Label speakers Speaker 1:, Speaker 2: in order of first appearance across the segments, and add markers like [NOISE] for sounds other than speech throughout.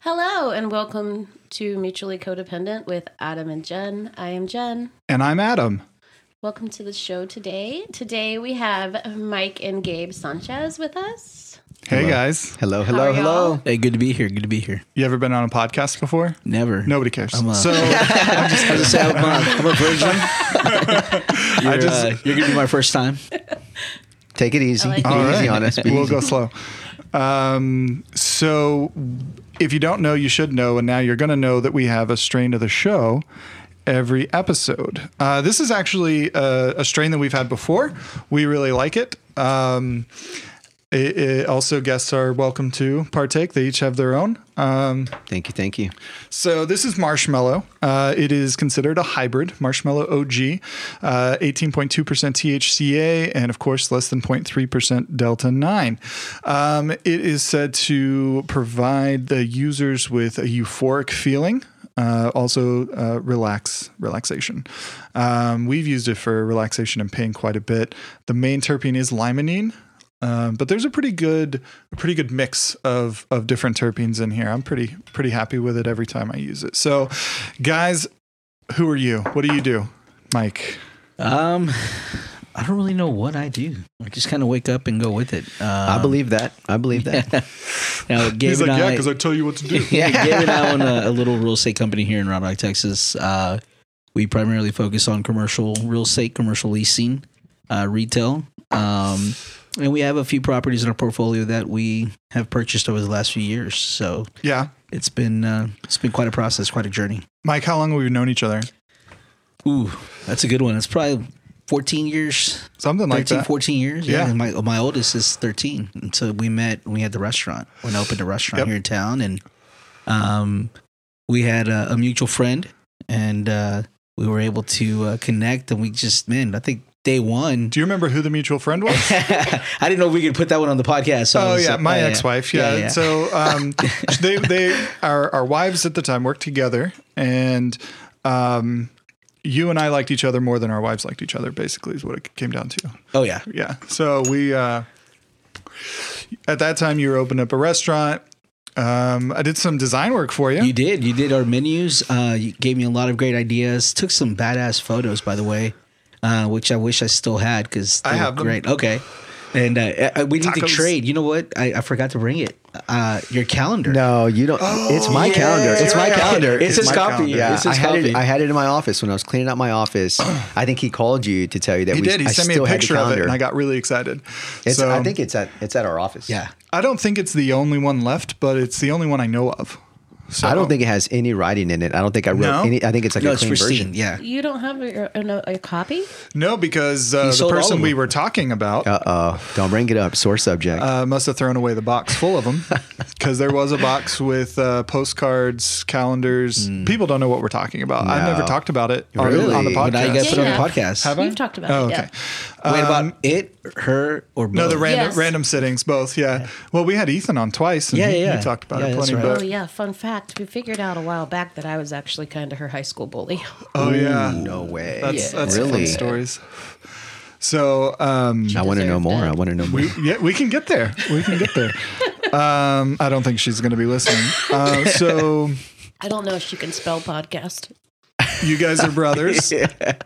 Speaker 1: Hello, and welcome to Mutually Codependent with Adam and Jen. I am Jen.
Speaker 2: And I'm Adam.
Speaker 1: Welcome to the show today. Today we have Mike and Gabe Sanchez with us.
Speaker 2: Hey
Speaker 3: Hello.
Speaker 2: guys,
Speaker 3: Hello,
Speaker 1: How
Speaker 3: hello,
Speaker 1: are y'all?
Speaker 3: hello. Hey, good to be here. Good to be here.
Speaker 2: you ever been on a podcast before?
Speaker 3: Never.
Speaker 2: Nobody cares.
Speaker 3: I'm, uh, [LAUGHS]
Speaker 2: so
Speaker 3: I was gonna say, I'm, uh, [LAUGHS] I'm a
Speaker 4: [LAUGHS]
Speaker 3: virgin. you're,
Speaker 2: just-
Speaker 3: uh, you're gonna be my first time.
Speaker 4: Take it easy.
Speaker 1: I like
Speaker 4: Be
Speaker 1: that.
Speaker 2: all
Speaker 4: easy
Speaker 2: right.
Speaker 4: on us. Be
Speaker 2: we'll
Speaker 4: easy.
Speaker 2: go slow. Um, so if you don't know, you should know, and now you're going to know that we have a strain of the show every episode. Uh, this is actually a, a strain that we've had before. We really like it. Um, it, it also guests are welcome to partake. They each have their own. Um,
Speaker 4: Thank you. Thank you.
Speaker 2: So this is Marshmallow. Uh, it is considered a hybrid Marshmallow OG, uh, 18.2% THCA, and of course less than 0.3% Delta 9. Um, it is said to provide the users with a euphoric feeling. Uh, also, uh, relax relaxation. Um, we've used it for relaxation and pain quite a bit. The main terpene is limonene, um, but there's a pretty good, a pretty good mix of of different terpenes in here. I'm pretty pretty happy with it every time I use it. So, guys, who are you? What do you do, Mike?
Speaker 3: Um, I don't really know what I do. I just kind of wake up and go with it. Um,
Speaker 4: I believe that. I believe that.
Speaker 3: [LAUGHS]
Speaker 4: [LAUGHS]
Speaker 3: Now, Gabe
Speaker 2: He's
Speaker 3: and
Speaker 2: like, yeah,
Speaker 3: I,
Speaker 2: because I tell you what to do. [LAUGHS]
Speaker 3: yeah, Gabe and I own [LAUGHS] a, a little real estate company here in Round Rock, Texas. Uh, we primarily focus on commercial real estate, commercial leasing, uh, retail, um, and we have a few properties in our portfolio that we have purchased over the last few years. So
Speaker 2: yeah,
Speaker 3: it's been uh, it's been quite a process, quite a journey.
Speaker 2: Mike, how long have we known each other?
Speaker 3: Ooh, that's a good one. It's probably 14 years,
Speaker 2: Something like
Speaker 3: 13,
Speaker 2: that.
Speaker 3: 14 years.
Speaker 2: Yeah.
Speaker 3: and my, my oldest is 13. And so we met, when we had the restaurant, when I opened a restaurant
Speaker 2: Yep.
Speaker 3: here in town. And um, we had a, a mutual friend and uh, we were able to uh, connect. And we just, man, I think day one, [LAUGHS]
Speaker 2: Do you remember who the mutual friend was? [LAUGHS]
Speaker 3: I didn't know if we could put that one on the podcast. So I
Speaker 2: Oh
Speaker 3: was uh,
Speaker 2: yeah,
Speaker 3: like,
Speaker 2: my ex-wife. Yeah. So [LAUGHS] um, they they our our wives at the time worked together, and um, you and I liked each other more than our wives liked each other. Basically, is what it came down to.
Speaker 3: oh, yeah.
Speaker 2: Yeah. So we uh, at that time you were opening up a restaurant. Um, I did some design work for you.
Speaker 3: You did. You did our menus. Uh, you gave me a lot of great ideas. Took some badass photos, by the way, uh, which I wish I still had because
Speaker 2: I have them.
Speaker 3: great. Okay, and uh, uh, we need to
Speaker 2: Tacos.
Speaker 3: trade. You know what? I, I forgot to bring it. Uh, your calendar.
Speaker 4: No, you don't.
Speaker 3: [GASPS]
Speaker 4: it's my
Speaker 3: yeah,
Speaker 4: calendar. It's my
Speaker 3: yeah.
Speaker 4: calendar.
Speaker 3: It's his
Speaker 4: my
Speaker 3: copy.
Speaker 4: Yeah,
Speaker 3: It's his
Speaker 4: I had
Speaker 3: copy.
Speaker 4: it. I had it in my office when I was cleaning out my
Speaker 3: [CLEARS THROAT]
Speaker 4: office. I think he called you to tell you that
Speaker 2: he
Speaker 4: we.
Speaker 2: did. He
Speaker 4: I
Speaker 2: sent me
Speaker 4: still
Speaker 2: a
Speaker 4: had the
Speaker 2: picture of it,
Speaker 4: calendar.
Speaker 2: and I got really excited.
Speaker 4: It's,
Speaker 2: so
Speaker 4: I think it's at it's at our office.
Speaker 3: Yeah.
Speaker 2: I don't think it's the only one left, but it's the only one I know of. So
Speaker 4: I don't think it has any writing in it. I don't think I wrote
Speaker 2: No?
Speaker 4: any. I think it's like
Speaker 3: no,
Speaker 4: a
Speaker 3: it's
Speaker 4: clean version.
Speaker 3: pristine. Yeah.
Speaker 1: You don't have your, a, no- a copy?
Speaker 2: no because uh, the
Speaker 3: sold all
Speaker 2: person
Speaker 3: of
Speaker 2: we
Speaker 3: them.
Speaker 2: were talking about
Speaker 4: Uh oh! Don't bring it up. Sore subject.
Speaker 2: uh, must have thrown away the box full of
Speaker 4: [LAUGHS]
Speaker 2: them because there was a box with uh, postcards, calendars. People don't know what we're talking about. I've never
Speaker 4: Hmm. No.
Speaker 2: talked about it on,
Speaker 4: Really?
Speaker 2: on the podcast.
Speaker 3: But now you got to put it on
Speaker 1: Yeah.
Speaker 3: the podcast.
Speaker 2: Have I?
Speaker 1: You've talked about
Speaker 2: Oh,
Speaker 1: it.
Speaker 2: okay.
Speaker 1: Yeah.
Speaker 3: Wait
Speaker 4: Um,
Speaker 3: about it, her, or both?
Speaker 2: No, the random
Speaker 1: Yes.
Speaker 2: random sittings, both. Yeah. Well, we had Ethan on twice, and
Speaker 3: Yeah,
Speaker 2: he,
Speaker 3: yeah,
Speaker 2: he
Speaker 3: yeah.
Speaker 2: talked about
Speaker 3: Yeah,
Speaker 2: it
Speaker 3: that's
Speaker 2: plenty.
Speaker 3: right.
Speaker 1: Oh,
Speaker 2: But
Speaker 1: yeah. Fun fact we figured out a while back that I was actually kind of her high school bully.
Speaker 2: oh yeah,
Speaker 4: no way.
Speaker 3: Uh,
Speaker 2: that's that's fun
Speaker 4: really.
Speaker 2: stories. So
Speaker 3: [LAUGHS]
Speaker 2: um,
Speaker 4: I want to know
Speaker 1: deserved
Speaker 4: more.
Speaker 1: it.
Speaker 4: I want to know more.
Speaker 2: we yeah we can get there. We can get
Speaker 3: [LAUGHS]
Speaker 2: there. Um, I don't think she's going to be listening. Uh, so
Speaker 1: I don't know if she can spell podcast.
Speaker 2: you guys are
Speaker 3: [LAUGHS]
Speaker 2: brothers,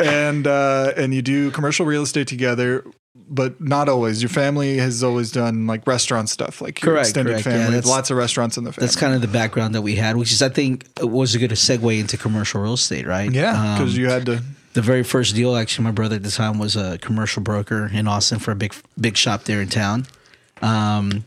Speaker 2: and uh, and you do commercial real estate together. But not always. Your family has always done like restaurant stuff, like your
Speaker 3: Correct,
Speaker 2: extended
Speaker 3: correct. Yeah,
Speaker 2: family.
Speaker 3: that's-
Speaker 2: Lots of restaurants in the family.
Speaker 3: That's kind of the background that we had, which is, I think, was a good segue into commercial real estate, right?
Speaker 2: yeah,
Speaker 3: Um,
Speaker 2: because you had to
Speaker 3: the very first deal actually my brother at the time was a commercial broker in austin for a big big shop there in town um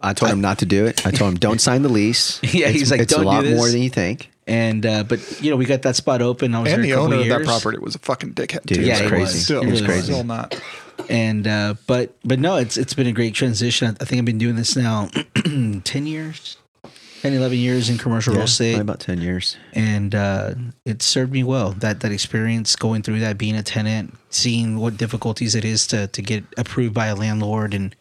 Speaker 4: I told him not to do it. I told him don't sign the lease.
Speaker 3: [LAUGHS] Yeah,
Speaker 4: It's-
Speaker 3: he's like,
Speaker 4: it's
Speaker 3: "Don't
Speaker 4: a
Speaker 3: do
Speaker 4: lot more
Speaker 3: this."
Speaker 4: than you think.
Speaker 3: and uh but you know we got that spot open i was
Speaker 2: and
Speaker 3: there
Speaker 2: the
Speaker 3: a couple
Speaker 2: owner of that
Speaker 3: years.
Speaker 2: property was a fucking dickhead.
Speaker 4: Dude,
Speaker 2: too.
Speaker 3: Yeah,
Speaker 4: it's
Speaker 3: it
Speaker 4: crazy.
Speaker 3: was.
Speaker 2: Still,
Speaker 3: It really
Speaker 2: still
Speaker 3: was.
Speaker 2: not.
Speaker 3: and uh but but no it's it's been a great transition i think i've been doing this now [CLEARS THROAT] 10 years 10 11 years in commercial real
Speaker 4: Probably
Speaker 3: estate
Speaker 4: about ten years.
Speaker 3: and uh, it served me well. That that experience going through that, being a tenant, seeing what difficulties it is to to get approved by a landlord, and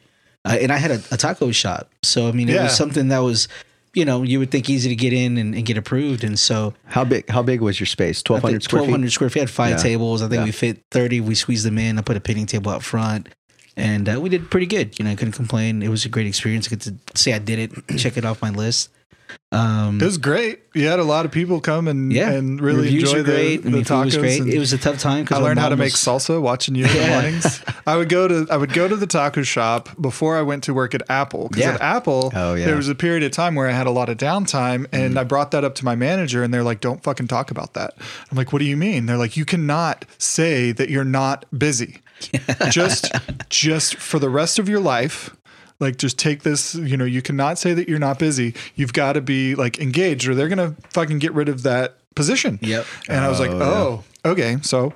Speaker 3: uh, and I had a, a taco shop, so I mean it
Speaker 2: Yeah.
Speaker 3: was something that was, you know, you would think easy to get in and, and get approved, and so
Speaker 4: How big? How big was your space? Twelve hundred square
Speaker 3: twelve
Speaker 4: feet.
Speaker 3: hundred square feet. I had five
Speaker 4: Yeah.
Speaker 3: tables. I think
Speaker 4: Yeah.
Speaker 3: we fit thirty. We squeezed them in. I put a picnic table out front, and [CLEARS THROAT] uh, we did pretty good. You know, I couldn't complain. It was a great experience. I get to say I did it. check it off my list. Um,
Speaker 2: It was great. You had a lot of people come and
Speaker 3: yeah,
Speaker 2: and really
Speaker 3: Reviews
Speaker 2: enjoy
Speaker 3: were great.
Speaker 2: the, the
Speaker 3: I mean, food
Speaker 2: tacos.
Speaker 3: was great.
Speaker 2: and-
Speaker 3: It was a tough time
Speaker 2: I
Speaker 3: our
Speaker 2: learned how to
Speaker 3: mom
Speaker 2: make
Speaker 3: was-
Speaker 2: salsa watching you in the
Speaker 3: Yeah. [LAUGHS]
Speaker 2: mornings. I would go to I would go to the taco shop before I went to work at Apple because
Speaker 3: Yeah. Mm.
Speaker 2: at Apple
Speaker 4: Oh, yeah.
Speaker 2: there was a period of time where I had a lot of downtime and I brought that up to my manager and they're like, "Don't fucking talk about that." I'm like, "What do you mean?" They're like, "You cannot say that you're not busy. just just for the rest of your life." Like, just take this. You know, you cannot say that you're not busy. You've got to be like engaged, or they're gonna fucking get rid of that position.
Speaker 3: Yep.
Speaker 2: And I was like, oh, okay. So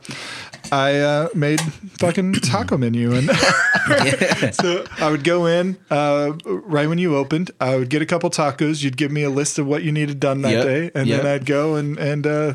Speaker 2: I uh, made
Speaker 3: [CLEARS THROAT]
Speaker 2: fucking taco menu, and [LAUGHS]
Speaker 3: [LAUGHS]
Speaker 2: so I would go in uh, right when you opened. I would get a couple tacos. You'd give me a list of what you needed done that
Speaker 3: Yep.
Speaker 2: day, and then
Speaker 3: Yep.
Speaker 2: I'd go and and uh,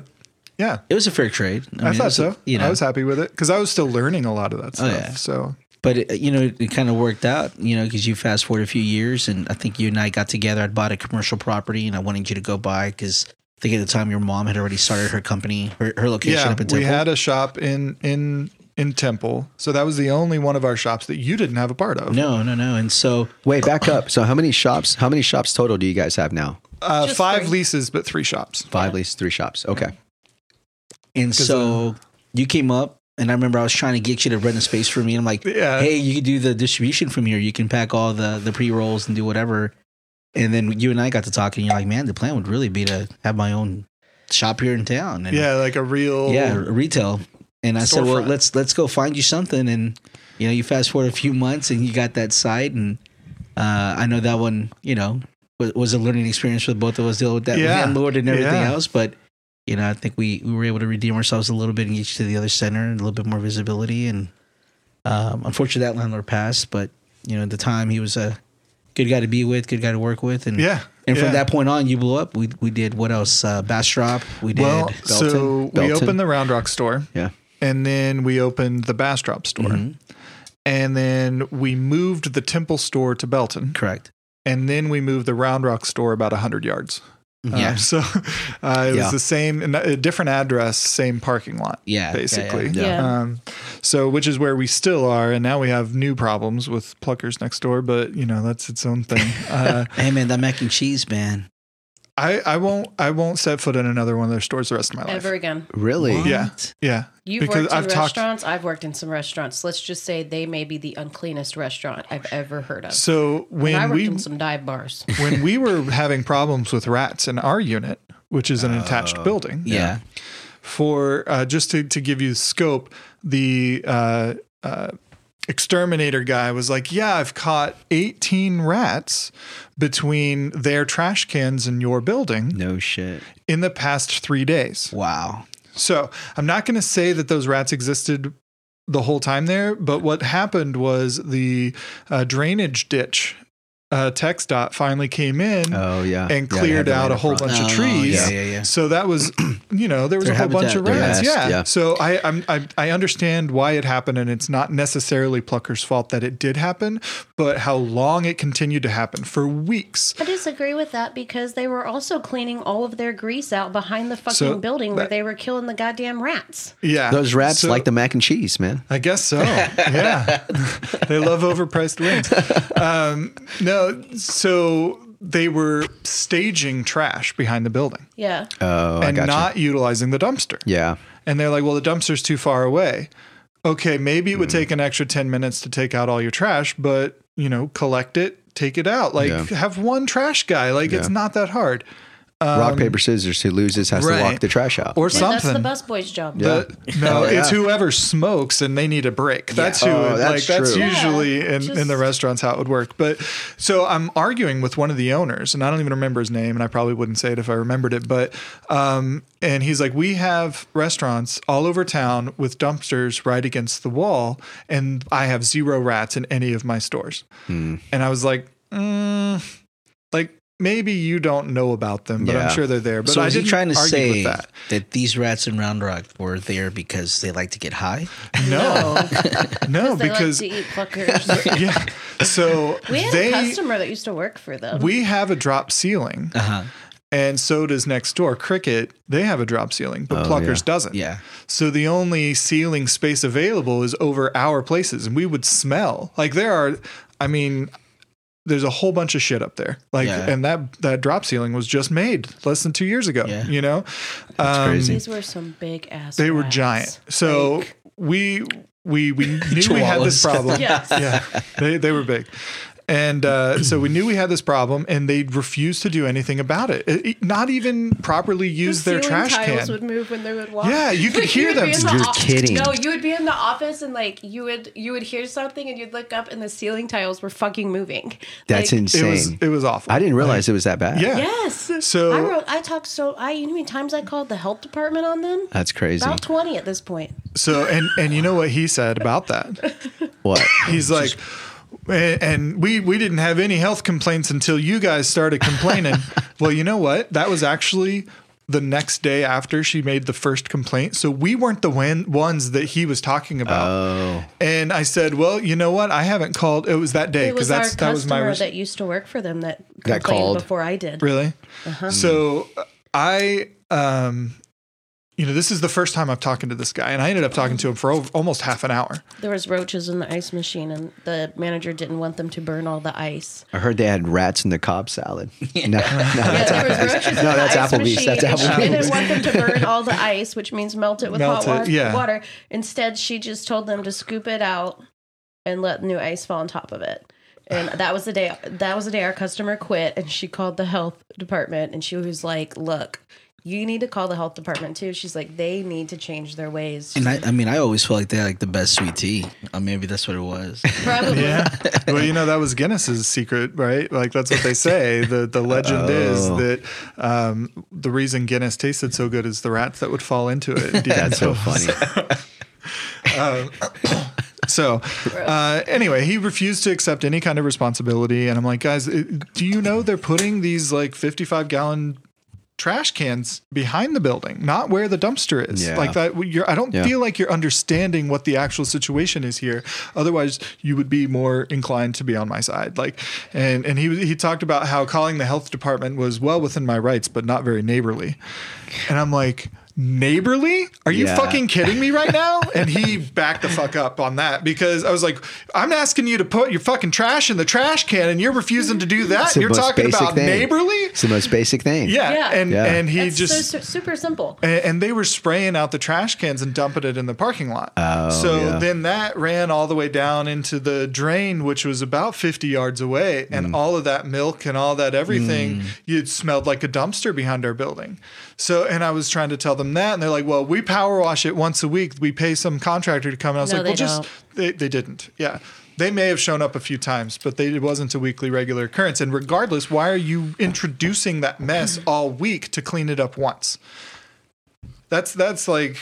Speaker 2: yeah,
Speaker 3: It was a fair trade.
Speaker 2: I,
Speaker 3: mean, it
Speaker 2: thought
Speaker 3: was a-
Speaker 2: so.
Speaker 3: you know, Oh,
Speaker 2: I was happy with it because I was still learning a lot of that stuff.
Speaker 3: yeah.
Speaker 2: So
Speaker 3: but it, you know, it, kind of worked out. You know, because you fast forward a few years, and I think you and I got together. I bought a commercial property, and I wanted you to go buy because I think at the time your mom had already started her company, her, her location
Speaker 2: yeah,
Speaker 3: up in
Speaker 2: we
Speaker 3: Temple.
Speaker 2: had a shop in in in Temple, so that was the only one of our shops that you didn't have a part of.
Speaker 3: no, no, no. And so
Speaker 4: Wait, back up. So how many shops? How many shops total do you guys have now?
Speaker 2: uh,
Speaker 1: Just
Speaker 2: five
Speaker 1: three.
Speaker 2: leases, but three shops.
Speaker 4: Five, leases, three shops. Okay.
Speaker 3: And
Speaker 2: 'Cause,
Speaker 3: so you came up, and I remember I was trying to get you to rent a space for me. And I'm like,
Speaker 2: Yeah.
Speaker 3: hey, you can do the distribution from here. You can pack all the, the pre rolls and do whatever. And then you and I got to talking. And you're like, man, the plan would really be to have my own shop here in town. And
Speaker 2: Yeah, like a real
Speaker 3: yeah, retail. And I said, well,
Speaker 2: Storefront.
Speaker 3: let's let's go find you something. And you know, you fast forward a few months, and you got that site. And uh, I know that one, you know, was, was a learning experience for both of us dealing with that
Speaker 2: Yeah.
Speaker 3: landlord and everything
Speaker 2: Yeah.
Speaker 3: else. But you know, I think we we were able to redeem ourselves a little bit and get you to the other center and a little bit more visibility. And um, unfortunately, that landlord passed. But you know, at the time, he was a good guy to be with, good guy to work with, and
Speaker 2: Yeah,
Speaker 3: And from
Speaker 2: yeah.
Speaker 3: that point on, you blew up. We we did what else? Uh, Bastrop. We did.
Speaker 2: Well,
Speaker 4: Belton?
Speaker 2: so we
Speaker 4: Belton?
Speaker 2: opened the Round Rock store,
Speaker 4: Yeah.
Speaker 2: and then we opened the Bastrop store,
Speaker 3: Mm-hmm.
Speaker 2: and then we moved the Temple store to Belton,
Speaker 3: Correct.
Speaker 2: and then we moved the Round Rock store about hundred yards. Uh,
Speaker 3: Yeah.
Speaker 2: so [LAUGHS] uh, it
Speaker 4: Yeah.
Speaker 2: was the same, a different address, same parking lot.
Speaker 3: Yeah, yeah,
Speaker 2: basically.
Speaker 1: yeah. Yeah.
Speaker 2: Um, so which is where we still are, and now we have new problems with Pluckers next door, but you know that's its own
Speaker 3: [LAUGHS]
Speaker 2: thing. Uh,
Speaker 3: Hey man, that mac and cheese, man.
Speaker 2: I I won't I won't set foot in another one of their stores the rest of my life.
Speaker 1: Ever again.
Speaker 4: Really?
Speaker 3: What?
Speaker 2: Yeah. Yeah.
Speaker 1: You've
Speaker 2: Because
Speaker 1: worked in
Speaker 2: I've talked-
Speaker 1: restaurants. I've worked in some restaurants. Let's just say they may be the uncleanest restaurant I've ever heard of.
Speaker 2: So when
Speaker 1: And I worked
Speaker 2: we
Speaker 1: in some dive bars.
Speaker 2: when we were having problems with rats in our unit, which is an
Speaker 3: Oh,
Speaker 2: attached building,
Speaker 3: Yeah.
Speaker 2: for uh, just to, to give you scope, the uh, uh, exterminator guy was like, Yeah, I've caught 18 rats between their trash cans and your building
Speaker 4: No shit.
Speaker 2: in the past three days.
Speaker 3: Wow.
Speaker 2: So I'm not going to say that those rats existed the whole time there, but what happened was the uh, drainage ditch. Uh, TxDOT finally came in
Speaker 4: Oh yeah. Yeah, they
Speaker 2: and cleared
Speaker 4: have
Speaker 2: out
Speaker 4: the
Speaker 2: a whole
Speaker 4: front.
Speaker 2: bunch of
Speaker 3: Oh,
Speaker 2: trees.
Speaker 3: yeah, yeah, yeah.
Speaker 2: So that was, [CLEARS THROAT] you know, there was
Speaker 3: Their
Speaker 2: a whole bunch of
Speaker 3: habitat, their
Speaker 2: rats.
Speaker 4: nest,
Speaker 2: Yeah.
Speaker 4: yeah.
Speaker 2: So I, I'm, I I understand why it happened, and it's not necessarily Plucker's fault that it did happen, but how long it continued to happen for weeks.
Speaker 1: I disagree with that because they were also cleaning all of their grease out behind the fucking
Speaker 2: So,
Speaker 1: building where
Speaker 2: that-
Speaker 1: they were killing the goddamn rats.
Speaker 2: Yeah.
Speaker 4: Those rats
Speaker 2: So-
Speaker 4: like the mac and cheese, man.
Speaker 2: I guess so. Yeah. [LAUGHS] they love overpriced wings. Um, no, so they were staging trash behind the building
Speaker 1: Yeah.
Speaker 4: Oh, I
Speaker 2: and
Speaker 4: got
Speaker 2: not utilizing the dumpster.
Speaker 4: you. Yeah.
Speaker 2: And they're like, well, the dumpster's too far away. Okay, maybe it would take an extra 10 minutes to take out all your trash, but, you know, collect it, take it out. Like,
Speaker 4: Yeah.
Speaker 2: have one trash guy. Like, it's not that hard.
Speaker 4: Rock paper scissors. Who loses has to
Speaker 2: um, right.
Speaker 4: walk the trash out.
Speaker 2: Or
Speaker 1: Dude,
Speaker 2: something.
Speaker 1: That's the busboy's job.
Speaker 4: Yeah.
Speaker 2: But no,
Speaker 4: Oh, yeah.
Speaker 2: it's whoever smokes and they need a break. That's who.
Speaker 4: Oh,
Speaker 2: like
Speaker 4: that's
Speaker 2: that's
Speaker 4: true.
Speaker 2: usually
Speaker 1: Yeah,
Speaker 2: in, in
Speaker 1: just-
Speaker 2: the restaurants how it would work. But so I'm arguing with one of the owners, and I don't even remember his name, and I probably wouldn't say it if I remembered it. But um, and he's like, we have restaurants all over town with dumpsters right against the wall, and I have zero rats in any of my stores. And I was like, mm, like. Maybe you don't know about them, but I'm
Speaker 4: Yeah.
Speaker 2: sure they're there. But
Speaker 3: so
Speaker 2: I
Speaker 3: is he
Speaker 2: didn't
Speaker 3: trying to
Speaker 2: argue
Speaker 3: say
Speaker 2: with that.
Speaker 3: that. these rats in Round Rock were there because they like to get high?
Speaker 1: [LAUGHS]
Speaker 2: No, no,
Speaker 1: They
Speaker 2: because
Speaker 1: like to eat fuckers.
Speaker 2: [LAUGHS] yeah. So
Speaker 1: we had
Speaker 2: they
Speaker 1: a customer that used to work for them.
Speaker 2: we have a drop ceiling,
Speaker 3: Uh huh.
Speaker 2: and so does next door Cricket. They have a drop ceiling, but Pluckers doesn't.
Speaker 3: Oh, Yeah.
Speaker 2: So the only ceiling space available is over our places, and we would smell like there are. I mean. there's a whole bunch of shit up there. Like,
Speaker 3: Yeah.
Speaker 2: and that that drop ceiling was just made less than two years ago.
Speaker 3: Yeah.
Speaker 2: You know, Um,
Speaker 4: That's crazy.
Speaker 1: These were some big ass.
Speaker 2: they were
Speaker 1: rats.
Speaker 2: giant. So
Speaker 1: Like,
Speaker 2: we we
Speaker 4: [LAUGHS]
Speaker 2: we knew we had this
Speaker 3: Chihuahuas.
Speaker 2: problem.
Speaker 1: [LAUGHS] Yes.
Speaker 2: Yeah. They they were big. And uh, so we knew we had this problem, and they refused to do anything about it. It- it- not even properly
Speaker 1: the
Speaker 2: use their
Speaker 1: ceiling
Speaker 2: trash
Speaker 1: tiles
Speaker 2: can.
Speaker 1: would move when they would walk.
Speaker 2: Yeah, you
Speaker 1: [LAUGHS]
Speaker 2: could
Speaker 1: Like,
Speaker 2: hear
Speaker 1: would
Speaker 2: them.
Speaker 1: be in the
Speaker 4: You're
Speaker 1: off-
Speaker 4: kidding.
Speaker 1: No, you would be in the office and like you would you would hear something and you'd look up and the ceiling tiles were fucking moving.
Speaker 4: That's
Speaker 1: Like,
Speaker 2: it
Speaker 4: insane.
Speaker 2: was it was awful.
Speaker 4: I didn't realize it was that bad.
Speaker 2: Yeah.
Speaker 1: Yes.
Speaker 2: So-
Speaker 1: I wrote. I talked so. I you know how many times I called the health department on them?
Speaker 4: That's crazy.
Speaker 1: About twenty at this point.
Speaker 2: So and and you know what he said about that?
Speaker 4: What?
Speaker 2: He's like, "A- and we we didn't have any health complaints until you guys started complaining. well, you know what? That was actually the next day after she made the first complaint. So we weren't the win- ones that he was talking about.
Speaker 4: Oh.
Speaker 2: And I said, well, you know what? I haven't called. It was that day
Speaker 1: It
Speaker 2: because
Speaker 1: was our
Speaker 2: that's that
Speaker 1: customer
Speaker 2: was my res-
Speaker 1: that used to work for them that complained
Speaker 4: That called.
Speaker 1: before I did.
Speaker 2: Really?
Speaker 1: Uh-huh.
Speaker 2: So uh, I, um, you know, this is the first time I've talking to this guy, and I ended up talking to him for over, almost half an hour.
Speaker 1: There was roaches in the ice machine, and the manager didn't want them to burn all the ice.
Speaker 4: I heard they had rats in the Cobb salad. No,
Speaker 1: [LAUGHS]
Speaker 4: no,
Speaker 1: Yeah,
Speaker 4: that's
Speaker 1: there was roaches in
Speaker 4: No,
Speaker 1: the
Speaker 4: that's
Speaker 1: ice
Speaker 4: Applebee's.
Speaker 1: machine,
Speaker 4: That's
Speaker 1: and She
Speaker 4: Applebee's.
Speaker 1: didn't want them to burn all the ice, which means melt it with hot
Speaker 2: Melt it,
Speaker 1: water,
Speaker 2: yeah.
Speaker 1: water. Instead, she just told them to scoop it out and let new ice fall on top of it. And that was the day. That was the day our customer quit, and she called the health department, and she was like, "Look." You need to call the health department too. She's like, they need to change their
Speaker 4: [LAUGHS]
Speaker 1: ways.
Speaker 3: And I, I mean, I always feel like they had like the best sweet tea. Uh, maybe that's what it was.
Speaker 4: [LAUGHS]
Speaker 1: Probably
Speaker 2: Yeah. [LAUGHS] well, you know that was Guinness's secret, right? Like that's what they say. the The legend is
Speaker 4: [LAUGHS] Oh.
Speaker 2: that um, the reason Guinness tasted so good is the rats that would fall into it. uh, and
Speaker 4: [LAUGHS] That's
Speaker 2: [LAUGHS]
Speaker 4: so
Speaker 2: decompose.
Speaker 4: funny. [LAUGHS]
Speaker 2: So, uh, anyway, he refused to accept any kind of responsibility, and I'm like, guys, it, do you know they're putting these like 55 gallon trash cans behind the building, not where the dumpster is?
Speaker 4: Yeah.
Speaker 2: Like that, you're, I don't
Speaker 4: Yeah.
Speaker 2: feel like you're understanding what the actual situation is here. Otherwise, you would be more inclined to be on my side. Like, and and he was- he talked about how calling the health department was well within my rights, but not very neighborly, and I'm like. Neighborly? Are you
Speaker 4: Yeah.
Speaker 2: fucking kidding me right
Speaker 4: [LAUGHS]
Speaker 2: now? And he backed the fuck up on that because I was like, I'm asking you to put your fucking trash in the trash can and you're refusing to do that.
Speaker 4: the
Speaker 2: You're
Speaker 4: most
Speaker 2: talking
Speaker 4: basic
Speaker 2: about
Speaker 4: thing.
Speaker 2: neighborly?
Speaker 4: It's the most basic thing.
Speaker 2: Yeah.
Speaker 1: Yeah.
Speaker 2: And
Speaker 4: Yeah.
Speaker 2: and he
Speaker 1: It's
Speaker 2: just
Speaker 1: so, su- super simple.
Speaker 2: and, and they were spraying out the trash cans and dumping it in the parking lot. Oh, so
Speaker 4: yeah.
Speaker 2: then that ran all the way down into the drain, which was about 50 yards away. And all of that milk and all that everything, it smelled like a dumpster behind our building. So, and I was trying to tell them that. And they're like, well, we power wash it once a week. We pay some contractor to come. And I was
Speaker 1: No,
Speaker 2: like,
Speaker 1: they
Speaker 2: well, just,
Speaker 1: don't.
Speaker 2: they, they didn't. Yeah. They may have shown up a few times, but they, it wasn't a weekly regular occurrence. And regardless, why are you introducing
Speaker 1: [CLEARS THROAT]
Speaker 2: that mess all week to clean it up once? That's that's like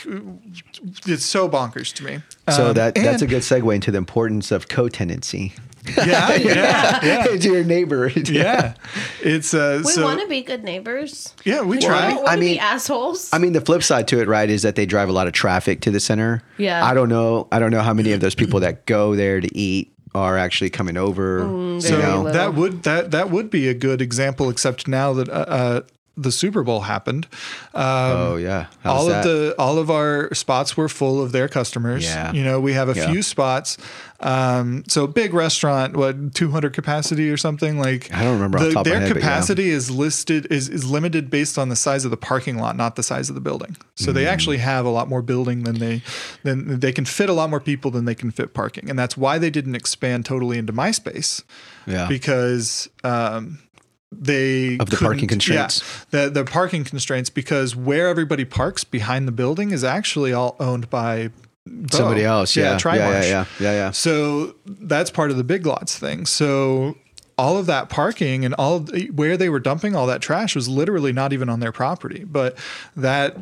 Speaker 2: it's so bonkers to me.
Speaker 4: So that that's a
Speaker 2: Um, and-
Speaker 4: good segue into the importance of co-tenancy.
Speaker 2: [LAUGHS] Yeah, yeah, [LAUGHS] yeah.
Speaker 4: to your
Speaker 2: [LAUGHS]
Speaker 4: neighbor.
Speaker 2: yeah. It's uh,
Speaker 1: We
Speaker 2: so
Speaker 1: want to be good neighbors.
Speaker 2: yeah,
Speaker 1: Well,
Speaker 2: we
Speaker 1: I
Speaker 2: try.
Speaker 1: don't want
Speaker 4: I
Speaker 1: to be
Speaker 4: mean-
Speaker 1: assholes.
Speaker 4: I mean, the flip side to it, right, is that they drive a lot of traffic to the center.
Speaker 1: Yeah.
Speaker 4: I don't know. I don't know how many of those people that go there to eat are actually coming over.
Speaker 2: So
Speaker 4: you know,
Speaker 1: little.
Speaker 2: that would that that would be a good example, except now that uh, uh, the Super Bowl happened, um,
Speaker 4: oh yeah. How's
Speaker 2: all
Speaker 4: that?
Speaker 2: of the all of our spots were full of their customers.
Speaker 4: Yeah.
Speaker 2: You know, we have a
Speaker 4: Yeah.
Speaker 2: few spots. Um, so big restaurant, what 200 capacity or something like
Speaker 4: I don't remember off the top of my
Speaker 2: their
Speaker 4: head, but yeah.
Speaker 2: capacity is listed is is limited based on the size of the parking lot, not the size of the building. So
Speaker 4: Mm.
Speaker 2: they actually have a lot more building than they than they can fit a lot more people than they can fit parking. And that's why they didn't expand totally into my space
Speaker 4: yeah.
Speaker 2: because um, they
Speaker 4: Of the parking
Speaker 2: couldn't-
Speaker 4: constraints?
Speaker 2: Yeah, the the parking constraints because where everybody parks behind the building is actually all owned by Bo.
Speaker 4: Somebody else.
Speaker 2: Oh,
Speaker 4: Yeah.
Speaker 2: yeah,
Speaker 4: yeah, yeah,
Speaker 2: Trimarsh.
Speaker 4: yeah, yeah, yeah.
Speaker 2: So that's part of the big lots thing. So all of that parking and all where they were dumping all that trash was literally not even on their property, but that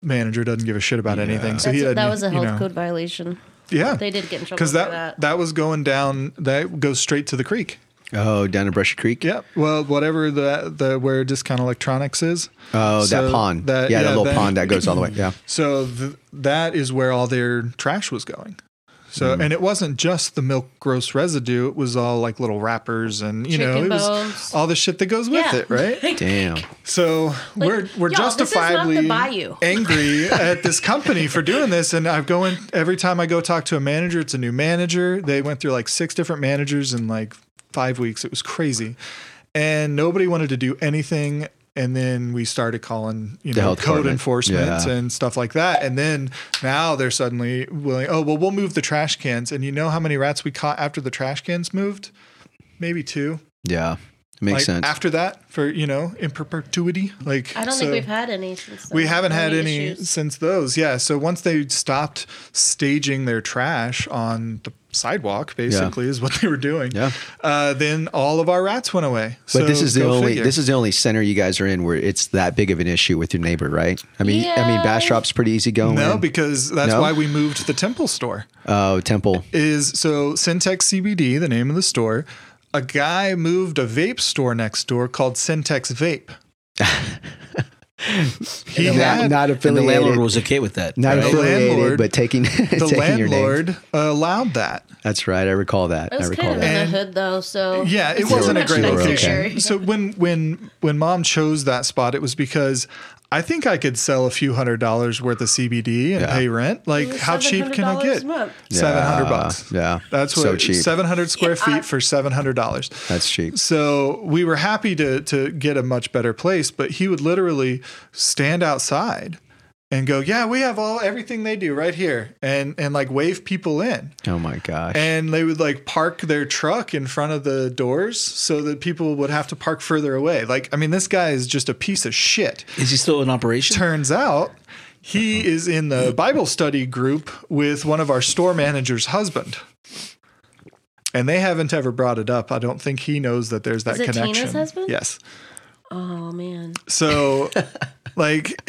Speaker 2: manager doesn't give a shit about anything. So
Speaker 1: That's-
Speaker 2: he had,
Speaker 1: that was a
Speaker 2: you
Speaker 1: health
Speaker 2: know,
Speaker 1: code violation.
Speaker 2: Yeah,
Speaker 1: They did get in trouble
Speaker 2: because
Speaker 1: for
Speaker 2: that,
Speaker 1: that.
Speaker 2: that was going down. That goes straight to the creek.
Speaker 4: Oh, down at Brushy Creek.
Speaker 2: Yeah. Well, whatever the the where discount electronics is.
Speaker 4: Oh,
Speaker 2: So
Speaker 4: that pond.
Speaker 2: that-
Speaker 4: yeah,
Speaker 2: yeah,
Speaker 4: that little
Speaker 2: that-
Speaker 4: pond that
Speaker 2: [LAUGHS]
Speaker 4: goes all the way. Yeah.
Speaker 2: So th- that is where all their trash was going. So and it wasn't just the milk gross residue; it was all like little wrappers and you know
Speaker 1: Chicken
Speaker 2: it
Speaker 1: bones.
Speaker 2: was all the shit that goes with
Speaker 1: Yeah.
Speaker 2: it, right?
Speaker 4: Damn.
Speaker 2: So we're
Speaker 1: y'all,
Speaker 2: we're
Speaker 1: this is not the
Speaker 2: justifiably
Speaker 1: bayou. [LAUGHS]
Speaker 2: angry at this company for doing this, and I go in every time I go talk to a manager. It's a new manager. They went through like six different managers in like five weeks. It was crazy. And nobody wanted to do anything. And then we started calling, you
Speaker 4: The
Speaker 2: know,
Speaker 4: health
Speaker 2: code
Speaker 4: department.
Speaker 2: enforcement
Speaker 4: Yeah.
Speaker 2: and stuff like that. And then now they're suddenly willing, oh, well, we'll move the trash cans. And you know how many rats we caught after the trash cans moved? Maybe two.
Speaker 4: Yeah. Makes
Speaker 2: like
Speaker 4: sense.
Speaker 2: after that, for, you know, in perpetuity. Like,
Speaker 1: I don't
Speaker 2: so-
Speaker 1: think we've had any since.
Speaker 2: we
Speaker 1: then.
Speaker 2: haven't had any
Speaker 1: issues.
Speaker 2: since those. Yeah. So once they stopped staging their trash on the sidewalk, basically, is what [LAUGHS] they were doing.
Speaker 4: Yeah.
Speaker 2: Uh, then all of our rats went away.
Speaker 4: But this is the only this is the only center you guys are in where it's that big of an issue with your neighbor, right? I mean, I mean,
Speaker 1: Yeah.
Speaker 4: Bastrop's pretty easy going.
Speaker 2: no, because that's
Speaker 4: No?
Speaker 2: why we moved the Temple store.
Speaker 4: oh, Temple.
Speaker 2: Is so Syntex CBD, the name of the store. A guy moved a vape store next door called Syntex
Speaker 4: [LAUGHS]
Speaker 2: Vape. he
Speaker 4: And the la-
Speaker 2: had
Speaker 4: not
Speaker 3: And the
Speaker 4: affiliated.
Speaker 3: landlord was okay with that.
Speaker 4: not
Speaker 3: right?
Speaker 2: affiliated.
Speaker 4: affiliated,
Speaker 2: landlord-
Speaker 4: but taking [LAUGHS]
Speaker 2: the
Speaker 4: taking your name.
Speaker 2: landlord allowed that.
Speaker 4: That's right. I recall that.
Speaker 1: It
Speaker 4: I
Speaker 1: was
Speaker 4: recall
Speaker 1: kind of
Speaker 4: that.
Speaker 2: that.
Speaker 1: in the hood though, so
Speaker 2: Yeah, it
Speaker 1: it's
Speaker 2: wasn't a
Speaker 1: much
Speaker 2: great
Speaker 1: nicer.
Speaker 2: location.
Speaker 4: Okay.
Speaker 2: So when when when mom chose that spot, it was because I think I could sell a few hundred dollars worth of CBD and
Speaker 4: Yeah.
Speaker 2: pay rent. Like
Speaker 1: was
Speaker 2: how cheap can I
Speaker 1: $700
Speaker 2: get?
Speaker 1: a month.
Speaker 2: Seven hundred
Speaker 4: Yeah,
Speaker 2: bucks.
Speaker 4: Uh, yeah.
Speaker 2: that's what
Speaker 4: So cheap.
Speaker 2: Seven hundred square feet for seven hundred dollars.
Speaker 4: That's cheap.
Speaker 2: So we were happy to to get a much better place, but he would literally stand outside and go, "Yeah, we have all everything they do right here," and and like wave people in
Speaker 4: Oh my gosh.
Speaker 2: and they would like park their truck in front of the doors so that people would have to park further away. Like, I mean, this guy is just a piece of shit.
Speaker 3: Is he still in operation?
Speaker 2: Turns out he is in the Bible study group with one of our store manager's husband. And they haven't ever brought it up. I don't think he knows that there's that
Speaker 1: Is it Tina's
Speaker 2: connection.
Speaker 1: husband?
Speaker 2: Yes.
Speaker 1: Oh man,
Speaker 2: So, like,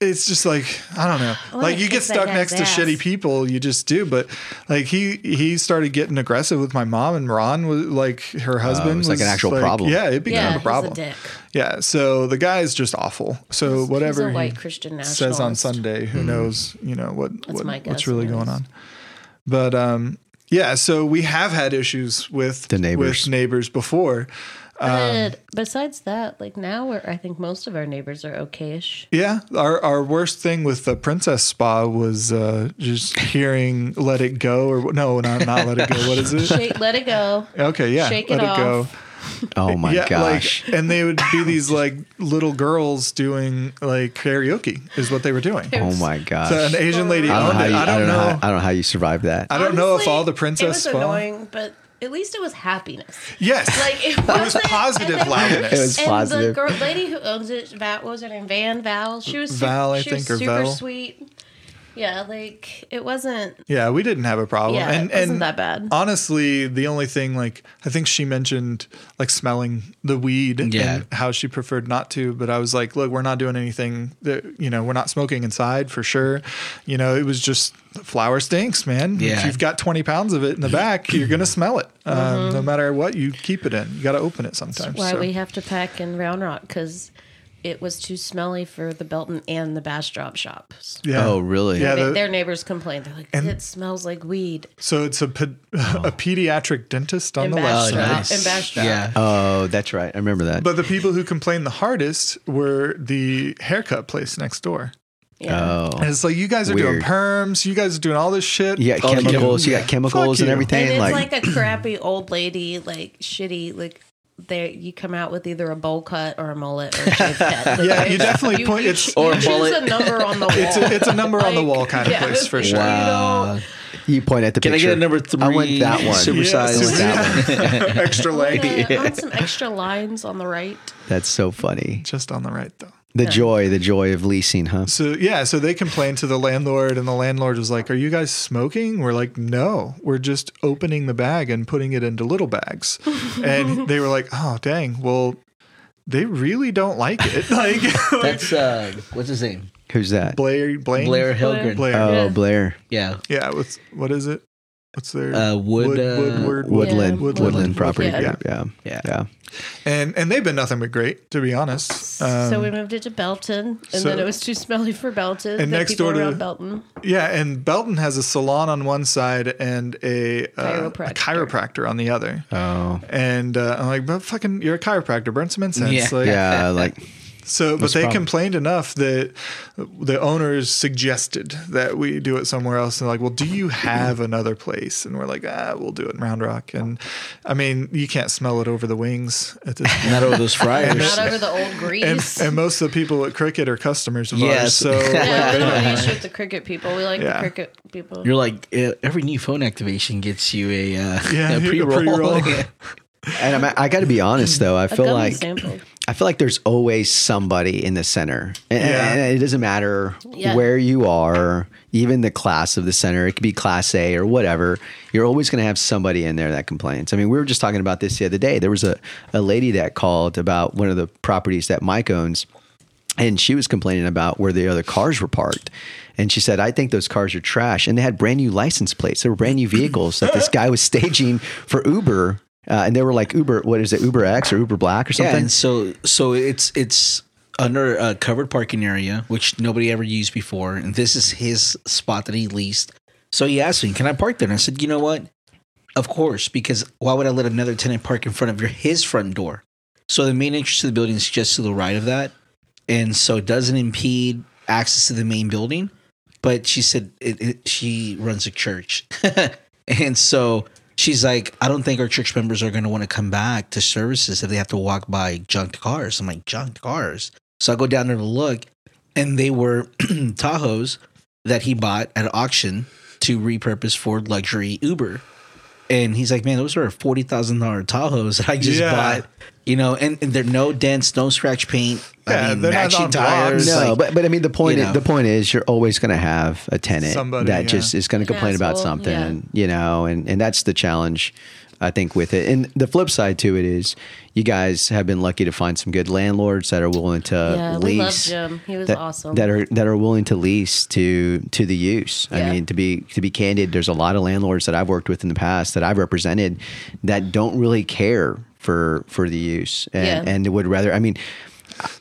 Speaker 2: it's just like I don't know.
Speaker 1: wanna
Speaker 2: like you
Speaker 1: kick
Speaker 2: get
Speaker 1: that
Speaker 2: stuck
Speaker 1: guy's
Speaker 2: next to
Speaker 1: ass.
Speaker 2: shitty people, you just do. But like he he started getting aggressive with my mom, and Ron was like her husband
Speaker 4: was Oh, like an actual problem.
Speaker 2: Yeah, it became
Speaker 1: yeah,
Speaker 2: a
Speaker 1: he's
Speaker 2: problem.
Speaker 1: a dick.
Speaker 2: yeah, so the guy is just awful. So whatever
Speaker 1: he's a
Speaker 2: he
Speaker 1: white Christian nationalist.
Speaker 2: says on Sunday,
Speaker 4: Hmm.
Speaker 2: who knows? You know what, what
Speaker 1: my
Speaker 2: what's
Speaker 1: guess,
Speaker 2: really
Speaker 1: anyways.
Speaker 2: going on. But um, yeah, so we have had issues with
Speaker 4: The neighbors.
Speaker 2: with neighbors before.
Speaker 1: But
Speaker 2: um,
Speaker 1: besides that, like now, we're, I think most of our neighbors are okayish.
Speaker 2: [LAUGHS] Yeah, our our worst thing with the Princess Spa was uh, just hearing "Let It Go" or no, not not "Let It Go." What is it?
Speaker 1: [LAUGHS] Shake, let it go.
Speaker 2: Okay, yeah,
Speaker 1: Shake
Speaker 2: "Let
Speaker 1: It
Speaker 2: It Go."
Speaker 4: oh my
Speaker 2: yeah,
Speaker 4: gosh.
Speaker 2: like, and they would [LAUGHS] be these like little girls doing like karaoke is what they were doing.
Speaker 4: oh my gosh.
Speaker 2: So an Asian lady
Speaker 4: I don't know
Speaker 2: owned
Speaker 4: how
Speaker 2: it.
Speaker 4: you,
Speaker 2: I don't
Speaker 4: how, I
Speaker 2: know.
Speaker 4: don't know how you survived that.
Speaker 2: I don't know if
Speaker 1: Honestly,
Speaker 2: all the
Speaker 1: It
Speaker 2: Princess
Speaker 1: was
Speaker 2: Spa.
Speaker 1: annoying, but at least it was happiness.
Speaker 2: Yes,
Speaker 1: Like it,
Speaker 2: it was
Speaker 1: wasn't-
Speaker 2: positive
Speaker 1: and they-
Speaker 4: It
Speaker 2: loudness.
Speaker 4: was-
Speaker 1: And
Speaker 4: positive.
Speaker 1: the girl, lady who owns it, Val, what was her name? Van Val. She was super,
Speaker 2: Val, I
Speaker 1: she was
Speaker 2: think, or
Speaker 1: super
Speaker 2: Val.
Speaker 1: sweet. Yeah, like it wasn't.
Speaker 2: Yeah, we didn't have a problem.
Speaker 1: Yeah,
Speaker 2: and
Speaker 1: it wasn't
Speaker 2: and
Speaker 1: that bad.
Speaker 2: honestly, the only thing like I think she mentioned like smelling the weed
Speaker 3: Yeah.
Speaker 2: and how she preferred not to, but I was like, look, we're not doing anything that you know, we're not smoking inside for sure. You know, it was just flour stinks, man. If
Speaker 3: Yeah.
Speaker 2: you've got 20 pounds of it in the back, you're gonna smell it. Um, no matter what you keep it in. You gotta open it sometimes.
Speaker 1: Mm-hmm. Why
Speaker 2: so.
Speaker 1: we have to pack in Round Rock because it was too smelly for the Belton and the Bastrop shops.
Speaker 2: yeah.
Speaker 4: Oh, really?
Speaker 2: Yeah,
Speaker 1: They-
Speaker 2: the-
Speaker 1: their neighbors complained. They're like, "It smells like weed."
Speaker 2: so it's a, ped- [LAUGHS]
Speaker 3: Oh.
Speaker 2: a pediatric dentist on
Speaker 1: And
Speaker 2: the left
Speaker 1: Bastrop.
Speaker 2: side.
Speaker 1: nice. And Bastrop.
Speaker 3: Yeah.
Speaker 2: [LAUGHS]
Speaker 4: Oh, that's right. I remember that.
Speaker 2: But the people who complained the hardest were the haircut place next door.
Speaker 1: Yeah,
Speaker 4: oh.
Speaker 2: And it's like, you guys are doing
Speaker 4: Weird.
Speaker 2: perms, you guys are doing all this shit.
Speaker 4: You got
Speaker 2: Fuck you.
Speaker 4: chemicals. You got chemicals
Speaker 2: Fuck
Speaker 4: and
Speaker 2: you.
Speaker 1: and
Speaker 4: everything.
Speaker 1: it's
Speaker 4: Like,
Speaker 1: like, a crappy old lady, like shitty, like. There, you come out with either a bowl cut or a mullet or a shaved
Speaker 2: [LAUGHS]
Speaker 1: head. Like,
Speaker 2: Yeah, you definitely point-
Speaker 1: You,
Speaker 2: it's-
Speaker 1: you
Speaker 3: Or a
Speaker 1: choose
Speaker 3: mullet.
Speaker 1: a number on the wall.
Speaker 2: [LAUGHS] It's a, it's a number on the
Speaker 1: Like,
Speaker 2: wall kind of
Speaker 1: yeah.
Speaker 2: place for sure.
Speaker 3: Wow.
Speaker 4: you point at the
Speaker 3: Can I
Speaker 4: picture.
Speaker 3: get a number three?
Speaker 4: I want that one.
Speaker 3: Super
Speaker 2: Yeah,
Speaker 3: size.
Speaker 2: super-
Speaker 4: That
Speaker 2: [LAUGHS]
Speaker 4: one.
Speaker 2: Extra
Speaker 1: Like,
Speaker 2: leg.
Speaker 1: uh, on some extra lines on the right.
Speaker 4: That's so funny.
Speaker 2: Just on the right, though.
Speaker 4: The joy, the joy of leasing, huh?
Speaker 2: So, yeah, so they complained to the landlord, and the landlord was like, Are you guys smoking? We're like, No, we're just opening the bag and putting it into
Speaker 1: [LAUGHS]
Speaker 2: little bags. and they were like, Oh, dang. Well, they really don't like it. [LAUGHS] Like,
Speaker 3: That's uh, what's his name?
Speaker 4: Who's that?
Speaker 2: Blair, Blaine?
Speaker 3: Blair Hilgren.
Speaker 2: Blair.
Speaker 4: Oh,
Speaker 1: Yeah.
Speaker 4: Blair.
Speaker 3: Yeah.
Speaker 2: Yeah, what's what is it? What's their
Speaker 3: Uh, wood.
Speaker 2: Wood-
Speaker 3: uh,
Speaker 2: Woodward-
Speaker 4: Woodland.
Speaker 1: Yeah.
Speaker 4: Woodland,
Speaker 2: Woodland.
Speaker 4: property.
Speaker 1: Yeah.
Speaker 4: Yeah. Yeah.
Speaker 3: Yeah.
Speaker 4: Yeah.
Speaker 2: and and they've been nothing but great to be honest. Um,
Speaker 1: so we moved it to Belton, and
Speaker 2: so-
Speaker 1: then it was too smelly for Belton.
Speaker 2: And
Speaker 1: the
Speaker 2: next
Speaker 1: people
Speaker 2: door to-
Speaker 1: around Belton.
Speaker 2: yeah, and Belton has a salon on one side and a, uh, a
Speaker 1: Chiropractor.
Speaker 2: chiropractor on the other.
Speaker 4: Oh.
Speaker 2: And uh, I'm like, but fucking, you're a chiropractor. Burn some incense.
Speaker 3: Yeah.
Speaker 2: Like,
Speaker 4: Yeah. Like,
Speaker 2: So, but
Speaker 4: That's
Speaker 2: they
Speaker 4: a problem.
Speaker 2: complained enough that the owners suggested that we do it somewhere else. And like, well, do you have another place? And we're like, ah, we'll do it in Round Rock. And I mean, you can't smell it over the wings at this point.
Speaker 3: Not
Speaker 2: [LAUGHS]
Speaker 3: over those fryers.
Speaker 1: Not over the old
Speaker 2: And,
Speaker 1: grease.
Speaker 2: and most of the people at Cricket are customers of
Speaker 3: Yes.
Speaker 2: ours.
Speaker 1: [LAUGHS] yeah, we
Speaker 2: So,
Speaker 4: [LAUGHS]
Speaker 2: like,
Speaker 1: don't have an issue with the cricket people. We like
Speaker 2: Yeah.
Speaker 1: the cricket people.
Speaker 3: You're like eh, every new phone activation gets you a, uh,
Speaker 2: Yeah,
Speaker 3: [LAUGHS] a
Speaker 2: a
Speaker 3: pre roll.
Speaker 2: pre-roll.
Speaker 4: And I'm, I got to be honest though, I
Speaker 1: A
Speaker 4: feel
Speaker 1: gummy
Speaker 4: like
Speaker 1: sample.
Speaker 4: I feel like there's always somebody in the center, and,
Speaker 2: Yeah.
Speaker 4: and it doesn't matter
Speaker 1: Yeah.
Speaker 4: where you are, even the class of the center. It could be Class A or whatever. You're always going to have somebody in there that complains. I mean, we were just talking about this the other day. There was a a lady that called about one of the properties that Mike owns. And she was complaining about where the other cars were parked. And she said, I think those cars are trash. And they had brand new license plates. They were brand new vehicles that
Speaker 3: [LAUGHS]
Speaker 4: this guy was staging for Uber. Uh, and they were like Uber, what is it, Uber X or Uber Black or
Speaker 3: Yeah,
Speaker 4: something?
Speaker 3: and so so it's it's under a covered parking area which nobody ever used before, and this is his spot that he leased. So he asked me, "Can I park there?" And I said, "You know what? Of course, because why would I let another tenant park in front of your his front door?" So the main entrance to the building is just to the right of that, and so it doesn't impede access to the main building. But she said it, it, she runs a church, and so she's like, I don't think our church members are going to want to come back to services if they have to walk by junked cars. I'm like, junked cars. So I go down there to look, and they were [CLEARS THROAT] Tahoes that he bought at auction to repurpose for luxury Uber. And he's like, man, those are forty thousand dollar Tahoes that I just
Speaker 2: Yeah.
Speaker 3: bought you know, and, and they're no dents, no scratch paint.
Speaker 2: Yeah,
Speaker 3: I mean,
Speaker 2: they're not
Speaker 3: matching
Speaker 2: on blocks.
Speaker 3: tires.
Speaker 4: No,
Speaker 3: like-
Speaker 4: but but I mean the point
Speaker 3: you
Speaker 4: is,
Speaker 3: know.
Speaker 4: the point is you're always going to have a tenant
Speaker 2: Somebody,
Speaker 4: that
Speaker 2: yeah.
Speaker 4: just is going to complain about
Speaker 1: asshole,
Speaker 4: something,
Speaker 1: yeah.
Speaker 4: you know, and and that's the challenge I think with it. And the flip side to it is you guys have been lucky to find some good landlords that are willing to
Speaker 1: yeah,
Speaker 4: lease
Speaker 1: we love Jim. He was
Speaker 4: that,
Speaker 1: awesome.
Speaker 4: that are that are willing to lease to to the use. I
Speaker 1: Yeah.
Speaker 4: mean, to be to be candid, there's a lot of landlords that I've worked with in the past that I've represented that don't really care for for the use and
Speaker 1: Yeah.
Speaker 4: and would rather. I mean,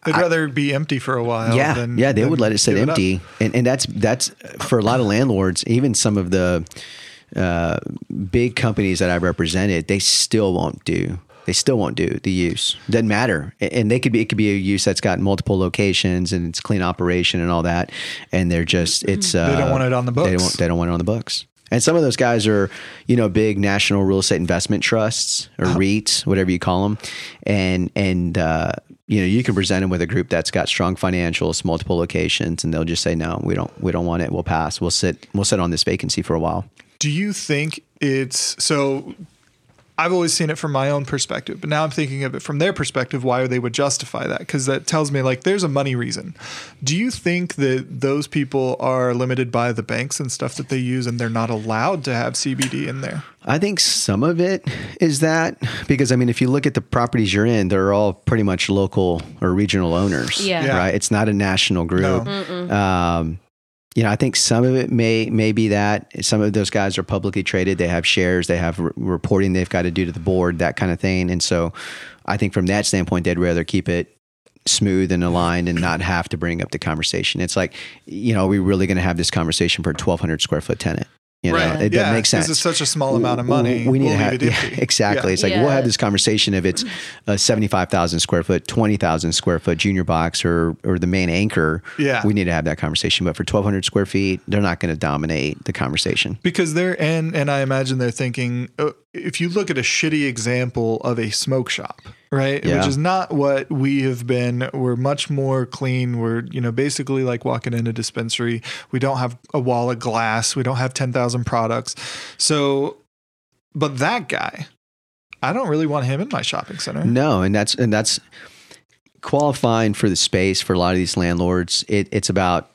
Speaker 2: they'd rather be empty for a while.
Speaker 4: yeah,
Speaker 2: than,
Speaker 4: yeah, they
Speaker 2: than
Speaker 4: would let it sit
Speaker 2: give up.
Speaker 4: empty, and and that's that's for a lot of landlords, even some of the uh, big companies that I represented, they still won't do. They still won't do the use. Doesn't matter, A- and they could be. It could be a use that's got multiple locations and it's clean operation and all that, and they're just it's. Uh,
Speaker 2: Mm-hmm. don't want it on the
Speaker 4: They
Speaker 2: books.
Speaker 4: don't, they don't want it on the books. And some of those guys are, you know, big national real estate investment trusts or
Speaker 2: Uh-huh.
Speaker 4: REITs, whatever you call them, and and uh, you know you can present them with a group that's got strong financials, multiple locations, and they'll just say no, we don't, we don't want it. We'll pass. We'll sit, we'll sit on this vacancy for a while.
Speaker 2: Do you think it's so? I've always seen it from my own perspective, but now I'm thinking of it from their perspective, why they would justify that. Because that tells me, like, there's a money reason. Do you think that those people are limited by the banks and stuff that they use and they're not allowed to have CBD in there?
Speaker 4: I think some of it is that because I mean, if you look at the properties you're in, they're all pretty much local or regional owners,
Speaker 1: Yeah. Yeah.
Speaker 4: right? It's not a national
Speaker 2: No.
Speaker 4: group. Um, you know, I think some of it may may be that some of those guys are publicly traded. They have shares. They have re- reporting they've got to do to the board, that kind of thing. And so, I think from that standpoint, they'd rather keep it smooth and aligned and not have to bring up the conversation. It's like, you know, are we really going to have this conversation for a 1,200 square foot tenant? You know,
Speaker 2: Right.
Speaker 4: it
Speaker 2: Yeah,
Speaker 4: doesn't make
Speaker 2: 'cause
Speaker 4: sense.
Speaker 2: it's such a small amount of money.
Speaker 4: We need
Speaker 2: We'll
Speaker 4: to have
Speaker 2: leave it
Speaker 4: yeah,
Speaker 2: empty.
Speaker 4: exactly.
Speaker 2: Yeah.
Speaker 4: It's like we'll
Speaker 1: Yeah.
Speaker 4: have this conversation if it's a seventy-five thousand square foot, twenty thousand square foot junior box, or or the main anchor.
Speaker 2: Yeah.
Speaker 4: we need to have that conversation. But for twelve hundred square feet, they're not going to dominate the conversation.
Speaker 2: because they're and and I imagine they're thinking uh, if you look at a shitty example of a smoke shop, right,
Speaker 4: Yeah.
Speaker 2: which is not what we have been. We're much more clean. We're you know basically like walking in a dispensary. We don't have a wall of glass. We don't have ten thousand products. So, but that guy, I don't really want him in my shopping center.
Speaker 4: No, and that's and that's qualifying for the space for a lot of these landlords. It, it's about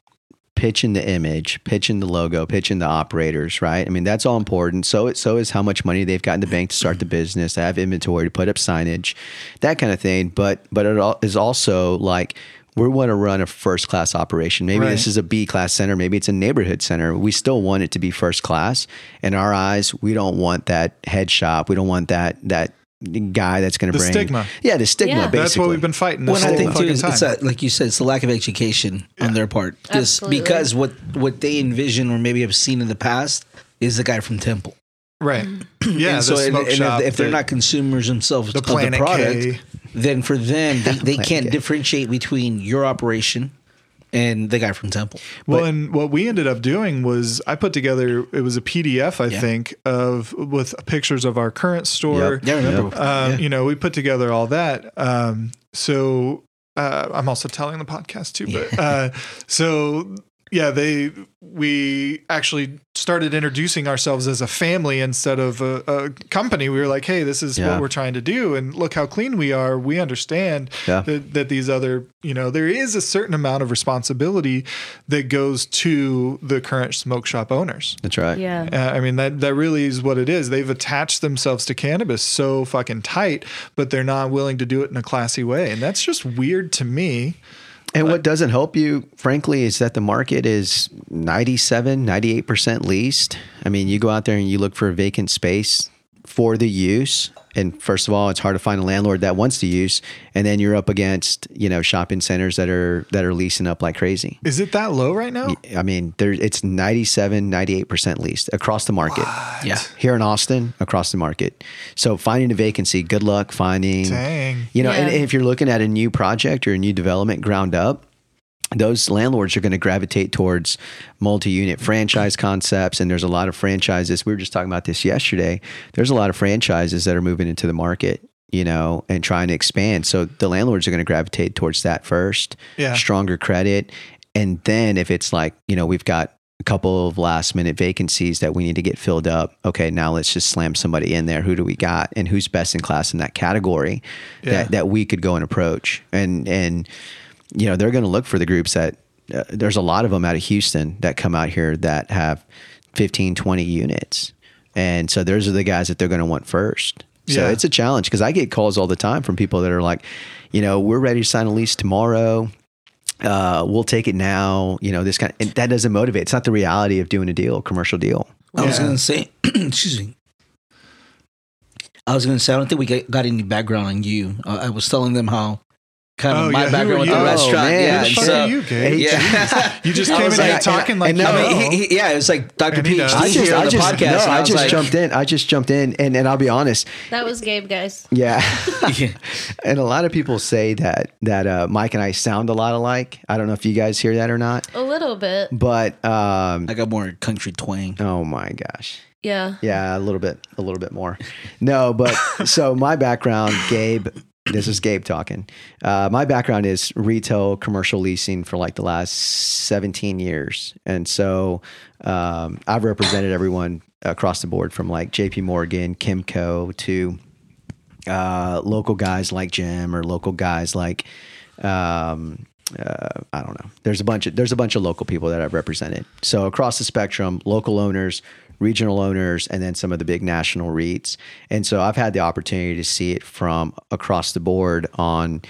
Speaker 4: pitching the image, pitching the logo, pitching the operators, right? I mean, that's all important. So it so is how much money they've got in the bank to start the business, to have inventory, to put up signage, that kind of thing. But but it all is also like we want to run a first class operation. Maybe this
Speaker 2: Right.
Speaker 4: is a B class center, maybe it's a neighborhood center. We still want it to be first class. In our eyes, we don't want that head shop. We don't want that that guy that's going to
Speaker 2: The
Speaker 4: bring
Speaker 2: stigma.
Speaker 4: Yeah, the stigma.
Speaker 1: Yeah.
Speaker 4: Basically,
Speaker 2: That's what we've been fighting this
Speaker 3: What I
Speaker 2: whole
Speaker 3: think too
Speaker 2: fucking
Speaker 3: is
Speaker 2: time.
Speaker 3: it's that, like you said, it's the lack of education on their part. Just
Speaker 1: Absolutely.
Speaker 3: because what what they envision or maybe have seen in the past is the guy from Temple.
Speaker 2: right? Yeah.
Speaker 3: [CLEARS THROAT] and so
Speaker 2: the
Speaker 3: and,
Speaker 2: smoke
Speaker 3: and
Speaker 2: shop
Speaker 3: if, if they're
Speaker 2: that-
Speaker 3: not consumers themselves
Speaker 2: the
Speaker 3: of the
Speaker 2: Planet
Speaker 3: product,
Speaker 2: K.
Speaker 3: then for them, they, they can't
Speaker 4: Okay.
Speaker 3: differentiate between your operation and the guy from Temple.
Speaker 2: Well, and what we ended up doing was I put together it was a PDF I
Speaker 3: Yeah.
Speaker 2: think of with pictures of our current store.
Speaker 3: Yeah, I remember.
Speaker 2: Um,
Speaker 3: Yeah.
Speaker 2: You know, we put together all that. Um, so uh, I'm also telling the podcast too, but uh, so yeah, they we actually started introducing ourselves as a family instead of a, a company. We were like, hey, this is
Speaker 4: Yeah.
Speaker 2: what we're trying to do, and look how clean we are. We understand
Speaker 4: Yeah.
Speaker 2: that, that these other, you know, there is a certain amount of responsibility that goes to the current smoke shop owners.
Speaker 4: That's right.
Speaker 1: Yeah.
Speaker 2: Uh, I mean that that really is what it is. They've attached themselves to cannabis so fucking tight, but they're not willing to do it in a classy way, and that's just weird to me.
Speaker 4: And what doesn't help you, frankly, is that the market is 97, 98% leased. I mean, you go out there and you look for a vacant space for the use. And first of all, it's hard to find a landlord that wants the use. And then you're up against, you know, shopping centers that are that are leasing up like crazy.
Speaker 2: Is it that low right now?
Speaker 4: I mean, there it's 97, 98% leased across the market.
Speaker 3: yeah.
Speaker 4: Here in Austin, across the market. So finding a vacancy, good luck finding
Speaker 2: Dang.
Speaker 4: you know, and
Speaker 1: Yeah.
Speaker 4: and if you're looking at a new project or a new development ground up, those landlords are going to gravitate towards multi-unit franchise concepts and there's a lot of franchises we were just talking about this yesterday there's a lot of franchises that are moving into the market you know and trying to expand so the landlords are going to gravitate towards that first
Speaker 2: Yeah.
Speaker 4: stronger credit and then if it's like you know we've got a couple of last minute vacancies that we need to get filled up okay now let's just slam somebody in there who do we got and who's best in class in that category
Speaker 2: Yeah.
Speaker 4: that that we could go and approach and and you know they're going to look for the groups that uh, there's a lot of them out of Houston that come out here that have 15 20 units and so those are the guys that they're going to want first so
Speaker 2: Yeah.
Speaker 4: it's a challenge because I get calls all the time from people that are like you know we're ready to sign a lease tomorrow uh, we'll take it now you know this kind and that doesn't motivate it's not the reality of doing a deal commercial deal
Speaker 3: I was
Speaker 2: Yeah.
Speaker 3: gonna say, [CLEARS THROAT] excuse me. I was gonna say, I don't think we got- got any background on you. Uh, I was telling them how kind of
Speaker 2: Oh,
Speaker 3: my
Speaker 2: yeah, who
Speaker 3: background
Speaker 2: are
Speaker 3: with
Speaker 2: you?
Speaker 3: the
Speaker 2: Oh,
Speaker 3: restaurant.
Speaker 4: man.
Speaker 3: yeah,
Speaker 4: Who
Speaker 2: the fuck
Speaker 3: so-
Speaker 2: are you, Gabe?
Speaker 3: Yeah, [LAUGHS]
Speaker 2: You just
Speaker 3: I
Speaker 2: came
Speaker 3: was
Speaker 2: in here
Speaker 3: like-
Speaker 2: talking like
Speaker 4: and now-
Speaker 2: you
Speaker 3: I
Speaker 2: know.
Speaker 3: mean, he, he, yeah, it's like Dr.
Speaker 2: And he
Speaker 3: PhD
Speaker 2: does.
Speaker 3: I
Speaker 2: I
Speaker 3: here on the podcast.
Speaker 4: no,
Speaker 3: and
Speaker 4: I
Speaker 3: was
Speaker 4: just
Speaker 3: like-
Speaker 4: jumped in. I just jumped in, and and I'll be honest,
Speaker 1: That was Gabe, guys.
Speaker 4: yeah.
Speaker 3: [LAUGHS]
Speaker 4: [LAUGHS]
Speaker 3: Yeah.
Speaker 4: And a lot of people say that that uh, Mike and I sound a lot alike. I don't know if you guys hear that or not,
Speaker 1: A little bit.
Speaker 4: but um,
Speaker 3: I got more country twang.
Speaker 4: oh my gosh,
Speaker 1: Yeah.
Speaker 4: yeah, a little bit, a little bit more. No, but so my background, Gabe. This is Gabe talking. Uh, my background is retail commercial leasing for like the last 17 years. And so um, I've represented everyone across the board from like JP Morgan, Kimco to uh, local guys like Jim or local guys like um, uh, I don't know. There's a bunch of there's a bunch of local people that I've represented. So across the spectrum, local owners, regional owners, and then some of the big national REITs. And so I've had the opportunity to see it from across the board on,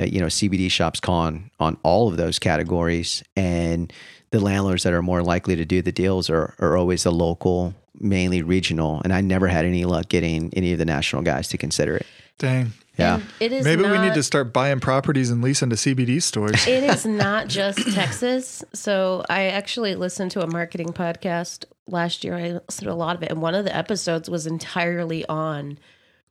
Speaker 4: uh, you know, CBD shops con on all of those categories. And the landlords that are more likely to do the deals are are always the local, mainly regional. And I never had any luck getting any of the national guys to consider it.
Speaker 2: Dang.
Speaker 4: Yeah.
Speaker 1: And It is
Speaker 2: Maybe we need
Speaker 1: not-
Speaker 2: to start buying properties and leasing to CBD
Speaker 1: [LAUGHS]
Speaker 2: stores.
Speaker 1: it is not just Texas. So I actually listened to a marketing podcast last year. I listened to a lot of it, and one of the episodes was entirely on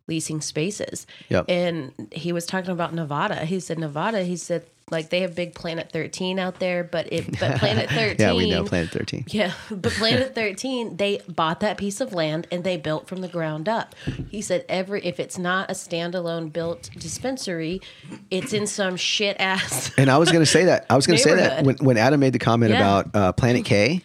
Speaker 1: leasing spaces.
Speaker 4: Yep.
Speaker 1: And he was talking about Nevada. He said Nevada. He said like they have big Planet Thirteen out there, but it
Speaker 4: [LAUGHS]
Speaker 1: but Planet Thirteen.
Speaker 4: Yeah, we know Planet 13.
Speaker 1: Yeah, [LAUGHS] but Planet 13, they bought that piece of land and they built from the ground up. He said every if it's not a standalone built dispensary, it's in some shit ass.
Speaker 4: [LAUGHS] And I was going to say that. I was going to say that when,
Speaker 1: Neighborhood.
Speaker 4: when Adam made the comment
Speaker 1: Yeah. Mm-hmm.
Speaker 4: about uh, Planet K,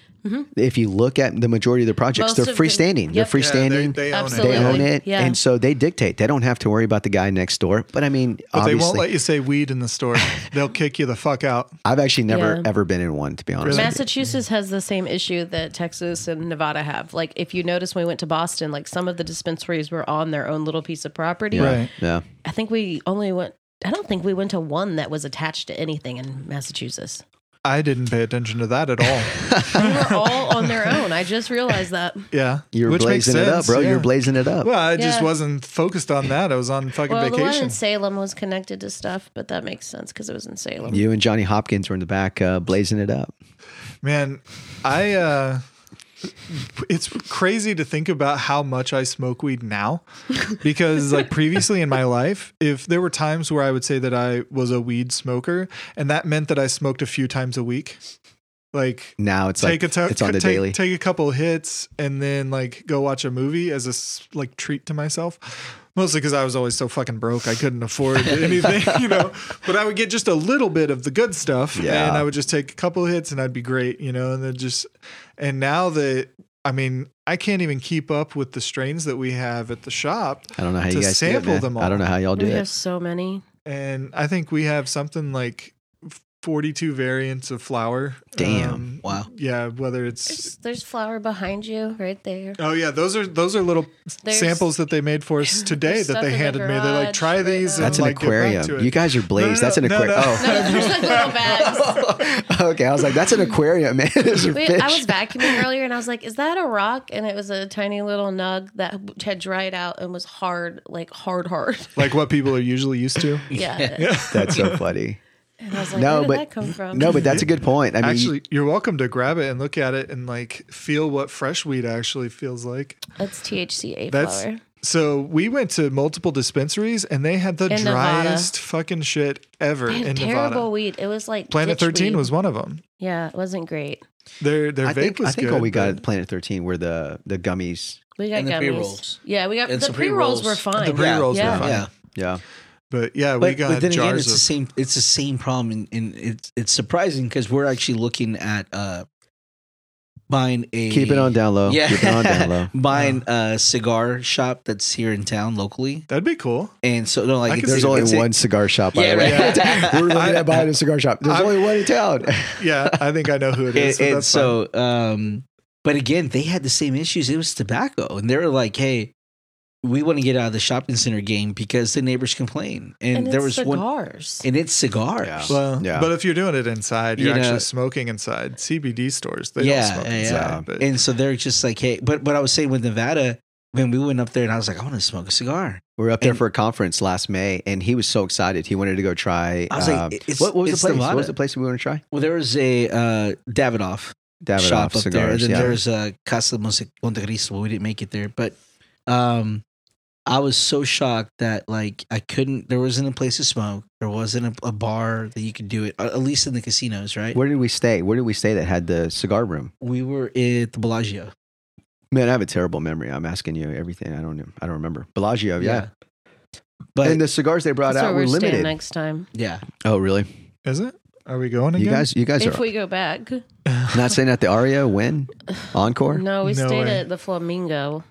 Speaker 4: if you look at the majority of the projects,
Speaker 1: Most
Speaker 4: they're
Speaker 1: of the-
Speaker 4: freestanding.
Speaker 1: Yep.
Speaker 4: They're
Speaker 1: Yeah,
Speaker 2: Yeah, they,
Speaker 4: freestanding.
Speaker 2: they own
Speaker 1: Absolutely.
Speaker 4: they
Speaker 2: it.
Speaker 4: own it.
Speaker 1: Yeah.
Speaker 4: And so they dictate. They don't have to worry about the guy next door. But I mean,
Speaker 2: But they
Speaker 4: obviously,
Speaker 2: won't let you say weed in the store. They'll kick you the fuck out.
Speaker 4: I've actually never,
Speaker 1: Yeah.
Speaker 4: ever been in one, to be honest. with you.
Speaker 1: Massachusetts has the same issue that Texas and Nevada have. Like if you notice when we went to Boston, like some of the dispensaries were on their own little piece of property.
Speaker 2: Right.
Speaker 4: Yeah.
Speaker 1: I think we only went I don't think we went to one that was attached to anything in Massachusetts.
Speaker 2: I didn't pay attention to that at all.
Speaker 1: They were all on their own. I just realized that.
Speaker 2: Yeah.
Speaker 4: You're
Speaker 2: Which makes
Speaker 4: blazing it up,
Speaker 2: sense,
Speaker 4: bro. You're
Speaker 2: yeah.
Speaker 4: blazing it up.
Speaker 2: Well, I just
Speaker 1: Yeah.
Speaker 2: wasn't focused on that. I was on fucking
Speaker 1: Well, the one
Speaker 2: vacation.
Speaker 1: in Salem was connected to stuff, but that makes sense because it was in Salem.
Speaker 4: you and Johnny Hopkins were in the back uh, blazing it up.
Speaker 2: Man, I uh it's crazy to think about how much I smoke
Speaker 1: [LAUGHS]
Speaker 2: weed now because like previously in my life, if there were times where I would say that I was a weed smoker and that meant that I smoked a few times a week. Like
Speaker 4: Now it's
Speaker 2: take a
Speaker 4: like
Speaker 2: t-
Speaker 4: it's on the
Speaker 2: take,
Speaker 4: daily.
Speaker 2: take a couple hits and then like go watch a movie as a s- like treat to myself. Mostly because I was always so fucking broke, I couldn't afford
Speaker 4: [LAUGHS]
Speaker 2: anything, [LAUGHS] you know. But I would get just a little bit of the good stuff,
Speaker 4: Yeah.
Speaker 2: and I would just take a couple hits, and I'd be great, you know. And then just, and now that I mean, I can't even keep up with the strains that we have at the shop,
Speaker 4: I don't know how
Speaker 2: to
Speaker 4: you guys do it,
Speaker 2: sample
Speaker 4: man.
Speaker 2: them
Speaker 4: I
Speaker 2: all.
Speaker 4: don't know how y'all do
Speaker 1: we
Speaker 4: it.
Speaker 1: have so many.
Speaker 2: and I think we have something like forty-two variants of flour.
Speaker 4: Damn.
Speaker 3: Wow.
Speaker 2: Yeah, whether it's
Speaker 1: There's, there's flour behind you, right [LAUGHS] there.
Speaker 2: Oh yeah, those are those are little
Speaker 1: There's-
Speaker 2: samples that they made
Speaker 1: [LAUGHS]
Speaker 2: for us today
Speaker 1: there's
Speaker 2: that
Speaker 1: stuff
Speaker 2: they
Speaker 1: in the
Speaker 2: handed me. They're like,
Speaker 1: garage
Speaker 2: try
Speaker 1: right
Speaker 2: these.
Speaker 1: now.
Speaker 2: and,
Speaker 4: That's an
Speaker 2: like, get back to
Speaker 4: aquarium.
Speaker 2: it.
Speaker 4: You guys are blazed.
Speaker 2: no,
Speaker 4: That's an Oh.
Speaker 2: no,
Speaker 4: aquarium.
Speaker 2: no.
Speaker 1: No, no, there's like little [LAUGHS] bags.
Speaker 4: Oh, okay. I was like, that's an aquarium, man. [LAUGHS] Those are
Speaker 1: Wait,
Speaker 4: fish.
Speaker 1: I was vacuuming earlier and I was like, is that a rock? And it was a tiny little nug that had dried out and was hard, like hard, hard. [LAUGHS]
Speaker 2: like what people are usually used
Speaker 4: [LAUGHS]
Speaker 2: to.
Speaker 1: Yeah.
Speaker 4: that's so funny.
Speaker 1: And I was like, where
Speaker 4: No,
Speaker 1: did
Speaker 4: but-
Speaker 1: that come from?
Speaker 4: No, but that's a good point. I mean,
Speaker 2: Actually, you're welcome to grab it and look at it and like feel what fresh weed actually feels like.
Speaker 1: That's THCA
Speaker 2: That's
Speaker 1: flower.
Speaker 2: so we went to multiple dispensaries and they had the
Speaker 1: In Nevada.
Speaker 2: driest fucking shit ever
Speaker 1: They
Speaker 2: in
Speaker 1: had
Speaker 2: Nevada.
Speaker 1: terrible weed. It was like
Speaker 2: Planet
Speaker 1: ditch
Speaker 2: 13
Speaker 1: weed.
Speaker 2: was one of them.
Speaker 1: Yeah, it wasn't great.
Speaker 2: Their their
Speaker 4: I
Speaker 2: vape
Speaker 4: think,
Speaker 2: was
Speaker 4: I think
Speaker 2: good.
Speaker 4: all we got at
Speaker 2: but
Speaker 4: Planet 13 were the, the gummies.
Speaker 1: We got
Speaker 3: And the
Speaker 1: gummies.
Speaker 3: pre-rolls.
Speaker 1: Yeah, we got
Speaker 3: And
Speaker 1: the
Speaker 3: some
Speaker 1: pre rolls
Speaker 3: pre-rolls.
Speaker 1: were fine.
Speaker 2: the pre rolls
Speaker 1: Yeah.
Speaker 2: were fine.
Speaker 3: Yeah.
Speaker 4: Yeah.
Speaker 2: But yeah, we
Speaker 3: But,
Speaker 2: got
Speaker 3: but then
Speaker 2: jars
Speaker 3: again, it's
Speaker 2: of
Speaker 3: the same. It's the same problem, and, and it's it's surprising because we're actually looking at uh, buying a
Speaker 4: Keep it on down low.
Speaker 3: Yeah.
Speaker 4: Keep it
Speaker 3: [LAUGHS]
Speaker 4: on down low.
Speaker 3: buying a cigar shop that's here in town locally,
Speaker 2: That'd be cool.
Speaker 3: and so no,
Speaker 2: I
Speaker 3: like
Speaker 2: could
Speaker 4: There's
Speaker 2: see-
Speaker 4: only
Speaker 3: it's a-
Speaker 4: one cigar shop, by
Speaker 3: Yeah,
Speaker 4: the way.
Speaker 3: right.
Speaker 4: [LAUGHS] We're looking
Speaker 2: I-
Speaker 4: at buying a cigar shop. There's
Speaker 2: I'm-
Speaker 4: only one in
Speaker 3: [LAUGHS]
Speaker 4: town.
Speaker 2: Yeah, I think I know
Speaker 4: [LAUGHS]
Speaker 2: who it is.
Speaker 3: and, and
Speaker 2: that's fine.
Speaker 3: so um but again they had the same issues it was tobacco and they were like hey we want to get out of the shopping center game because the neighbors complain and,
Speaker 1: And,
Speaker 3: there was one
Speaker 1: cigars.
Speaker 3: and it's cigars
Speaker 4: Yeah.
Speaker 2: Well,
Speaker 4: Yeah.
Speaker 2: but if you're doing it inside,
Speaker 3: You
Speaker 2: you're
Speaker 3: know-
Speaker 2: actually smoking inside. CBD stores, they
Speaker 3: Yeah,
Speaker 2: don't smoke
Speaker 3: yeah.
Speaker 2: inside. But
Speaker 3: and so they're just like hey but what i was saying with nevada when we went up there and i was like i want to smoke a cigar
Speaker 4: We were up there
Speaker 3: And-
Speaker 4: for a conference last May, and he was so excited. He wanted to go try. um,
Speaker 3: I was like, it's-
Speaker 4: what, what was
Speaker 3: it's
Speaker 4: the place?
Speaker 3: Nevada.
Speaker 4: What was the place we want to try?
Speaker 3: well there was a uh davidoff
Speaker 4: Davidoff
Speaker 3: shop up there. And
Speaker 4: cigars.
Speaker 3: then
Speaker 4: yeah.
Speaker 3: there's uh, Casa de Monte Monte Cristo. Well, we didn't make it there, but um, I was so shocked that like I couldn't. There wasn't a place to smoke. There wasn't a, a bar that you could do it. a- At least in the casinos, right?
Speaker 4: Where did we stay? Where did we stay that had the cigar room?
Speaker 3: we were at the Bellagio.
Speaker 4: Man, I have a terrible memory. I'm asking you everything. I don't. know. I don't remember.
Speaker 3: Oh,
Speaker 4: Bellagio. Yeah.
Speaker 3: but uh,
Speaker 4: and the cigars they brought
Speaker 1: That's
Speaker 4: out
Speaker 1: where
Speaker 4: were
Speaker 1: we're staying
Speaker 4: limited.
Speaker 1: next time.
Speaker 3: yeah,
Speaker 4: Oh, really?
Speaker 2: is it? Are we going again?
Speaker 4: You guys. You guys
Speaker 1: If
Speaker 4: are
Speaker 1: we go back.
Speaker 4: [LAUGHS] not staying at the Aria. When encore?
Speaker 1: No, we
Speaker 2: No
Speaker 1: stayed
Speaker 2: way.
Speaker 1: at the Flamingo.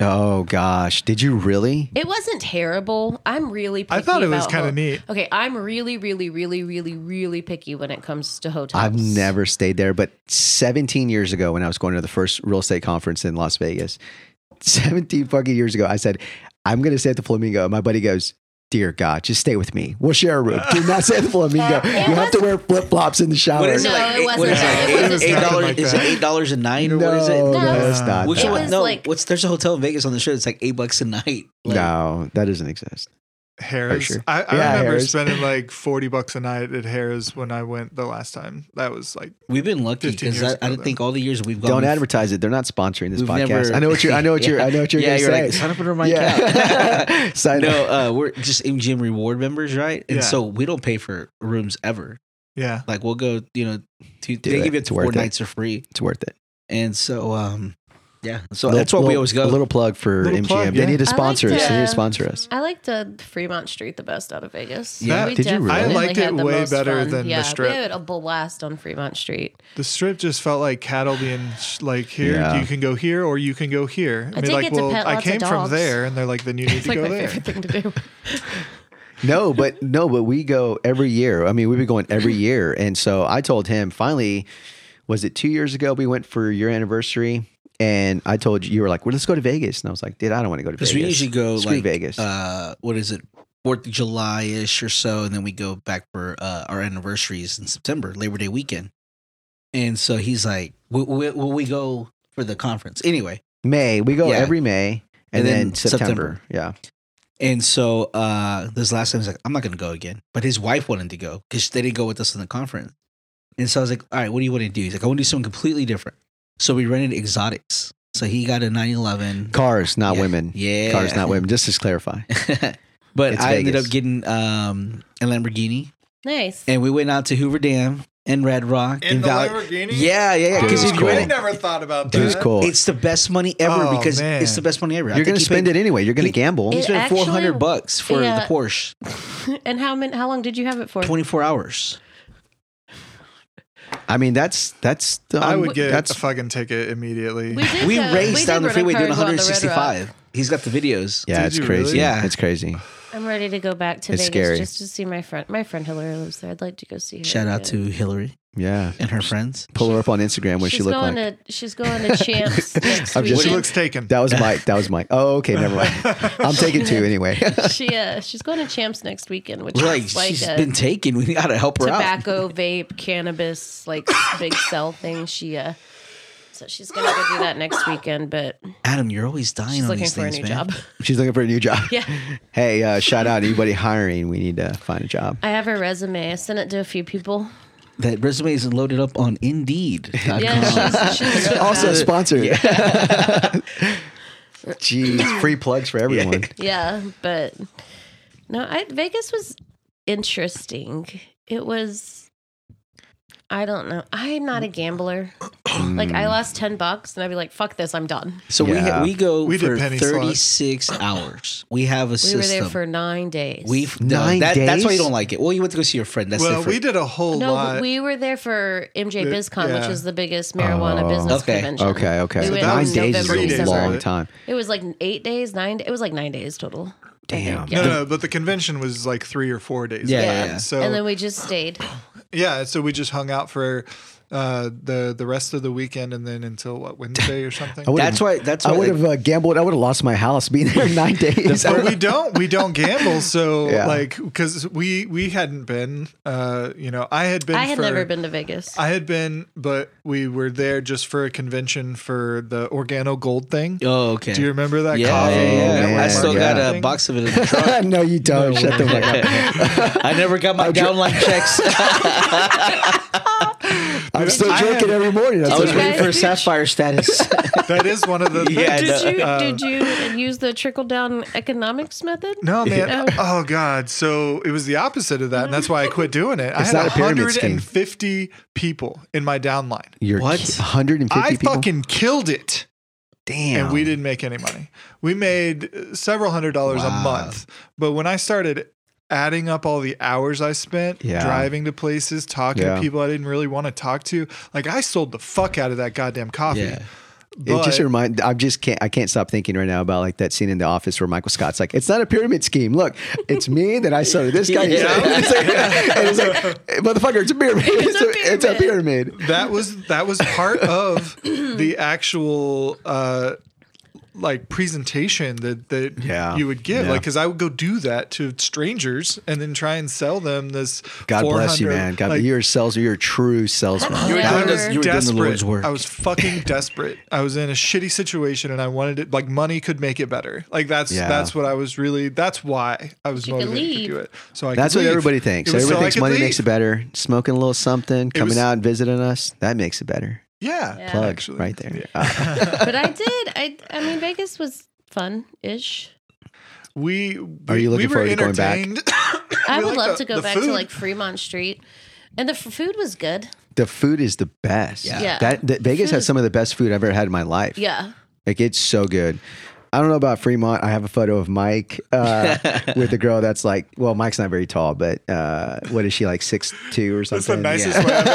Speaker 4: Oh gosh, did you really?
Speaker 1: It wasn't terrible. I'm really picky
Speaker 2: I thought it was
Speaker 1: about
Speaker 2: kind
Speaker 1: ho-
Speaker 2: of neat.
Speaker 1: Okay, I'm really, really, really, really, really picky when it comes to hotels.
Speaker 4: I've never stayed there, but 17 years ago when I was going to the first real estate conference in Las Vegas, [LAUGHS] 17 fucking years ago, I said, I'm going to stay at the Flamingo. And my buddy goes, Dear God, just stay with me. We'll share a room. Do not stay at the Flamingo. you have to wear flip flops in the shower.
Speaker 3: what is
Speaker 1: No,
Speaker 3: it like?
Speaker 1: it
Speaker 3: eight- what is
Speaker 1: wasn't.
Speaker 3: it?
Speaker 1: It
Speaker 3: Eight-
Speaker 1: was
Speaker 3: Eight
Speaker 1: nothing
Speaker 3: dollars?
Speaker 2: like
Speaker 3: is it
Speaker 2: that.
Speaker 3: eight dollars a night
Speaker 4: No,
Speaker 3: or what is it?
Speaker 4: no,
Speaker 1: No.
Speaker 4: it's not.
Speaker 3: Which
Speaker 1: It
Speaker 4: that.
Speaker 3: one?
Speaker 1: was
Speaker 3: No,
Speaker 1: like-
Speaker 3: what's there's a hotel in Vegas on the show. It's like eight bucks a night. Like,
Speaker 4: no, that doesn't exist.
Speaker 2: Harris.
Speaker 4: sure.
Speaker 2: I, I
Speaker 4: Yeah,
Speaker 2: remember
Speaker 4: Harris.
Speaker 2: spending
Speaker 4: [LAUGHS]
Speaker 2: like 40 bucks a night at Harris when I went the last time. That was like,
Speaker 3: We've been lucky
Speaker 2: 15
Speaker 3: because
Speaker 2: years
Speaker 3: I, I
Speaker 2: ago,
Speaker 3: don't think all the years we've gone.
Speaker 4: Don't
Speaker 3: we've-
Speaker 4: advertise it. They're not sponsoring this
Speaker 3: We've
Speaker 4: podcast.
Speaker 3: never-
Speaker 4: I know what you're. I
Speaker 3: [LAUGHS]
Speaker 4: know what you're. I know what you're
Speaker 3: yeah,
Speaker 4: going to
Speaker 3: you're
Speaker 4: say.
Speaker 3: like sign up under my
Speaker 4: Yeah. [LAUGHS]
Speaker 3: account. [LAUGHS]
Speaker 4: Sign
Speaker 3: no, uh, we're just MGM reward members, right? And
Speaker 2: Yeah.
Speaker 3: so we don't pay for rooms ever.
Speaker 2: yeah.
Speaker 3: Like we'll go, you know, to,
Speaker 4: Do
Speaker 3: they
Speaker 4: it.
Speaker 3: give it
Speaker 4: It's
Speaker 3: to four
Speaker 4: worth it.
Speaker 3: nights for free,
Speaker 4: It's worth it.
Speaker 3: and so um, yeah, so
Speaker 4: Little-
Speaker 3: that's why we
Speaker 4: little-
Speaker 3: always go.
Speaker 4: A little plug for
Speaker 2: Little
Speaker 4: MGM.
Speaker 2: plug,
Speaker 4: They
Speaker 2: yeah.
Speaker 4: need to
Speaker 1: I like
Speaker 4: sponsor us. They need
Speaker 1: to-
Speaker 4: to sponsor us.
Speaker 1: I liked uh, Fremont Street the best out of Vegas.
Speaker 2: Yeah.
Speaker 1: We
Speaker 4: Did you really?
Speaker 2: I
Speaker 1: definitely
Speaker 2: liked
Speaker 1: had
Speaker 2: it
Speaker 1: the
Speaker 2: way
Speaker 1: most
Speaker 2: better
Speaker 1: fun.
Speaker 2: than the
Speaker 1: yeah,
Speaker 2: Strip.
Speaker 1: We had a blast on Fremont Street.
Speaker 2: The strip just felt like cattle being sh- like, here,
Speaker 4: Yeah.
Speaker 2: you can go here or you can go here.
Speaker 1: I did
Speaker 2: like,
Speaker 1: get to pet
Speaker 2: I
Speaker 1: lots of
Speaker 2: came from
Speaker 1: dogs.
Speaker 2: there. And they're like, then you
Speaker 1: [LAUGHS]
Speaker 2: need
Speaker 1: It's
Speaker 2: to
Speaker 1: like
Speaker 2: go
Speaker 1: my
Speaker 2: there.
Speaker 1: favorite thing to
Speaker 2: [LAUGHS]
Speaker 1: do.
Speaker 4: No, but no, but we go every year. I mean, we've been going every year. And so I told him finally, was it two years ago we went for your anniversary? And I told you, you were like, well, let's go to Vegas. And I was like, dude, I don't want to go to Vegas.
Speaker 3: because we usually go
Speaker 4: Screw
Speaker 3: like
Speaker 4: Vegas.
Speaker 3: uh, what is it, Fourth of July ish or so, and then we go back for uh, our anniversaries in September, Labor Day weekend. And so he's like, "Will we, will we go for the conference anyway?"
Speaker 4: May. We go
Speaker 3: yeah.
Speaker 4: every May
Speaker 3: And
Speaker 4: and, then,
Speaker 3: then
Speaker 4: September. Yeah.
Speaker 3: And so uh this last time he's like, I'm not gonna go again. But his wife wanted to go because they didn't go with us in the conference. And so I was like, All right, what do you want to do? He's like, I want to do something completely different. So we rented exotics. So he got a 911.
Speaker 4: Cars, not
Speaker 3: Yeah.
Speaker 4: women.
Speaker 3: Yeah.
Speaker 4: Cars, not women. Just to clarify.
Speaker 3: [LAUGHS] but
Speaker 4: It's
Speaker 3: I ended
Speaker 4: Vegas.
Speaker 3: up getting um, a Lamborghini,
Speaker 1: Nice.
Speaker 3: and we went out to Hoover Dam and Red Rock
Speaker 2: In
Speaker 3: and
Speaker 2: the
Speaker 3: Valley-
Speaker 2: Lamborghini?
Speaker 3: Yeah, yeah, yeah.
Speaker 4: Dude,
Speaker 3: Because if
Speaker 4: it's
Speaker 3: you
Speaker 4: cool.
Speaker 2: I
Speaker 3: rent it,
Speaker 2: never thought about
Speaker 4: Dude's
Speaker 2: that.
Speaker 4: cool.
Speaker 3: it's the best money ever
Speaker 2: Oh,
Speaker 3: because
Speaker 2: man.
Speaker 3: it's the best money ever. I think
Speaker 4: You're going
Speaker 3: he
Speaker 4: to spend
Speaker 3: paid-
Speaker 4: it anyway. You're going to
Speaker 3: he-
Speaker 4: gamble.
Speaker 3: He
Speaker 1: It
Speaker 3: spent
Speaker 1: actually-
Speaker 3: four hundred bucks for
Speaker 1: yeah.
Speaker 3: the Porsche.
Speaker 1: [LAUGHS] and how many? How long did you have it for?
Speaker 3: Twenty four hours.
Speaker 4: I mean, that's that's.
Speaker 2: I
Speaker 4: um,
Speaker 2: would get
Speaker 4: that's
Speaker 2: a fucking ticket immediately.
Speaker 1: did
Speaker 3: We
Speaker 1: go-
Speaker 3: raced
Speaker 1: did
Speaker 3: down the
Speaker 1: rent a
Speaker 3: freeway
Speaker 1: car
Speaker 3: doing
Speaker 1: and go on the Red Rock.
Speaker 3: 165. He's got the videos.
Speaker 4: yeah,
Speaker 2: Did
Speaker 4: it's
Speaker 2: you
Speaker 4: crazy.
Speaker 2: really?
Speaker 4: Yeah,
Speaker 3: Yeah.
Speaker 4: it's crazy.
Speaker 1: I'm ready to go back to
Speaker 4: It's
Speaker 1: Vegas
Speaker 4: scary.
Speaker 1: just to see my friend. My friend Hillary lives there. I'd like to go see her.
Speaker 3: Shout out
Speaker 1: again.
Speaker 3: to Hillary
Speaker 4: Yeah,
Speaker 3: and her friends.
Speaker 4: pull her up on Instagram. What
Speaker 1: she's
Speaker 4: she look
Speaker 1: going
Speaker 4: like?
Speaker 1: to she's going to Champs next
Speaker 4: I'm
Speaker 1: weekend.
Speaker 4: just-
Speaker 2: she looks taken.
Speaker 4: that was Mike. That was Mike. Oh, okay, never
Speaker 2: [LAUGHS]
Speaker 4: mind. I'm taking two anyway. [LAUGHS]
Speaker 1: she uh, she's going to Champs next weekend, which
Speaker 3: We're like,
Speaker 1: is like
Speaker 3: she's
Speaker 1: a
Speaker 3: been taken. We gotta help her out.
Speaker 1: tobacco vape cannabis like big sell thing. She uh, so she's gonna go do that next weekend, but
Speaker 3: Adam, you're always dying
Speaker 1: she's
Speaker 3: on
Speaker 1: looking
Speaker 3: these
Speaker 1: for a
Speaker 3: things,
Speaker 1: new
Speaker 3: man.
Speaker 1: job. [LAUGHS]
Speaker 4: She's looking for a new job.
Speaker 1: Yeah.
Speaker 4: Hey, uh, shout out anybody hiring. We need to find a job.
Speaker 1: I have her resume. I sent it to a few people.
Speaker 3: That resume is loaded up on [LAUGHS] Indeed.
Speaker 1: Yeah, she's, she's good
Speaker 4: Also
Speaker 3: Uh,
Speaker 1: about it.
Speaker 4: sponsored. [LAUGHS] Jeez, free plugs
Speaker 3: [LAUGHS]
Speaker 4: for everyone.
Speaker 1: yeah, but no, I Vegas was interesting. It was. I don't know. I'm not a gambler.
Speaker 4: Mm.
Speaker 1: Like
Speaker 4: Hmm.
Speaker 1: I lost ten bucks, and I'd be like, "Fuck this, I'm done."
Speaker 3: So
Speaker 4: Yeah.
Speaker 3: we we go
Speaker 2: We did
Speaker 3: for
Speaker 2: penny slots.
Speaker 1: [LAUGHS]
Speaker 3: 36 hours. We have a
Speaker 1: We
Speaker 3: system.
Speaker 1: were there for nine days.
Speaker 3: We've
Speaker 4: Nine
Speaker 3: nine that, That's why
Speaker 4: days?
Speaker 3: you don't like it. Well, you went to go see your friend. That's
Speaker 2: well,
Speaker 3: different.
Speaker 2: we did a whole
Speaker 1: no,
Speaker 2: lot.
Speaker 1: we were there for MJ
Speaker 2: The-
Speaker 1: BizCon,
Speaker 2: Uh, yeah.
Speaker 1: which is the biggest marijuana business
Speaker 3: Okay.
Speaker 1: convention.
Speaker 4: Okay, okay.
Speaker 1: We went
Speaker 2: that
Speaker 1: in
Speaker 4: Nine
Speaker 2: was
Speaker 4: days
Speaker 1: November,
Speaker 2: three
Speaker 4: is a
Speaker 2: days,
Speaker 1: December.
Speaker 4: long
Speaker 2: right?
Speaker 4: time.
Speaker 1: It was like eight days, nine. It was like nine days total. I
Speaker 4: Damn.
Speaker 1: think.
Speaker 2: no,
Speaker 1: Yeah.
Speaker 2: no, but the convention was like three or four days.
Speaker 3: Yeah,
Speaker 2: away.
Speaker 3: yeah, yeah.
Speaker 2: So
Speaker 1: and then we just stayed.
Speaker 2: yeah, so we just hung out for uh, the the rest of the weekend, and then until what Wednesday or
Speaker 3: [LAUGHS]
Speaker 2: something.
Speaker 4: would've-
Speaker 3: That's why. That's why.
Speaker 4: I would have
Speaker 3: like,
Speaker 4: uh, gambled. I would have lost my house being there nine days.
Speaker 2: but
Speaker 4: [LAUGHS]
Speaker 2: we don't we don't gamble
Speaker 3: [LAUGHS]
Speaker 2: so
Speaker 4: Yeah.
Speaker 2: like because we we hadn't been uh you know i had been
Speaker 1: I had
Speaker 2: for-
Speaker 1: never been to Vegas.
Speaker 2: i had been but we were there just for a convention for the organo gold thing
Speaker 3: oh, okay.
Speaker 2: do you remember that
Speaker 3: yeah,
Speaker 2: coffee
Speaker 3: yeah, yeah.
Speaker 2: network
Speaker 4: man,
Speaker 3: I still
Speaker 2: marketing
Speaker 3: got a
Speaker 2: thing?
Speaker 3: box of [LAUGHS] it in the truck.
Speaker 4: no, you don't. Shut the fuck
Speaker 3: [LAUGHS]
Speaker 4: up.
Speaker 3: I never got [LAUGHS] my downline checks.
Speaker 4: I'm still
Speaker 2: I
Speaker 4: drinking
Speaker 2: am-
Speaker 4: every morning. I'm
Speaker 3: I was
Speaker 4: still
Speaker 3: waiting
Speaker 1: guys
Speaker 3: for
Speaker 1: do-
Speaker 3: sapphire status.
Speaker 2: that is one of the
Speaker 3: [LAUGHS] Yeah, I
Speaker 2: things. uh,
Speaker 3: know.
Speaker 1: did you did you use the trickle down economics method?
Speaker 4: [LAUGHS]
Speaker 2: No man.
Speaker 1: No.
Speaker 2: Oh God. So it was the opposite of that, and that's why I quit doing it. I
Speaker 4: It's
Speaker 2: had
Speaker 4: not a pyramid scheme.
Speaker 2: 150 people in my downline.
Speaker 4: You're
Speaker 3: What?
Speaker 4: 150
Speaker 2: I
Speaker 4: people.
Speaker 2: fucking killed it.
Speaker 4: Damn.
Speaker 2: and we didn't make any money. We made uh, several hundred dollars a
Speaker 3: Wow.
Speaker 2: month. But when I started adding up all the hours I spent
Speaker 4: Yeah.
Speaker 2: driving to places, talking
Speaker 4: Yeah.
Speaker 2: to people I didn't really want to talk to, like I sold the fuck out of that goddamn coffee.
Speaker 3: Yeah.
Speaker 2: But
Speaker 4: it just remind. I just can't. I can't stop thinking right now about like that scene in The Office where Michael Scott's like, "It's not a pyramid scheme. Look, it's me that I started this guy."
Speaker 3: Yeah.
Speaker 4: [LAUGHS] It's like, and it's like, motherfucker, it's a pyramid. It's,
Speaker 1: a
Speaker 4: a, [LAUGHS] it's a pyramid.
Speaker 2: that was that was part of
Speaker 1: [CLEARS THROAT]
Speaker 2: the actual uh like presentation that that
Speaker 4: Yeah.
Speaker 2: you would give
Speaker 4: Yeah.
Speaker 2: like because i would go do that to strangers and then try and sell them this
Speaker 4: God bless
Speaker 2: 400
Speaker 4: you, man. God,
Speaker 2: like,
Speaker 4: you're a salesman. You're a true salesman.
Speaker 1: You were
Speaker 2: I
Speaker 1: doing
Speaker 2: was
Speaker 1: the-
Speaker 3: you were doing the
Speaker 2: desperate.
Speaker 3: Lord's work.
Speaker 2: I was
Speaker 4: [LAUGHS]
Speaker 2: fucking desperate. I was in a shitty situation, and I wanted it. Like money could make it better. Like that's
Speaker 4: Yeah.
Speaker 2: that's what I was really. That's why I was
Speaker 1: you could
Speaker 2: motivated to
Speaker 1: leave.
Speaker 2: do it. So I.
Speaker 4: That's
Speaker 2: could
Speaker 4: what
Speaker 2: leave.
Speaker 4: everybody
Speaker 2: It
Speaker 4: thinks.
Speaker 2: was so
Speaker 4: Everybody
Speaker 2: I
Speaker 4: thinks
Speaker 2: could
Speaker 4: money
Speaker 2: leave.
Speaker 4: makes it better. Smoking a little something, coming
Speaker 2: was-
Speaker 4: out and visiting us, that makes it better.
Speaker 2: Yeah,
Speaker 1: Yeah.
Speaker 4: Plug
Speaker 2: actually.
Speaker 4: right there. Uh,
Speaker 1: But I did. I I mean Vegas was fun ish.
Speaker 2: We
Speaker 4: Are you looking
Speaker 2: we were
Speaker 4: forward to going back?
Speaker 2: entertained. [LAUGHS]
Speaker 1: I
Speaker 2: We
Speaker 1: would
Speaker 2: like
Speaker 1: love to
Speaker 2: the-
Speaker 1: go
Speaker 2: the
Speaker 1: back
Speaker 2: food.
Speaker 1: to like Fremont Street. And the f- food was good.
Speaker 4: The food is the best.
Speaker 3: Yeah.
Speaker 1: Yeah.
Speaker 4: That, that Vegas
Speaker 1: Food
Speaker 4: has
Speaker 1: is-
Speaker 4: some of the best food I've ever had in my life.
Speaker 1: Yeah.
Speaker 4: Like it's so good. I don't know about Fremont. I have a photo of Mike
Speaker 2: [LAUGHS]
Speaker 4: uh, with a girl that's like, well, Mike's not very tall, but uh, what is she like, six two or
Speaker 2: That's the
Speaker 4: something?
Speaker 2: nicest way I've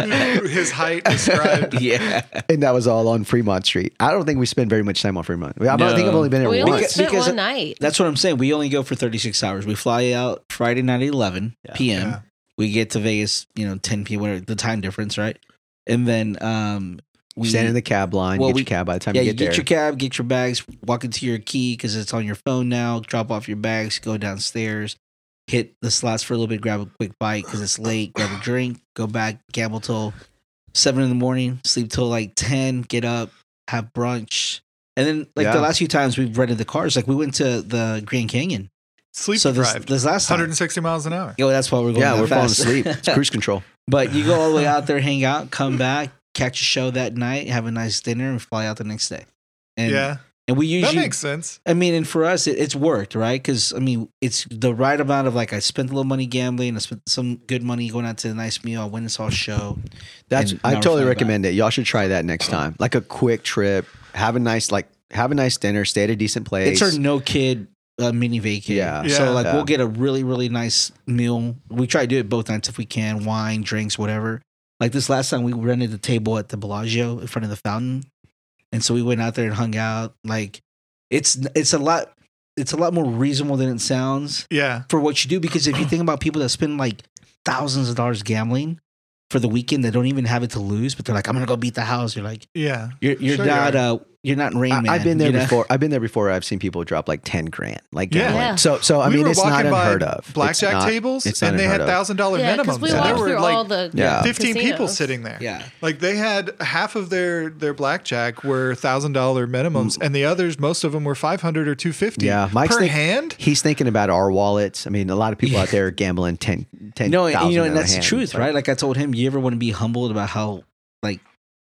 Speaker 2: ever
Speaker 4: [LAUGHS]
Speaker 2: heard his height described.
Speaker 3: yeah.
Speaker 4: And that was all on Fremont Street. I don't think we spend very much time on Fremont. I don't
Speaker 3: No.
Speaker 4: think I've only been there
Speaker 1: We only
Speaker 4: once.
Speaker 1: spent
Speaker 3: because-
Speaker 1: one night.
Speaker 3: That's what I'm saying. We only go for 36 hours. We fly out Friday night at 11 p.m.
Speaker 2: Yeah.
Speaker 3: We get to Vegas, you know, 10 p.m. Whatever the time difference, right? And then um, we
Speaker 4: Stand in the cab line,
Speaker 3: Well,
Speaker 4: get
Speaker 3: we-
Speaker 4: your cab by the time
Speaker 3: yeah,
Speaker 4: you
Speaker 3: you
Speaker 4: get
Speaker 3: get
Speaker 4: there.
Speaker 3: your cab, get your bags, walk into your key because it's on your phone now. Drop off your bags, go downstairs, hit the slots for a little bit, grab a quick bite because it's late. Grab a drink, go back, gamble till seven in the morning, sleep till like ten, get up, have brunch, and then like
Speaker 4: Yeah.
Speaker 3: the last few times we've rented the cars. Like we went to the Grand Canyon.
Speaker 2: Sleep
Speaker 3: so this,
Speaker 2: deprived.
Speaker 3: this last time,
Speaker 2: 160 miles an hour.
Speaker 3: yo, that's why we're going.
Speaker 4: yeah,
Speaker 3: that [LAUGHS]
Speaker 4: we're falling
Speaker 3: fast.
Speaker 4: asleep. It's cruise control. [LAUGHS]
Speaker 3: but you go all the way out there, hang out, come back, catch a show that night, have a nice dinner, and fly out the next day. And,
Speaker 2: yeah,
Speaker 3: and we
Speaker 2: that
Speaker 3: usually
Speaker 2: makes sense.
Speaker 3: I mean, and for us, it, it's worked, right? Because I mean, it's the right amount of like I spent a little money gambling, I spent some good money going out to a nice meal, I went and saw a show.
Speaker 4: That's
Speaker 3: And
Speaker 4: I
Speaker 3: now we're
Speaker 4: totally
Speaker 3: flying
Speaker 4: recommend it. Y'all should try that next time. Like a quick trip, have a nice like have a nice dinner, stay at a decent place.
Speaker 3: It's our no kid uh, mini vacay.
Speaker 4: Yeah.
Speaker 2: Yeah.
Speaker 3: So like
Speaker 4: Yeah.
Speaker 3: we'll get a really really nice meal. We try to do it both nights if we can, wine, drinks, whatever. Like this last time, we rented the table at the Bellagio in front of the fountain, and so we went out there and hung out. Like it's it's a lot it's a lot more reasonable than it sounds.
Speaker 2: Yeah,
Speaker 3: for what you do because if you think about people that spend like thousands of dollars gambling for the weekend, they don't even have it to lose, but they're like, I'm gonna go beat the house. You're like,
Speaker 2: yeah.
Speaker 3: you're you're
Speaker 2: Sure you
Speaker 3: not uh you're not in Rain Man.
Speaker 4: I, have been there
Speaker 3: you know?
Speaker 4: before. I've been there before. I've seen people drop like ten grand. Like
Speaker 2: Yeah.
Speaker 4: yeah.
Speaker 1: Yeah.
Speaker 4: So so uh, I
Speaker 2: we
Speaker 4: mean
Speaker 2: were
Speaker 4: it's not
Speaker 2: walking by
Speaker 4: unheard of. It's
Speaker 2: Blackjack
Speaker 4: not-
Speaker 2: tables,
Speaker 4: it's not
Speaker 2: and they had
Speaker 4: unheard of.
Speaker 2: thousand dollar
Speaker 1: Yeah, because
Speaker 2: minimums.
Speaker 1: we
Speaker 2: and
Speaker 1: walked
Speaker 2: there were
Speaker 1: through
Speaker 2: like
Speaker 1: all the
Speaker 4: Yeah.
Speaker 2: 15 people
Speaker 1: casinos.
Speaker 2: sitting there.
Speaker 3: Yeah.
Speaker 2: Like they had half of their their blackjack were thousand dollar minimums, and the others, most of them were five hundred or two fifty.
Speaker 4: Mm. Yeah, Mike's
Speaker 2: per
Speaker 4: think-
Speaker 2: hand.
Speaker 4: He's thinking about our wallets. I mean, a lot of people
Speaker 3: Yeah.
Speaker 4: out there are gambling ten ten.
Speaker 3: No, and, you know, and
Speaker 4: out of
Speaker 3: that's the
Speaker 4: hand.
Speaker 3: truth,
Speaker 4: Like,
Speaker 3: right? Like I told him, you ever want to be humbled about how like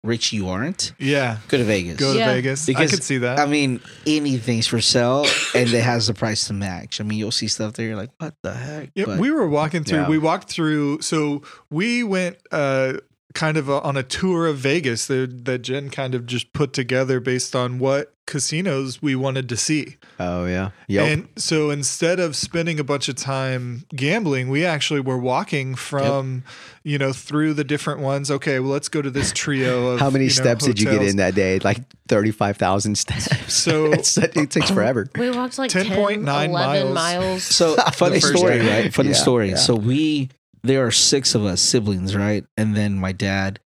Speaker 3: rich you aren't?
Speaker 2: Yeah,
Speaker 3: Go to Vegas.
Speaker 2: go to
Speaker 1: Yeah.
Speaker 2: Vegas.
Speaker 3: Because,
Speaker 2: I could see that.
Speaker 3: I mean, anything's for sale and it has the price to match. I mean, you'll see stuff there, you're like, what the heck?
Speaker 2: Yeah,
Speaker 3: But-
Speaker 2: we were walking through.
Speaker 4: Yeah.
Speaker 2: We walked through. So we went uh, kind of uh on a tour of Vegas that, that Jen kind of just put together based on what casinos we wanted to see.
Speaker 4: Oh yeah. Yep.
Speaker 2: And so instead of spending a bunch of time gambling, we actually were walking from, you know, through the different ones. Okay, well, let's go to this trio of
Speaker 4: How many
Speaker 2: you know,
Speaker 4: steps did you get
Speaker 2: hotels.
Speaker 4: in that day? Like thirty five thousand [LAUGHS] steps.
Speaker 3: [LAUGHS]
Speaker 2: So-
Speaker 4: It's- it
Speaker 3: uh,
Speaker 4: takes forever.
Speaker 1: We walked like 10.9
Speaker 2: 10.9
Speaker 1: 11
Speaker 2: miles.
Speaker 1: miles.
Speaker 4: [LAUGHS]
Speaker 3: So funny
Speaker 2: first
Speaker 3: story,
Speaker 2: day.
Speaker 3: right? Funny
Speaker 4: Yeah,
Speaker 3: story.
Speaker 4: yeah.
Speaker 3: So we there are six of us siblings, right? And then my dad,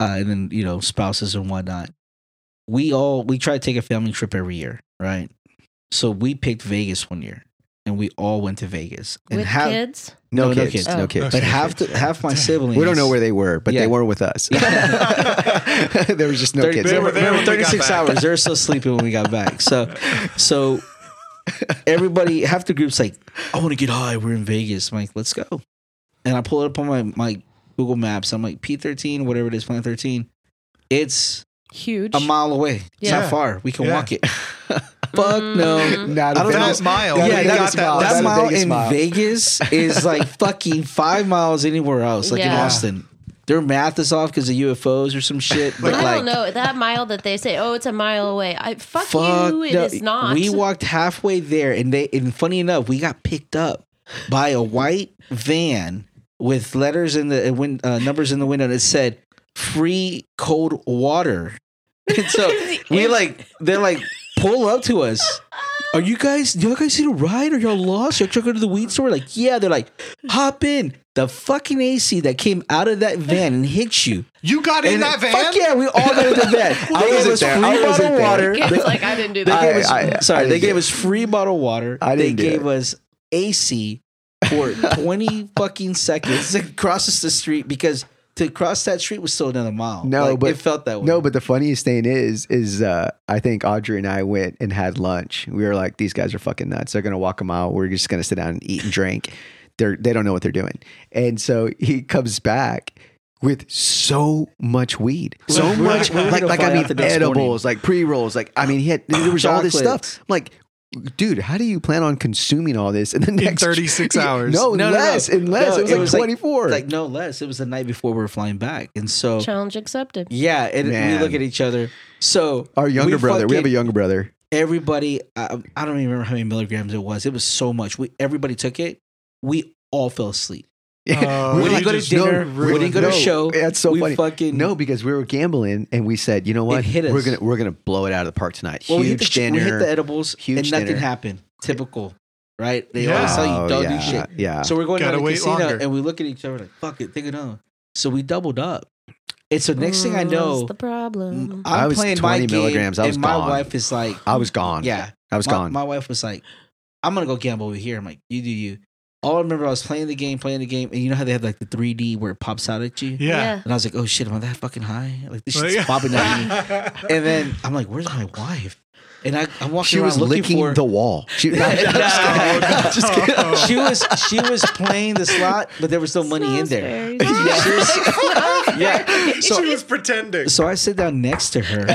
Speaker 3: uh, and then you know spouses and whatnot. We all we try to take a family trip every year, right? So we picked Vegas one year, and we all went to Vegas and
Speaker 1: with
Speaker 3: half-
Speaker 1: kids.
Speaker 4: No,
Speaker 3: No, no
Speaker 4: kids,
Speaker 3: kids.
Speaker 4: no
Speaker 1: Oh.
Speaker 4: kids.
Speaker 3: But half the, half my siblings.
Speaker 4: We don't know where they were, but
Speaker 3: Yeah.
Speaker 4: they were with us.
Speaker 3: Yeah.
Speaker 4: [LAUGHS] there was just no kids.
Speaker 2: They were there when we got
Speaker 3: thirty six
Speaker 2: back.
Speaker 3: hours. They were so sleepy when we got back. So, so everybody, half the group's like, "I want to get high. We're in Vegas." I'm like, "Let's go." And I pull it up on my my Google Maps. I'm like, P thirteen, whatever it is, Planet thirteen. It's
Speaker 1: Huge.
Speaker 3: a mile away. It's
Speaker 2: Yeah.
Speaker 3: not far. We can
Speaker 2: Yeah.
Speaker 3: walk it. [LAUGHS] Fuck
Speaker 1: Mm-hmm.
Speaker 3: no.
Speaker 4: Not
Speaker 3: I don't
Speaker 2: that
Speaker 3: know.
Speaker 2: mile.
Speaker 3: Yeah,
Speaker 2: we
Speaker 3: that
Speaker 2: got
Speaker 4: is mile.
Speaker 2: that
Speaker 4: That's
Speaker 3: That
Speaker 2: mile.
Speaker 4: a
Speaker 3: mile
Speaker 4: Vegas
Speaker 3: in
Speaker 4: mile.
Speaker 3: Vegas
Speaker 2: [LAUGHS]
Speaker 3: is like fucking five miles anywhere else, like in
Speaker 1: Yeah.
Speaker 3: Austin. Their math is off because of UFOs or some shit. But
Speaker 1: I
Speaker 3: like,
Speaker 1: don't know that mile that they say. Oh, it's a mile away. I fuck, you. It is
Speaker 3: no.
Speaker 1: not. [LAUGHS]
Speaker 3: We walked halfway there, and they and funny enough, we got picked up by a white van with letters in the uh, win, uh, numbers in the window that said "free cold water." [LAUGHS] And so we like they're like pull up to us. Are you guys? Do y'all guys need a ride? Are y'all lost? Y'all trying to go to the weed store? Like, yeah. They're like, hop in. The fucking AC that came out of that van and hit you.
Speaker 2: You got in
Speaker 3: And
Speaker 2: that van?
Speaker 3: Fuck yeah, we all got in the van.
Speaker 4: [LAUGHS]
Speaker 3: They
Speaker 4: I
Speaker 3: gave
Speaker 4: wasn't
Speaker 3: us
Speaker 4: there.
Speaker 3: Free
Speaker 4: I wasn't
Speaker 3: bottled
Speaker 4: there.
Speaker 3: water.
Speaker 1: It's
Speaker 3: They-
Speaker 1: like I didn't do
Speaker 3: they
Speaker 1: that.
Speaker 3: gave
Speaker 4: I-
Speaker 3: us
Speaker 4: I- I
Speaker 3: sorry.
Speaker 4: didn't
Speaker 3: they
Speaker 4: do
Speaker 3: gave
Speaker 4: it.
Speaker 3: us free bottled water.
Speaker 4: I didn't
Speaker 3: they
Speaker 4: do
Speaker 3: gave
Speaker 4: it.
Speaker 3: us AC
Speaker 4: [LAUGHS]
Speaker 3: for twenty fucking seconds. [LAUGHS] It crosses the street because to cross that street was still another mile.
Speaker 4: No,
Speaker 3: Like,
Speaker 4: but-
Speaker 3: it felt that way.
Speaker 4: No, but the funniest thing is, is uh, I think Audrey and I went and had lunch. We were like, these guys are fucking nuts. They're gonna walk a mile. We're just gonna sit down and eat and drink. They're they don't know what they're doing. And so he comes back with so much weed, so
Speaker 3: We're-
Speaker 4: much
Speaker 3: we're gonna
Speaker 4: like like
Speaker 3: find
Speaker 4: I
Speaker 3: out the
Speaker 4: mean
Speaker 3: next morning.
Speaker 4: edibles, like pre rolls, like I mean he had there was all this
Speaker 3: Chocolates.
Speaker 4: stuff. I'm like. Dude, how do you plan on consuming all this in the next
Speaker 2: 36
Speaker 4: [LAUGHS]
Speaker 2: hours.
Speaker 4: No,
Speaker 3: No, no, no.
Speaker 4: less, in less.
Speaker 3: No,
Speaker 4: it was
Speaker 3: it
Speaker 4: like
Speaker 3: was like-
Speaker 4: twenty four.
Speaker 3: like no less. It was the night before we were flying back, and so
Speaker 1: Challenge accepted.
Speaker 3: yeah, and
Speaker 4: Man.
Speaker 3: we look at each other. So
Speaker 4: Our younger brother, we have a
Speaker 3: fucking-
Speaker 4: younger brother.
Speaker 3: everybody I, I don't even remember how many milligrams it was it was so much we everybody took it we all fell asleep
Speaker 4: [LAUGHS]
Speaker 2: Oh,
Speaker 3: uh, we
Speaker 2: you
Speaker 3: didn't go to
Speaker 2: just
Speaker 3: dinner
Speaker 2: ruined
Speaker 3: we didn't go to
Speaker 2: it.
Speaker 3: a show
Speaker 4: That's so
Speaker 3: we
Speaker 4: funny.
Speaker 3: fucking
Speaker 4: No, because we were gambling and we said, you know what,
Speaker 3: It hit
Speaker 4: we're
Speaker 3: us.
Speaker 4: gonna we're gonna blow it out of the park tonight.
Speaker 3: well, we, hit
Speaker 4: Huge
Speaker 3: the, we
Speaker 4: dinner.
Speaker 3: hit the edibles
Speaker 4: Huge
Speaker 3: and nothing
Speaker 4: dinner.
Speaker 3: happened typical right they
Speaker 2: Yeah.
Speaker 3: always tell
Speaker 4: Oh,
Speaker 3: you don't
Speaker 4: yeah,
Speaker 3: do shit
Speaker 4: Yeah.
Speaker 3: so we're going
Speaker 2: Gotta
Speaker 3: to the
Speaker 2: wait
Speaker 3: casino
Speaker 2: longer.
Speaker 3: and we look at each other like fuck it take it on so we doubled up and so next thing I
Speaker 1: Mm,
Speaker 3: know
Speaker 1: What's the problem?
Speaker 3: I'm
Speaker 4: I was
Speaker 3: playing
Speaker 4: 20
Speaker 3: my game
Speaker 4: milligrams. I was
Speaker 3: and my
Speaker 4: gone.
Speaker 3: wife is like
Speaker 4: I was gone.
Speaker 3: yeah
Speaker 4: I was
Speaker 3: my,
Speaker 4: gone.
Speaker 3: my wife was like, I'm gonna go gamble over here. I'm like, you do you. All I remember I was playing the game, playing the game, and you know how they have like the 3D where it pops out at you?
Speaker 2: Yeah. Oh,
Speaker 3: And I was like, oh shit, am I that fucking high? Like this
Speaker 1: [LAUGHS]
Speaker 3: shit's
Speaker 2: Like- [LAUGHS]
Speaker 3: popping at me. And then I'm like, where's my wife? And I, I'm walking
Speaker 4: She
Speaker 3: around
Speaker 4: was
Speaker 3: looking
Speaker 4: licking
Speaker 3: for
Speaker 4: the [LAUGHS] wall. She,
Speaker 3: No. [LAUGHS]
Speaker 4: [LAUGHS]
Speaker 3: she was she was playing the slot, but there was no money in there.
Speaker 1: Salisbury.
Speaker 3: [LAUGHS] Yeah, she was- [LAUGHS] yeah. So,
Speaker 2: she was pretending.
Speaker 3: so I sit down next to her,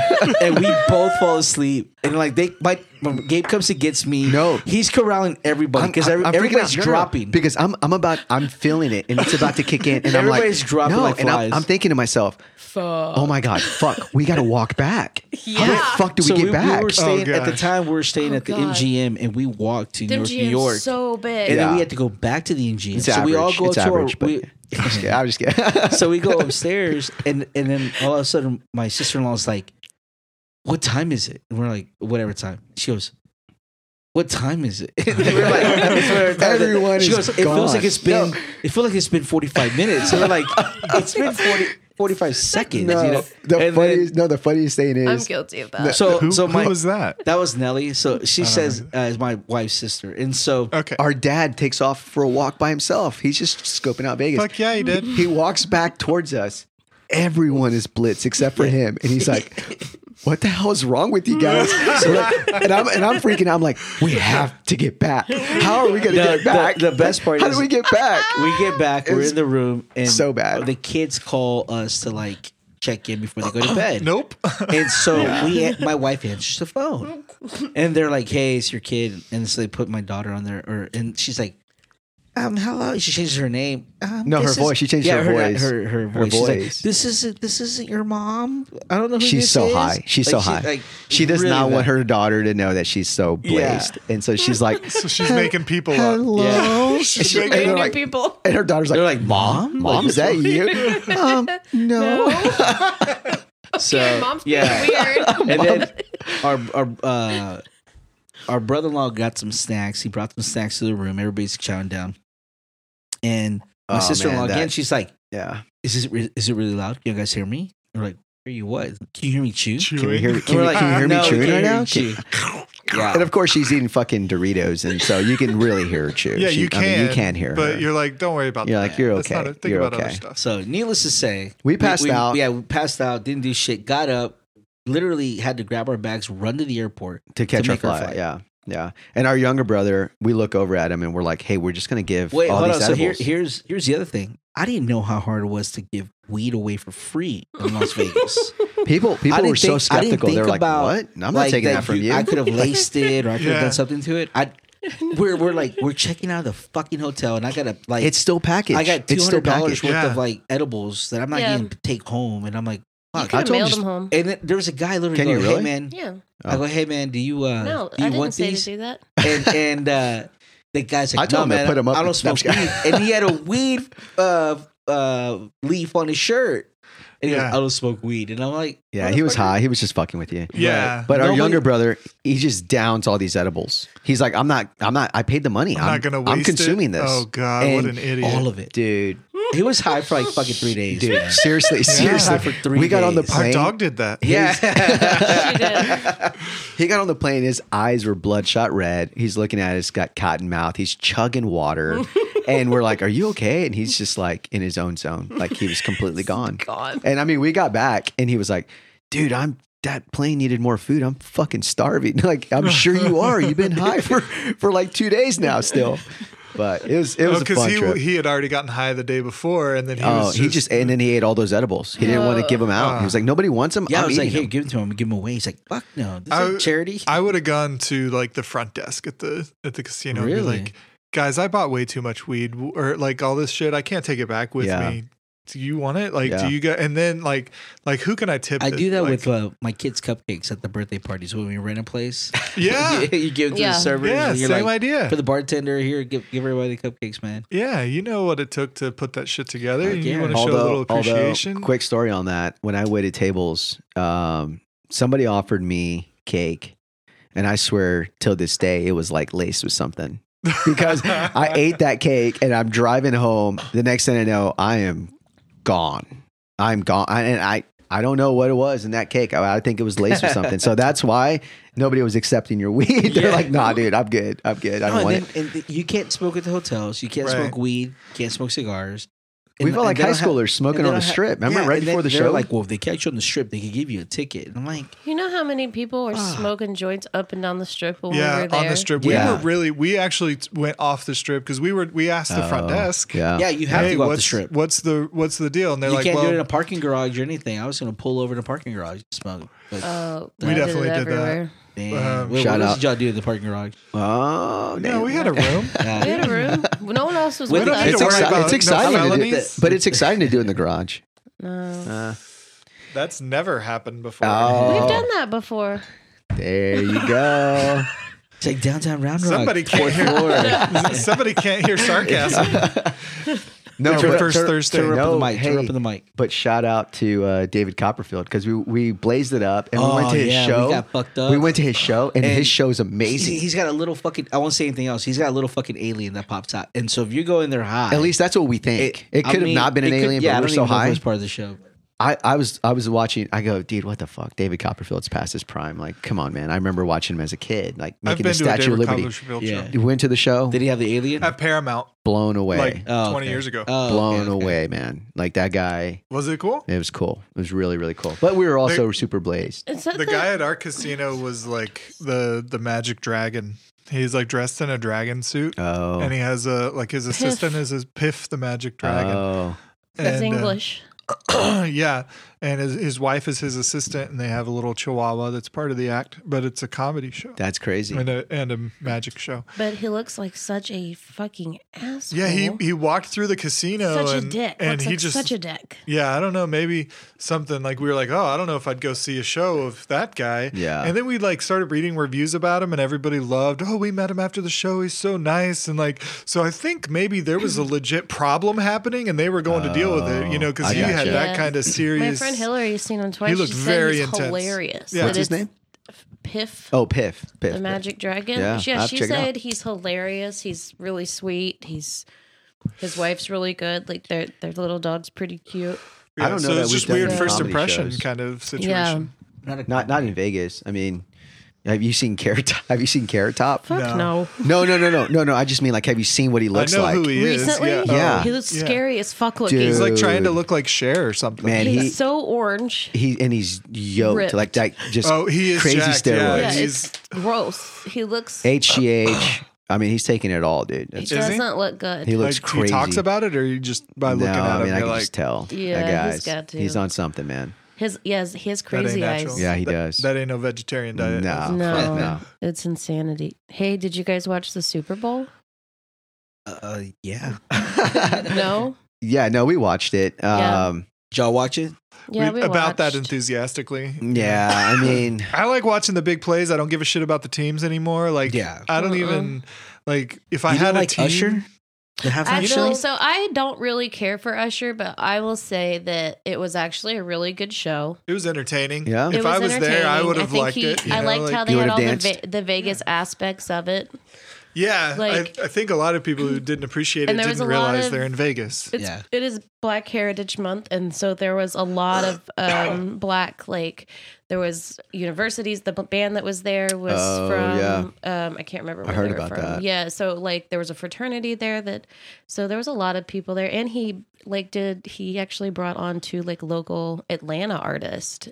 Speaker 3: and we both fall asleep. And like they, my, my Gabe comes and gets me.
Speaker 4: No.
Speaker 3: he's corralling everybody because
Speaker 4: I'm- I'm freaking
Speaker 3: everybody's
Speaker 4: out. No, no, no.
Speaker 3: dropping.
Speaker 4: because I'm I'm about I'm feeling it and it's about to kick in and
Speaker 3: Everybody's
Speaker 4: I'm like
Speaker 3: dropping
Speaker 4: no
Speaker 3: like
Speaker 4: and I'm,
Speaker 3: flies.
Speaker 4: I'm thinking to myself oh my god fuck we got to walk back how the
Speaker 1: Yeah.
Speaker 4: fuck do we
Speaker 3: so
Speaker 4: get
Speaker 3: we,
Speaker 4: back
Speaker 3: we were staying at the
Speaker 2: Oh, gosh.
Speaker 3: time. We were staying at the
Speaker 1: God.
Speaker 3: MGM, and we walked to New
Speaker 1: Them
Speaker 3: York, New
Speaker 1: GM's
Speaker 3: York,
Speaker 1: so big.
Speaker 3: and then
Speaker 4: Yeah.
Speaker 3: we had to go back to the MGM.
Speaker 4: it's
Speaker 3: so
Speaker 4: average
Speaker 3: we all go
Speaker 4: it's
Speaker 3: to
Speaker 4: average
Speaker 3: our.
Speaker 4: but
Speaker 3: we-
Speaker 4: [LAUGHS] I'm just kidding, I'm
Speaker 3: [LAUGHS]
Speaker 4: just kidding
Speaker 3: so we go upstairs and and then all of a sudden my sister-in-law's like what time is it and we're like whatever time she goes what time is it? [LAUGHS] And we're like, "It's whatever time."
Speaker 4: Everyone
Speaker 3: she
Speaker 4: is
Speaker 3: goes, It feels like
Speaker 4: gone."
Speaker 3: it's been. It feels like it's been forty five minutes. So we're like, it's been 40, 45 seconds. you know? And then-
Speaker 4: no the funniest thing
Speaker 1: I'm guilty of that.
Speaker 3: so
Speaker 2: who,
Speaker 3: so
Speaker 2: who
Speaker 3: my
Speaker 2: was that?
Speaker 3: that was Nelly. So
Speaker 4: Uh-huh.
Speaker 3: she says, uh, "Is my wife's sister," and so
Speaker 2: Okay.
Speaker 4: our dad takes off for a walk by himself he's just scoping out Vegas
Speaker 2: Fuck yeah, he did.
Speaker 4: he walks back towards us everyone is blitz except for him and he's like what the hell is wrong with you guys So, like, and, I'm, and I'm freaking out I'm like we have to get back how are we gonna
Speaker 3: The-
Speaker 4: get
Speaker 3: the-
Speaker 4: back
Speaker 3: the best part
Speaker 4: how
Speaker 3: is-
Speaker 4: do we get back
Speaker 3: we get back. We're
Speaker 4: was
Speaker 3: in the room, and
Speaker 4: so bad.
Speaker 3: The kids call us to like check in before they go to
Speaker 2: [GASPS]
Speaker 3: bed.
Speaker 2: Nope. [LAUGHS]
Speaker 3: And so we, my wife answers the phone, and they're like, "Hey, it's your kid." And so they put my daughter on there, or and she's like, "Um, hello." She changes her name. Um,
Speaker 4: No, her
Speaker 3: this
Speaker 4: voice. She changed her voice.
Speaker 3: Her, her
Speaker 4: Her
Speaker 3: voice. She's like,
Speaker 4: voice.
Speaker 3: this isn't. This isn't your mom. I don't know. Who
Speaker 4: she's
Speaker 3: this
Speaker 4: so
Speaker 3: is."
Speaker 4: high. She's so
Speaker 3: Like,
Speaker 4: high.
Speaker 3: like,
Speaker 4: she does
Speaker 3: really
Speaker 4: not
Speaker 3: bad.
Speaker 4: want her daughter to know that she's so
Speaker 3: Yeah.
Speaker 4: blazed, and so she's
Speaker 3: [LAUGHS]
Speaker 4: like,
Speaker 2: so she's making people up.
Speaker 4: "Hello."
Speaker 2: She's
Speaker 1: They're
Speaker 2: making-
Speaker 4: they're
Speaker 1: new
Speaker 4: like-
Speaker 1: people.
Speaker 4: And her daughter's like,
Speaker 3: They're like, "Mom?
Speaker 4: mom, is that you?"
Speaker 3: [LAUGHS]
Speaker 4: um, no.
Speaker 1: [LAUGHS]
Speaker 3: So
Speaker 1: Okay, mom's being
Speaker 3: Uh, yeah. [LAUGHS]
Speaker 1: weird.
Speaker 3: and then our our uh, our brother in law got some snacks. He brought some snacks to the room. Everybody's chowing down, and my
Speaker 4: Oh,
Speaker 3: sister in law
Speaker 4: man,
Speaker 3: again.
Speaker 4: that-
Speaker 3: She's like,
Speaker 4: Yeah.
Speaker 3: "Is this re- is it really loud? Can you guys hear me?" We're like, "Hear you what? Can you hear me chew?"
Speaker 2: Chew.
Speaker 4: Can we hear? Can,
Speaker 3: We're
Speaker 4: we,
Speaker 3: like,
Speaker 4: can you hear me
Speaker 3: "No, we
Speaker 4: chewing
Speaker 3: can't
Speaker 4: right
Speaker 3: hear you
Speaker 4: now?
Speaker 3: chew." [LAUGHS] Yeah.
Speaker 4: And of course, she's eating fucking Doritos, and so you can really hear her chew.
Speaker 2: Yeah,
Speaker 4: She-
Speaker 2: you can.
Speaker 4: I mean, you can hear
Speaker 2: But
Speaker 4: her.
Speaker 2: you're like, don't worry about
Speaker 4: You're
Speaker 2: that.
Speaker 4: like, you're
Speaker 2: That's not
Speaker 4: okay.
Speaker 2: a- think
Speaker 4: You're
Speaker 2: about other
Speaker 4: okay.
Speaker 2: stuff.
Speaker 3: So, needless to say,
Speaker 4: We passed out.
Speaker 3: Yeah, we passed out. Didn't do shit. Got up. Literally had to grab our bags, run to the airport
Speaker 4: to catch our
Speaker 3: make our
Speaker 4: flight.
Speaker 3: flight.
Speaker 4: Yeah, yeah. And our younger brother, we look over at him and we're like, "Hey, we're just gonna give
Speaker 3: Wait,
Speaker 4: all
Speaker 3: hold on.
Speaker 4: these
Speaker 3: So here,
Speaker 4: edibles."
Speaker 3: here's here's the other thing. I didn't know how hard it was to give weed away for free in
Speaker 4: [LAUGHS]
Speaker 3: Las Vegas.
Speaker 4: people,
Speaker 3: I
Speaker 4: people
Speaker 3: didn't
Speaker 4: were so
Speaker 3: think- I didn't
Speaker 4: skeptical. They're
Speaker 3: think
Speaker 4: like,
Speaker 3: about,
Speaker 4: "What? I'm not
Speaker 3: like,
Speaker 4: taking that, from you."
Speaker 3: I
Speaker 4: [LAUGHS]
Speaker 3: could have laced it, or I could have
Speaker 2: Yeah.
Speaker 3: done something to it. I we're we're like we're checking out of the fucking hotel, and I gotta like
Speaker 4: it's still packaged.
Speaker 3: I got two
Speaker 4: it's still
Speaker 3: hundred dollars
Speaker 4: packaged.
Speaker 3: worth
Speaker 2: Yeah.
Speaker 3: of like edibles that I'm not
Speaker 1: Yeah.
Speaker 3: getting to take home, and I'm like,
Speaker 1: You
Speaker 3: fuck.
Speaker 1: could
Speaker 3: I
Speaker 1: have
Speaker 3: told
Speaker 1: mailed
Speaker 3: you.
Speaker 1: them home.
Speaker 3: And then there was a guy literally
Speaker 4: Can you
Speaker 3: going, "Hey
Speaker 4: really?
Speaker 3: man,"
Speaker 4: Oh.
Speaker 1: Yeah.
Speaker 3: I go, "Hey man, do you uh
Speaker 1: No, I
Speaker 3: do you
Speaker 1: didn't
Speaker 3: want
Speaker 1: say
Speaker 3: these?"
Speaker 1: to do that.
Speaker 3: [LAUGHS] and and uh, the guy's like,
Speaker 4: I told
Speaker 3: "No,
Speaker 4: him to
Speaker 3: man,
Speaker 4: put him up
Speaker 3: I don't
Speaker 4: with-
Speaker 3: smoke
Speaker 4: No, I'm
Speaker 3: weed." and he had a weed uh, uh, leaf on his shirt. And he
Speaker 2: Yeah.
Speaker 3: goes, "I don't smoke weed," and I'm like,
Speaker 4: Yeah, he was
Speaker 3: "Motherfucker."
Speaker 4: high. He was just fucking with you.
Speaker 2: Yeah.
Speaker 4: But our
Speaker 3: Nobody-
Speaker 4: younger brother, he just downs all these edibles. He's like, "I'm not. I'm not. I paid the money.
Speaker 2: I'm,
Speaker 4: I'm,
Speaker 2: not going to waste
Speaker 4: I'm
Speaker 2: it.
Speaker 4: consuming this."
Speaker 2: Oh, God. what
Speaker 3: And
Speaker 2: an idiot.
Speaker 3: All of it.
Speaker 4: Dude,
Speaker 3: He was high for like fucking three days.
Speaker 4: dude,
Speaker 3: man. [LAUGHS]
Speaker 4: seriously, seriously.
Speaker 3: for three
Speaker 4: we got on the
Speaker 3: days.
Speaker 2: Our
Speaker 4: plane.
Speaker 2: dog did that.
Speaker 4: Yeah.
Speaker 1: She did.
Speaker 4: [LAUGHS] He got on the plane. His eyes were bloodshot red. He's looking at us, got cotton mouth. He's
Speaker 3: [LAUGHS]
Speaker 4: chugging water. and we're like, Are you okay? And he's just like in his own zone. Like he
Speaker 3: [LAUGHS]
Speaker 4: was completely gone.
Speaker 1: Gone.
Speaker 4: And I mean, we got back and he was like, Dude, I'm. That plane needed more food. I'm fucking starving. [LAUGHS] Like I'm sure you are. You've
Speaker 3: [LAUGHS]
Speaker 4: been high for for like two days now, still. But it was it was a fun
Speaker 2: Oh, he,
Speaker 4: trip.
Speaker 2: he had already gotten high the day before, and then he
Speaker 4: oh,
Speaker 2: was
Speaker 4: he just and then he ate all those edibles. He didn't want to give them out. he was like, nobody wants them.
Speaker 3: Yeah,
Speaker 4: I'm
Speaker 3: I was like,
Speaker 4: eating
Speaker 3: "Here,
Speaker 4: 'em."
Speaker 3: give them to him. Give him away." He's like, "Fuck no, this
Speaker 2: I-
Speaker 3: ain't charity."
Speaker 2: I would have gone to like the front desk at the at the casino and
Speaker 3: Really?
Speaker 2: be like, guys, I bought way too much weed w- or like all this shit. I can't take it back with
Speaker 4: Yeah.
Speaker 2: me. Do you want it? Like,
Speaker 4: Yeah.
Speaker 2: do you go? And then like, like who can I tip?
Speaker 3: I
Speaker 2: it?
Speaker 3: do that
Speaker 2: Like,
Speaker 3: with uh, my kids' cupcakes at the birthday parties when we rent a place.
Speaker 4: [LAUGHS]
Speaker 2: yeah,
Speaker 3: [LAUGHS] you give them to
Speaker 1: Yeah.
Speaker 3: the servers.
Speaker 2: yeah,
Speaker 3: and you're
Speaker 2: same
Speaker 3: like,
Speaker 2: idea.
Speaker 3: For the bartender here, give give everybody the cupcakes, man.
Speaker 2: yeah, you know what it took to put that shit together.
Speaker 3: Heck
Speaker 2: and
Speaker 3: yeah.
Speaker 2: You want to show a
Speaker 4: although,
Speaker 2: little
Speaker 4: although,
Speaker 2: appreciation?
Speaker 4: quick story on that. When I waited tables, um, somebody offered me cake, and I swear till this day it was like laced with something. Because
Speaker 2: [LAUGHS]
Speaker 4: I ate that cake, and I'm driving home. The next thing I know, I am gone. I'm gone, I, and I I don't know what it was in that cake. I, I think it was laced with something.
Speaker 2: [LAUGHS]
Speaker 4: So that's why nobody was accepting your weed. [LAUGHS] They're
Speaker 3: Yeah.
Speaker 4: like, Nah, dude, I'm good. I'm good. I don't
Speaker 3: No,
Speaker 4: want
Speaker 3: and
Speaker 4: it.
Speaker 3: then, and th- you can't smoke at the hotels. You can't
Speaker 2: Right.
Speaker 3: smoke weed. Can't smoke cigars.
Speaker 4: We felt like
Speaker 3: they don't
Speaker 4: high
Speaker 3: have-
Speaker 4: schoolers smoking
Speaker 3: and they
Speaker 4: on the
Speaker 3: don't have-
Speaker 4: strip. Remember right
Speaker 3: and
Speaker 4: before the
Speaker 3: they- they were
Speaker 4: show?
Speaker 3: Like, well, if they catch you on the strip, they could give you a ticket. And I'm like,
Speaker 1: You know how many people were
Speaker 3: Ah.
Speaker 1: smoking joints up and down the strip when we
Speaker 2: yeah,
Speaker 1: were there?
Speaker 2: on the strip.
Speaker 4: Yeah.
Speaker 2: We were really. We actually t- went off the strip because we were. We asked the front desk.
Speaker 4: Oh, Yeah.
Speaker 3: yeah, you have
Speaker 2: Hey,
Speaker 3: to go out
Speaker 2: what's
Speaker 3: the strip.
Speaker 2: What's the what's the deal? And they're
Speaker 3: you
Speaker 2: like,
Speaker 3: can't
Speaker 2: well,
Speaker 3: do it in a parking garage or anything. I was going to pull over to the parking garage and smoke. But,
Speaker 1: Oh,
Speaker 3: We
Speaker 1: it
Speaker 2: definitely did that.
Speaker 1: everywhere.
Speaker 3: [LAUGHS] damn. what,
Speaker 4: Um, Shout
Speaker 3: what else
Speaker 4: out.
Speaker 3: did y'all do at the parking garage?
Speaker 4: Oh,
Speaker 2: no, we had a
Speaker 3: [LAUGHS]
Speaker 2: room.
Speaker 3: Uh,
Speaker 1: We had a room. No one else was
Speaker 3: We
Speaker 1: with
Speaker 3: don't
Speaker 1: us.
Speaker 3: need
Speaker 4: it's,
Speaker 2: to worry
Speaker 4: exci-
Speaker 2: about
Speaker 4: it's
Speaker 2: no
Speaker 4: exciting, to do
Speaker 2: felonies.
Speaker 4: that, but it's exciting to do in the garage.
Speaker 1: No.
Speaker 2: That's never happened before.
Speaker 4: Oh.
Speaker 1: We've done that before.
Speaker 4: There you
Speaker 3: [LAUGHS]
Speaker 4: go.
Speaker 3: it's like downtown Round Rock.
Speaker 2: Somebody can't hear. [LAUGHS] somebody can't
Speaker 4: [LAUGHS]
Speaker 2: hear sarcasm.
Speaker 4: No,
Speaker 2: Turn
Speaker 4: but-
Speaker 2: up- first Thursday.
Speaker 4: Turn
Speaker 3: up
Speaker 4: no,
Speaker 3: in the mic.
Speaker 4: Hey,
Speaker 3: Turn up in the mic.
Speaker 4: But shout out to uh, David Copperfield because we, we blazed it up and we went
Speaker 3: Oh,
Speaker 4: to his
Speaker 3: yeah, we
Speaker 4: show.
Speaker 3: got fucked up.
Speaker 4: We went to his show and,
Speaker 3: And
Speaker 4: his show's
Speaker 3: He's-
Speaker 4: amazing.
Speaker 3: he's got a little fucking. I won't say anything else. He's got a little fucking alien that pops out. And so if you go in there high,
Speaker 4: At least that's what we think. It,
Speaker 3: I
Speaker 4: could
Speaker 3: mean,
Speaker 4: have not been an
Speaker 3: it could-
Speaker 4: alien,
Speaker 3: yeah, I
Speaker 4: but we're
Speaker 3: don't even know
Speaker 4: so
Speaker 3: if it
Speaker 4: high.
Speaker 3: was part of the show.
Speaker 4: I, I was I was watching. I go, dude, what the fuck? David Copperfield's past his prime. Like, come on, man. I remember watching him as a kid, like
Speaker 2: I've
Speaker 4: making
Speaker 2: been
Speaker 4: the
Speaker 2: to a
Speaker 4: Statue
Speaker 2: David
Speaker 4: of Liberty.
Speaker 2: Copperfield
Speaker 3: Yeah.
Speaker 2: show
Speaker 4: You went to the show,
Speaker 3: Did he have the alien?
Speaker 2: at Paramount
Speaker 4: blown away,
Speaker 2: like
Speaker 3: Oh,
Speaker 2: 20
Speaker 3: okay.
Speaker 2: years ago.
Speaker 3: Oh, okay,
Speaker 4: blown
Speaker 3: okay.
Speaker 4: away, man. Like that guy.
Speaker 2: was it cool?
Speaker 4: It was cool. It was really really cool. But we were also super blazed.
Speaker 1: Is that
Speaker 2: The guy at our casino was like the the magic dragon. He's like dressed in a dragon suit.
Speaker 4: Oh,
Speaker 2: And he has a like his assistant is his Piff the Magic Dragon.
Speaker 4: oh,
Speaker 1: That's
Speaker 2: And, uh,
Speaker 1: English.
Speaker 2: [CLEARS THROAT] yeah, and his, his wife is his assistant, and they have a little chihuahua that's part of the act, but it's a comedy show
Speaker 4: that's crazy.
Speaker 2: and a and a magic show.
Speaker 1: But he looks like such a fucking asshole.
Speaker 2: Yeah, he he walked through the casino
Speaker 1: such
Speaker 2: and
Speaker 1: a dick.
Speaker 2: and
Speaker 1: looks
Speaker 2: he
Speaker 1: like
Speaker 2: just
Speaker 1: such a dick.
Speaker 2: yeah, I don't know, maybe something like we were like, oh, I don't know if I'd go see a show of that guy.
Speaker 4: Yeah.
Speaker 2: and then we like started reading reviews about him, and everybody loved. Oh, we met him after the show. He's so nice, and like so, I think maybe there was
Speaker 4: [CLEARS THROAT]
Speaker 2: a legit problem happening, and they were going to deal with it, you know, because
Speaker 4: Oh, I
Speaker 2: he had
Speaker 4: gotcha.
Speaker 2: that
Speaker 1: Yeah.
Speaker 2: kind of
Speaker 1: My
Speaker 2: serious.
Speaker 1: friend Hillary's seen him twice.
Speaker 2: looked
Speaker 1: she said
Speaker 2: very
Speaker 1: he's
Speaker 2: intense.
Speaker 1: hilarious.
Speaker 2: Yeah.
Speaker 1: That
Speaker 4: What's his
Speaker 1: it's
Speaker 4: name?
Speaker 1: Piff.
Speaker 4: Oh, Piff. Piff.
Speaker 1: the
Speaker 4: Piff.
Speaker 1: magic dragon.
Speaker 4: Yeah,
Speaker 1: Yeah,
Speaker 4: I'll
Speaker 1: she
Speaker 4: check it out.
Speaker 1: said he's hilarious. He's really sweet. He's his wife's really good. Like their their little dog's pretty cute.
Speaker 4: I don't know
Speaker 2: So
Speaker 4: that
Speaker 2: it's
Speaker 4: we've
Speaker 2: just
Speaker 4: done
Speaker 2: weird
Speaker 4: any
Speaker 2: first
Speaker 4: comedy
Speaker 2: impression
Speaker 4: shows.
Speaker 2: kind of situation.
Speaker 1: Yeah.
Speaker 3: Not a-
Speaker 4: Not not in Vegas. I mean, have you seen Carrot? Top- [LAUGHS] Have you seen Carrot Top?
Speaker 1: Fuck
Speaker 2: No.
Speaker 1: no.
Speaker 4: No, no, no, no, no, no. I just mean like, have you seen what he
Speaker 2: I
Speaker 4: looks
Speaker 2: know
Speaker 4: like?
Speaker 2: who he
Speaker 1: Recently,
Speaker 2: is.
Speaker 4: Yeah. Yeah.
Speaker 1: he looks
Speaker 2: Yeah.
Speaker 1: scary as fuck looking.
Speaker 2: He's like trying to
Speaker 4: Dude.
Speaker 2: look like Cher or something.
Speaker 4: Man,
Speaker 1: he's
Speaker 4: he-
Speaker 1: so orange.
Speaker 4: he and he's yoked
Speaker 1: Ripped.
Speaker 4: like that. Just
Speaker 2: oh, he is
Speaker 4: crazy
Speaker 2: jacked,
Speaker 1: Yeah,
Speaker 4: steroids.
Speaker 2: Yeah, he's
Speaker 1: it's gross. He looks.
Speaker 4: HGH. I mean, he's taking it all, dude.
Speaker 1: He
Speaker 2: Is
Speaker 4: That's,
Speaker 2: he?
Speaker 1: doesn't look good.
Speaker 4: he looks
Speaker 2: like
Speaker 4: crazy.
Speaker 2: he talks about it, or you just by
Speaker 4: no,
Speaker 2: looking at
Speaker 4: I mean,
Speaker 2: him, you're
Speaker 4: I can
Speaker 2: like,
Speaker 4: just tell.
Speaker 1: Yeah,
Speaker 4: that
Speaker 1: he's
Speaker 4: guy's
Speaker 1: got to.
Speaker 4: he's on something, man.
Speaker 1: his yes, he has
Speaker 2: that ain't
Speaker 1: crazy
Speaker 2: natural.
Speaker 1: eyes.
Speaker 4: Yeah, he
Speaker 2: That-
Speaker 4: does.
Speaker 2: That ain't no vegetarian diet.
Speaker 4: No.
Speaker 1: No,
Speaker 4: fuck Oh, no.
Speaker 1: it's insanity. Hey, did you guys watch the Super
Speaker 4: [LAUGHS]
Speaker 1: Bowl?
Speaker 3: Uh, yeah.
Speaker 1: No.
Speaker 4: Yeah, [LAUGHS] no, we watched it.
Speaker 1: Yeah.
Speaker 4: Um,
Speaker 3: Did y'all watch it?
Speaker 1: Yeah,
Speaker 2: We-
Speaker 1: we,
Speaker 2: about that
Speaker 1: watched.
Speaker 2: enthusiastically.
Speaker 4: yeah,
Speaker 1: [LAUGHS]
Speaker 4: I mean,
Speaker 2: I like watching the big plays. I don't give a shit about the teams anymore. Like,
Speaker 3: Yeah.
Speaker 2: I don't
Speaker 1: Uh-uh.
Speaker 2: even like if I
Speaker 3: You
Speaker 2: had
Speaker 3: didn't
Speaker 2: a
Speaker 3: like
Speaker 2: team.
Speaker 3: Usher. The halftime
Speaker 1: Actually, so
Speaker 3: show.
Speaker 1: I don't really care for Usher, but I will say that it was actually a really good show.
Speaker 2: It was entertaining.
Speaker 4: Yeah.
Speaker 2: If
Speaker 1: it
Speaker 2: I was there, I
Speaker 1: entertaining.
Speaker 2: would have
Speaker 1: think
Speaker 2: liked
Speaker 1: he-
Speaker 2: it. you
Speaker 1: I
Speaker 2: know,
Speaker 1: liked
Speaker 2: like-
Speaker 1: how they
Speaker 4: You
Speaker 1: had all
Speaker 4: would've
Speaker 1: the,
Speaker 4: danced?
Speaker 1: Ve- the Vegas aspects of it.
Speaker 2: Yeah,
Speaker 1: Like-
Speaker 2: I, I think a lot of
Speaker 1: [CLEARS THROAT]
Speaker 2: people who didn't appreciate it
Speaker 1: And there was
Speaker 2: didn't
Speaker 1: a lot
Speaker 2: realize
Speaker 1: of-
Speaker 2: they're in Vegas.
Speaker 1: It's,
Speaker 3: Yeah.
Speaker 1: It is Black Heritage Month, and so there was a lot
Speaker 4: [COUGHS]
Speaker 1: of um, black like there was universities. The b- band that was there was
Speaker 4: Oh,
Speaker 1: from um, I can't remember. Where
Speaker 4: heard
Speaker 1: they were
Speaker 4: about
Speaker 1: from.
Speaker 4: that.
Speaker 1: Yeah, so like there was a fraternity there that so there was a lot of people there, and he like did he actually brought on two like local Atlanta artist,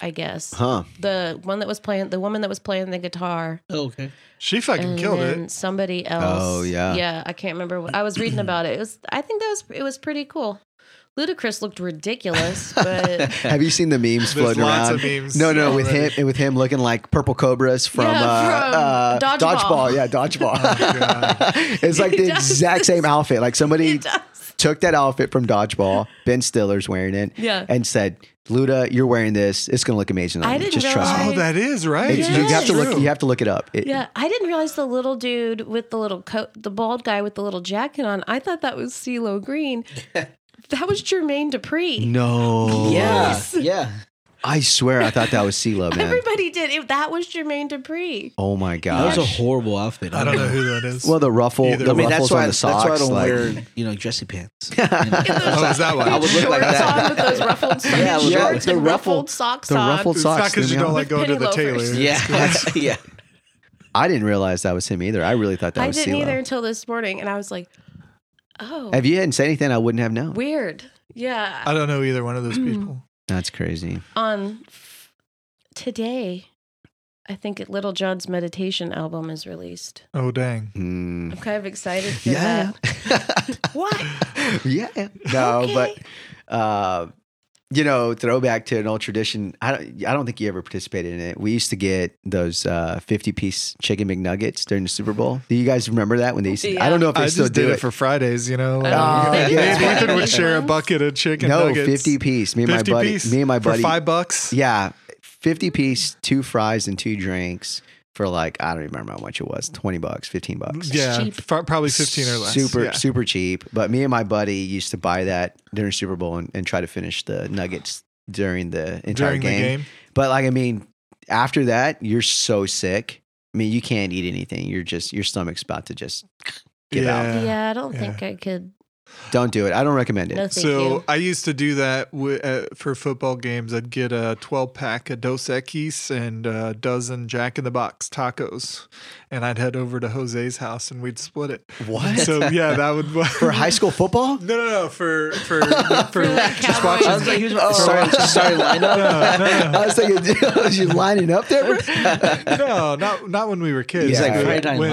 Speaker 1: I guess.
Speaker 4: huh?
Speaker 1: The one that was playing the woman that was playing the guitar
Speaker 3: Oh, okay.
Speaker 2: She fucking
Speaker 1: and
Speaker 2: killed
Speaker 1: then
Speaker 2: it.
Speaker 1: somebody else.
Speaker 4: Oh, yeah.
Speaker 1: yeah. I can't remember. What, I was reading about it. It was. I think that was. It was pretty cool. Ludacris looked
Speaker 4: [LAUGHS]
Speaker 1: ridiculous, but
Speaker 4: Have you seen the
Speaker 2: There's
Speaker 4: memes floating
Speaker 2: lots
Speaker 4: around?
Speaker 2: of memes
Speaker 4: No, no, with
Speaker 2: already.
Speaker 4: him and with him looking like purple cobras from,
Speaker 1: Yeah,
Speaker 4: uh,
Speaker 1: from
Speaker 4: uh,
Speaker 1: Dodgeball. [LAUGHS]
Speaker 4: Yeah,
Speaker 3: Oh,
Speaker 4: dodgeball. [LAUGHS] it's like
Speaker 1: He
Speaker 4: the
Speaker 1: does
Speaker 4: exact
Speaker 1: this.
Speaker 4: same outfit. Like somebody
Speaker 1: he does.
Speaker 4: took that outfit from dodgeball. Ben Stiller's wearing it.
Speaker 1: Yeah.
Speaker 4: and said, "Luda, you're wearing this. It's gonna look amazing on
Speaker 1: I
Speaker 4: you.
Speaker 1: didn't
Speaker 4: Just trust me."
Speaker 1: realize-
Speaker 2: Oh, that is right.
Speaker 4: It's- You
Speaker 1: Yes.
Speaker 4: have to look.
Speaker 2: True.
Speaker 4: You have to look it up.
Speaker 1: [LAUGHS]
Speaker 4: It-
Speaker 1: Yeah, I didn't realize the little dude with the little coat, the bald guy with the little jacket on. I thought that was CeeLo
Speaker 4: [LAUGHS]
Speaker 1: Green. that was Jermaine Dupri.
Speaker 4: No.
Speaker 3: Yeah.
Speaker 1: Yes.
Speaker 3: Yeah.
Speaker 4: I swear, I thought that was CeeLo, man.
Speaker 1: Everybody did. If that was Jermaine Dupri.
Speaker 4: oh my
Speaker 3: That was
Speaker 4: gosh.
Speaker 3: a horrible outfit.
Speaker 2: I don't know who that is.
Speaker 4: well, the ruffle,
Speaker 2: Either
Speaker 4: the
Speaker 2: way. I mean,
Speaker 4: ruffles on the socks.
Speaker 3: That's why I don't
Speaker 4: like,
Speaker 3: wear you know dressy
Speaker 4: [LAUGHS]
Speaker 3: pants.
Speaker 2: oh, is that why?
Speaker 4: I would look like
Speaker 1: Shorts
Speaker 4: that.
Speaker 1: on with those
Speaker 4: [LAUGHS]
Speaker 1: ruffled
Speaker 3: Yeah,
Speaker 1: shorts
Speaker 3: yeah,
Speaker 1: and
Speaker 4: the
Speaker 1: ruffled,
Speaker 4: ruffled-
Speaker 1: socks
Speaker 4: the
Speaker 1: on.
Speaker 4: ruffled
Speaker 2: It's
Speaker 4: socks.
Speaker 2: not because you
Speaker 4: man.
Speaker 2: don't
Speaker 1: With
Speaker 2: like going to
Speaker 1: penny
Speaker 2: the
Speaker 1: loafers.
Speaker 2: tailor.
Speaker 3: [LAUGHS] yeah. yeah.
Speaker 4: [LAUGHS] I didn't realize that was him either. I really thought that
Speaker 1: I
Speaker 4: was
Speaker 1: didn't
Speaker 4: CeeLo.
Speaker 1: either until this morning, and I was like, Oh,
Speaker 4: If you hadn't said anything, I wouldn't have known.
Speaker 1: weird. Yeah.
Speaker 2: I don't know either one of those
Speaker 1: [CLEARS THROAT]
Speaker 2: people.
Speaker 4: That's crazy.
Speaker 1: on f- today, I think Little John's meditation album is released.
Speaker 2: Oh dang.
Speaker 4: Hmm.
Speaker 1: I'm kind of excited for
Speaker 4: Yeah.
Speaker 1: that. What?
Speaker 4: [LAUGHS] yeah. No,
Speaker 1: Okay.
Speaker 4: but uh, you know, throwback to an old tradition. I don't, I don't think you ever participated in it. We used to get those uh, fifty piece chicken McNuggets during the Super Bowl. Do you guys remember that when they used? To, I don't know if they
Speaker 2: I
Speaker 4: still
Speaker 2: just
Speaker 4: do
Speaker 2: did
Speaker 4: it.
Speaker 2: it for Fridays, you know. Like,
Speaker 4: Oh,
Speaker 2: me and
Speaker 4: yeah.
Speaker 2: Ethan would share a
Speaker 1: Ones?
Speaker 2: bucket of chicken
Speaker 4: no
Speaker 2: nuggets.
Speaker 4: fifty piece. Me and my
Speaker 2: 50
Speaker 4: buddy.
Speaker 2: piece
Speaker 4: Me and my buddy.
Speaker 2: for five bucks.
Speaker 4: Yeah, fifty piece, two fries and two drinks for like I don't even remember how much it was. Twenty bucks, fifteen bucks.
Speaker 2: yeah,
Speaker 1: cheap.
Speaker 2: f- probably fifteen or less.
Speaker 4: Super,
Speaker 2: yeah.
Speaker 4: super cheap. But me and my buddy used to buy that during Super Bowl and, and try to finish the nuggets during the entire
Speaker 2: during the game.
Speaker 4: But like, I mean, after that, you're so sick. I mean, you can't eat anything. You're just your stomach's about to just give out.
Speaker 2: Yeah.
Speaker 1: Yeah, I don't
Speaker 2: Yeah.
Speaker 1: think I could.
Speaker 4: Don't do it. I don't recommend it.
Speaker 1: No, thank
Speaker 2: so
Speaker 1: you.
Speaker 2: I used to do that wi- uh, for football games. I'd get a 12 pack of Dos Equis and a dozen Jack in the Box tacos, and I'd head over to Jose's house and we'd split it.
Speaker 4: What?
Speaker 2: So yeah, that would
Speaker 4: [LAUGHS] For high school
Speaker 2: [LAUGHS]
Speaker 4: football?
Speaker 2: No, no, no. For
Speaker 4: [LAUGHS]
Speaker 2: for for
Speaker 1: like
Speaker 2: just
Speaker 1: cowboys.
Speaker 2: watching.
Speaker 1: I was like,
Speaker 4: who's oh, sorry,
Speaker 1: [LAUGHS]
Speaker 4: sorry, line [LAUGHS] up? I was thinking, [LAUGHS] was you lining up there? bro?
Speaker 2: [LAUGHS] No, not not when we were kids.
Speaker 4: He's like,
Speaker 2: but
Speaker 4: Friday
Speaker 3: Night
Speaker 2: when-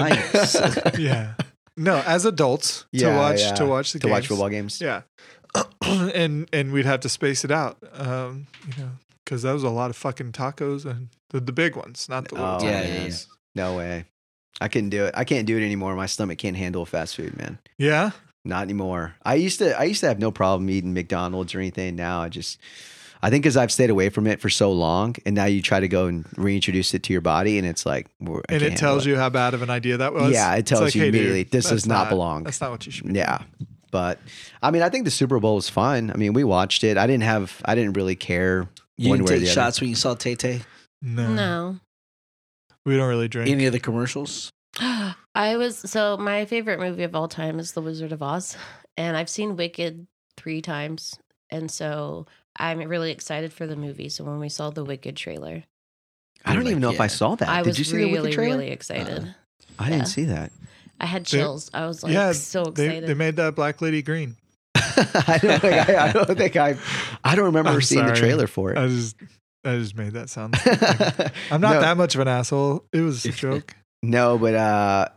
Speaker 2: [LAUGHS]
Speaker 3: Lights.
Speaker 2: Yeah. No, as adults to
Speaker 4: Yeah,
Speaker 2: watch
Speaker 4: yeah.
Speaker 2: to watch the
Speaker 4: to
Speaker 2: games.
Speaker 4: watch football games.
Speaker 2: Yeah. [CLEARS THROAT] and and we'd have to space it out, um, you know, because that was a lot of fucking tacos and the, the big ones, not the little
Speaker 4: Oh,
Speaker 2: tiny
Speaker 3: Yeah, yeah,
Speaker 2: ones.
Speaker 4: No way. I couldn't do it. I can't do it anymore. My stomach can't handle fast food, man.
Speaker 2: Yeah?
Speaker 4: Not anymore. I used to I used to have no problem eating McDonald's or anything. Now I just I think because I've stayed away from it for so long, and now you try to go and reintroduce it to your body, and it's like, we're- I
Speaker 2: And
Speaker 4: can't
Speaker 2: it tells
Speaker 4: handle
Speaker 2: you how bad of an idea that was.
Speaker 4: Yeah, it
Speaker 2: It's
Speaker 4: tells you
Speaker 2: dude,
Speaker 4: immediately, this
Speaker 2: that's
Speaker 4: does not belong.
Speaker 2: That's not what you should be.
Speaker 4: Yeah, but I mean, I think the Super Bowl was fun. I mean, we watched it. I didn't have I didn't really care
Speaker 3: You
Speaker 4: one
Speaker 3: didn't
Speaker 4: way or
Speaker 3: take
Speaker 4: the
Speaker 3: shots when you saw Tay Tay.
Speaker 2: No,
Speaker 1: No. [GASPS]
Speaker 2: We don't really drink.
Speaker 3: Any of the commercials?
Speaker 1: I was so my favorite movie of all time is The Wizard of Oz, and I've seen Wicked three times, and so I'm really excited for the movie. So when we saw the Wicked trailer,
Speaker 4: other. I don't
Speaker 3: Like,
Speaker 4: even know if I
Speaker 3: yeah.
Speaker 4: saw that.
Speaker 1: I
Speaker 4: Did
Speaker 1: was
Speaker 4: you see the Wicked
Speaker 1: really,
Speaker 4: trailer? Uh,
Speaker 1: really excited.
Speaker 4: I didn't
Speaker 1: yeah.
Speaker 4: see that. [LAUGHS]
Speaker 1: I had
Speaker 2: They-
Speaker 1: chills. I was like
Speaker 2: yeah,
Speaker 1: so
Speaker 2: they,
Speaker 1: excited.
Speaker 2: they made that black lady green.
Speaker 4: I don't think I, I don't think I I don't remember
Speaker 2: I'm
Speaker 4: seeing
Speaker 2: sorry.
Speaker 4: the trailer for
Speaker 2: I
Speaker 4: [LAUGHS] it.
Speaker 2: just I just made that sound.
Speaker 4: [LAUGHS]
Speaker 2: I'm not
Speaker 4: No.
Speaker 2: that much of an asshole. It was a joke.
Speaker 4: No, but uh,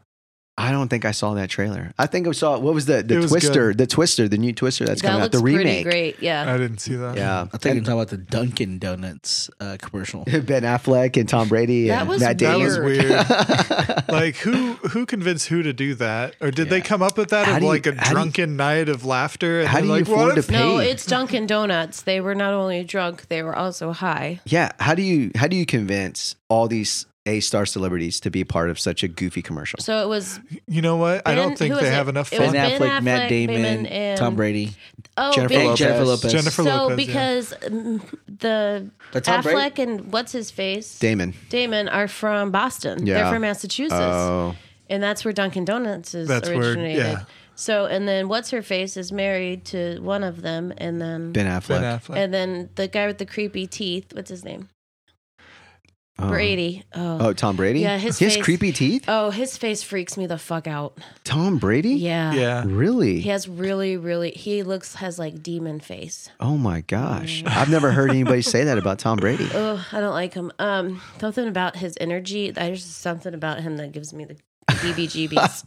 Speaker 4: I don't think I saw that trailer. I think I saw what was the
Speaker 2: It
Speaker 4: the
Speaker 2: was
Speaker 4: Twister, the Twister, the new Twister that's
Speaker 1: that
Speaker 4: coming out,
Speaker 1: looks
Speaker 4: the
Speaker 1: pretty
Speaker 4: remake.
Speaker 1: great. Yeah.
Speaker 2: I didn't see that.
Speaker 4: Yeah,
Speaker 3: I think I'm talking about the Dunkin' Donuts uh, commercial.
Speaker 4: And [LAUGHS] Ben Affleck and Tom Brady.
Speaker 1: That
Speaker 4: and
Speaker 1: was
Speaker 4: Matt
Speaker 2: That
Speaker 4: Damon.
Speaker 2: was
Speaker 1: Weird.
Speaker 2: weird.
Speaker 4: [LAUGHS]
Speaker 2: like who who convinced who to do that or did they
Speaker 3: Yeah.
Speaker 2: come up with that
Speaker 4: How
Speaker 2: of
Speaker 4: do you-
Speaker 2: like a
Speaker 4: how do you-
Speaker 2: drunken night of laughter and
Speaker 4: How
Speaker 2: they're
Speaker 4: do you
Speaker 2: like
Speaker 4: afford
Speaker 2: what
Speaker 4: to
Speaker 2: if,
Speaker 1: No,
Speaker 4: paid.
Speaker 1: it's Dunkin' Donuts. They were not only drunk, they were also high.
Speaker 4: yeah, how do you how do you convince all these A star celebrities to be part of such a goofy commercial?
Speaker 1: So it was.
Speaker 2: you know what i
Speaker 1: Ben-
Speaker 2: don't think
Speaker 1: who
Speaker 2: they
Speaker 1: is it?
Speaker 2: have enough
Speaker 1: It was
Speaker 2: fun
Speaker 3: Ben,
Speaker 1: Ben
Speaker 3: Affleck, Matt
Speaker 1: Affleck,
Speaker 3: Damon,
Speaker 1: Damon, and-
Speaker 3: Tom Brady.
Speaker 1: Oh,
Speaker 4: Jennifer
Speaker 1: Ben-
Speaker 3: Lopez. Jennifer Lopez.
Speaker 2: Jennifer
Speaker 1: so
Speaker 2: Lopez, yeah.
Speaker 1: because mm, the
Speaker 3: But Tom Brady-
Speaker 1: Affleck and what's his face
Speaker 4: Damon.
Speaker 1: Damon are from Boston.
Speaker 4: Yeah.
Speaker 1: They're from Massachusetts,
Speaker 4: Oh,
Speaker 1: and that's where Dunkin' Donuts is
Speaker 2: That's where-
Speaker 1: originated.
Speaker 2: yeah.
Speaker 1: So, and then what's her face is married to one of them, and then
Speaker 4: Ben Affleck.
Speaker 2: ben affleck
Speaker 1: and then the guy with the creepy teeth. What's his name?
Speaker 4: Oh.
Speaker 1: Brady. Oh.
Speaker 4: Oh, Tom Brady.
Speaker 1: Yeah, his
Speaker 4: he has
Speaker 1: face-
Speaker 4: creepy teeth.
Speaker 1: Oh, his face freaks me the fuck out.
Speaker 4: Tom Brady.
Speaker 1: Yeah.
Speaker 2: yeah
Speaker 4: Really?
Speaker 1: He has really, really. He looks has like demon face.
Speaker 4: Oh my gosh. I've never heard anybody say that about Tom Brady.
Speaker 1: Oh, I don't like him. Um, something about his energy. There's just something about him that gives me the
Speaker 4: [LAUGHS]
Speaker 1: BBGBs.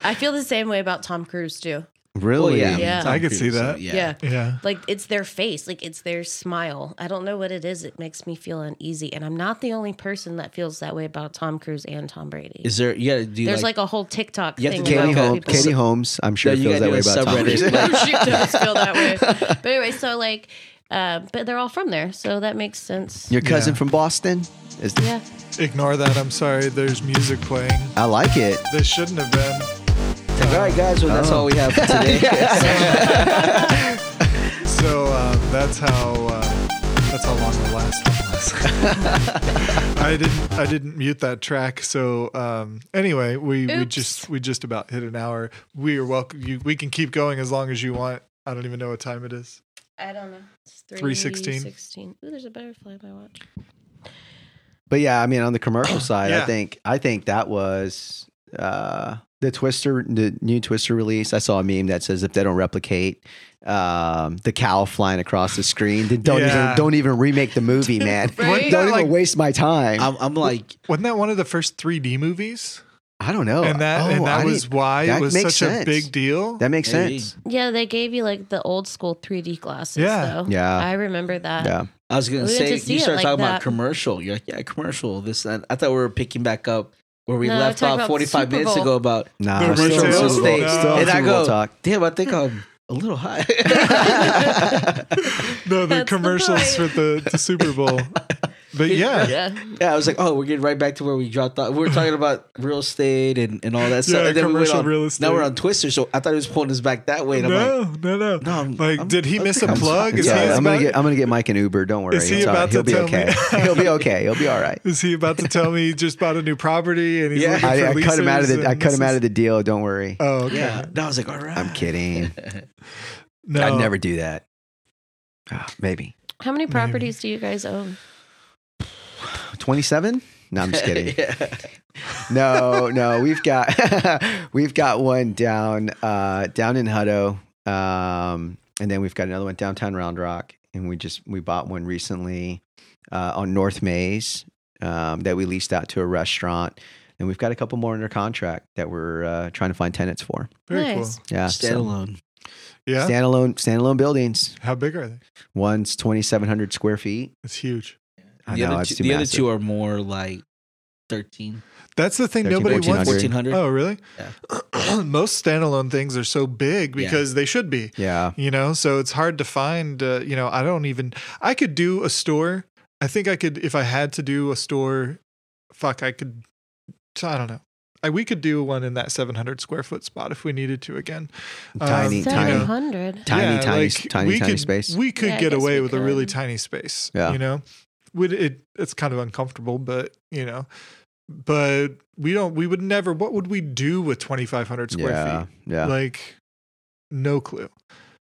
Speaker 1: I feel the same way about Tom Cruise too.
Speaker 4: Really?
Speaker 3: I mean,
Speaker 1: Yeah.
Speaker 3: Tom
Speaker 2: I could see
Speaker 3: Cruise,
Speaker 2: that.
Speaker 3: Oh, so,
Speaker 1: Yeah.
Speaker 3: yeah.
Speaker 2: yeah
Speaker 1: Like it's their face, like it's their smile. I don't know what it is. It makes me feel uneasy, and I'm not the only person that feels that way about Tom Cruise and Tom Brady.
Speaker 3: Is there? You gotta do
Speaker 1: There's
Speaker 3: like,
Speaker 1: like, a whole TikTok
Speaker 3: You have
Speaker 1: thing.
Speaker 3: to do
Speaker 4: Katie,
Speaker 1: about
Speaker 3: Well,
Speaker 4: Hol-
Speaker 1: people. [LAUGHS]
Speaker 4: Katie Holmes, I'm sure,
Speaker 3: No, you
Speaker 4: feels that
Speaker 3: gotta
Speaker 4: way
Speaker 3: do a
Speaker 4: about Tom
Speaker 3: subreddit.
Speaker 4: Brady.
Speaker 1: she does feel that
Speaker 4: [LAUGHS]
Speaker 1: way. But anyway, so like, uh, but they're all from there, so that makes sense.
Speaker 4: Your cousin
Speaker 2: Yeah.
Speaker 4: from Boston? Is
Speaker 1: yeah.
Speaker 2: ignore that i'm sorry there's music playing
Speaker 4: I like it.
Speaker 2: this shouldn't have been
Speaker 3: all right, guys. Well, that's
Speaker 4: Oh.
Speaker 3: all we
Speaker 4: [LAUGHS]
Speaker 3: have for today.
Speaker 2: so um, that's how uh, that's how long the last one was
Speaker 4: [LAUGHS]
Speaker 2: i didn't i didn't mute that track so um anyway we we
Speaker 1: Oops.
Speaker 2: just we just about hit an hour we are welcome you we can keep going as long as you want i don't even know what time it is
Speaker 1: I don't know. It's
Speaker 2: 316.
Speaker 1: 316. Ooh, there's a butterfly in my watch.
Speaker 4: But yeah, I mean, on the commercial side, I
Speaker 2: Yeah.
Speaker 4: think I think that was uh, the Twister, the new Twister release, I saw a meme that says if they don't replicate um, the cow flying across the screen, then don't
Speaker 2: Yeah.
Speaker 4: even don't even remake the movie, man.
Speaker 1: Right?
Speaker 4: Don't even
Speaker 2: Like-
Speaker 4: waste my time.
Speaker 3: I'm, I'm like,
Speaker 2: Wasn't that one of the first 3D movies?
Speaker 4: I don't know.
Speaker 2: and that
Speaker 4: Oh,
Speaker 2: and that
Speaker 4: I
Speaker 2: was
Speaker 4: didn't-
Speaker 2: why
Speaker 4: that
Speaker 2: it was
Speaker 4: makes
Speaker 2: such a
Speaker 4: sense.
Speaker 2: big deal.
Speaker 4: That makes
Speaker 3: Maybe.
Speaker 4: sense.
Speaker 1: Yeah, they gave you like the old school 3D glasses.
Speaker 2: Yeah.
Speaker 1: though.
Speaker 4: Yeah.
Speaker 1: I remember that.
Speaker 4: Yeah.
Speaker 3: I was gonna
Speaker 1: We went
Speaker 3: say,
Speaker 1: to see
Speaker 3: you
Speaker 1: it
Speaker 3: start
Speaker 1: like
Speaker 3: talking about
Speaker 1: that.
Speaker 3: commercial. You're like, yeah, commercial. This, that. I thought we were picking back up where we
Speaker 1: No,
Speaker 3: left
Speaker 1: talking
Speaker 3: off
Speaker 1: about
Speaker 3: 45
Speaker 1: Super
Speaker 3: minutes
Speaker 1: Bowl.
Speaker 3: ago about
Speaker 4: Nah,
Speaker 3: Yeah,
Speaker 4: I'm still,
Speaker 2: Super
Speaker 4: on
Speaker 2: Bowl.
Speaker 4: Super Bowl.
Speaker 2: No.
Speaker 4: Still on
Speaker 3: and I
Speaker 4: Super Bowl
Speaker 3: go,
Speaker 4: talk.
Speaker 3: damn, I think I'm a little high. [LAUGHS]
Speaker 2: no, the
Speaker 1: That's the
Speaker 2: commercials
Speaker 1: point.
Speaker 2: for the, the Super
Speaker 4: [LAUGHS]
Speaker 2: Bowl. But yeah,
Speaker 1: Yeah.
Speaker 3: yeah, I was like, oh, we're getting right back to where we dropped off. We were talking about real estate and, and
Speaker 4: [LAUGHS]
Speaker 3: all that stuff.
Speaker 2: Yeah,
Speaker 3: and then we went
Speaker 2: commercial
Speaker 3: on,
Speaker 2: real
Speaker 3: Now we're
Speaker 2: estate.
Speaker 3: on Twister, so I thought he was pulling us back that way. And I'm like,
Speaker 2: no, no, no,
Speaker 3: No, I'm-
Speaker 2: Like,
Speaker 3: I'm-
Speaker 2: did he miss a plug? Is,
Speaker 4: Yeah,
Speaker 2: he
Speaker 4: I'm gonna
Speaker 2: about,
Speaker 4: get I'm gonna get Mike an Uber. Don't worry,
Speaker 2: Is he
Speaker 4: It's all
Speaker 2: about
Speaker 4: right. he'll
Speaker 2: to
Speaker 4: be
Speaker 2: tell
Speaker 4: okay.
Speaker 2: me?
Speaker 4: [LAUGHS] he'll be okay. He'll be
Speaker 2: [LAUGHS]
Speaker 4: all right.
Speaker 2: is he about to tell me he just bought a new property and he's
Speaker 3: Yeah.
Speaker 2: looking
Speaker 4: I,
Speaker 2: for
Speaker 4: I cut him out of
Speaker 2: leases
Speaker 4: the I
Speaker 2: and
Speaker 4: cut
Speaker 2: this
Speaker 4: him out
Speaker 2: is-
Speaker 4: of the deal. Don't worry.
Speaker 2: Oh, okay.
Speaker 3: yeah. And I was like, all right.
Speaker 4: I'm kidding.
Speaker 2: No,
Speaker 4: I'd never do that. Ah, maybe
Speaker 1: How many
Speaker 2: Maybe.
Speaker 1: properties do you guys own?
Speaker 4: 27. No, I'm
Speaker 2: [LAUGHS]
Speaker 4: just kidding.
Speaker 3: [LAUGHS] yeah.
Speaker 4: no, no, we've got [LAUGHS] we've got one down uh, down in Hutto, um, and then we've got another one downtown Round Rock, and we just we bought one recently uh, on North Mays um, that we leased out to a restaurant, and we've got a couple more under contract that we're uh, trying to find tenants for.
Speaker 2: very
Speaker 1: nice.
Speaker 2: cool.
Speaker 4: Yeah, so-
Speaker 3: Standalone.
Speaker 2: Yeah,
Speaker 4: standalone standalone buildings.
Speaker 2: how big are they?
Speaker 4: One's twenty seven hundred square feet.
Speaker 2: It's huge.
Speaker 4: I
Speaker 3: the
Speaker 4: know,
Speaker 3: other
Speaker 4: it's
Speaker 3: two,
Speaker 4: too
Speaker 3: the other
Speaker 4: massive.
Speaker 3: two are more like 13,
Speaker 2: That's the thing.
Speaker 4: 13,
Speaker 2: Nobody wants.
Speaker 4: 1400.
Speaker 3: 1400.
Speaker 2: Oh, really? [CLEARS THROAT] Most standalone things are so big
Speaker 3: Yeah.
Speaker 2: because they should be.
Speaker 4: Yeah,
Speaker 2: you know so it's hard to find uh, you know i don't even i could do a store i think i could if i had to do a store fuck i could i don't know I, we could do one in that 700 square foot spot if we needed to again Um,
Speaker 4: Tiny,
Speaker 2: you
Speaker 4: tiny.
Speaker 2: know,
Speaker 1: 700.
Speaker 4: tiny,
Speaker 2: yeah,
Speaker 4: tiny,
Speaker 2: like,
Speaker 4: tiny,
Speaker 2: we
Speaker 4: tiny
Speaker 2: could,
Speaker 4: space.
Speaker 2: we could
Speaker 1: Yeah, I
Speaker 2: get
Speaker 1: guess
Speaker 2: away
Speaker 1: we
Speaker 2: with a really
Speaker 1: could.
Speaker 2: tiny space
Speaker 4: Yeah.
Speaker 2: you know would it it's kind of uncomfortable but you know but we don't we would never what would we do with 2500 square
Speaker 4: yeah,
Speaker 2: feet
Speaker 4: yeah.
Speaker 2: like no
Speaker 4: [LAUGHS]
Speaker 2: clue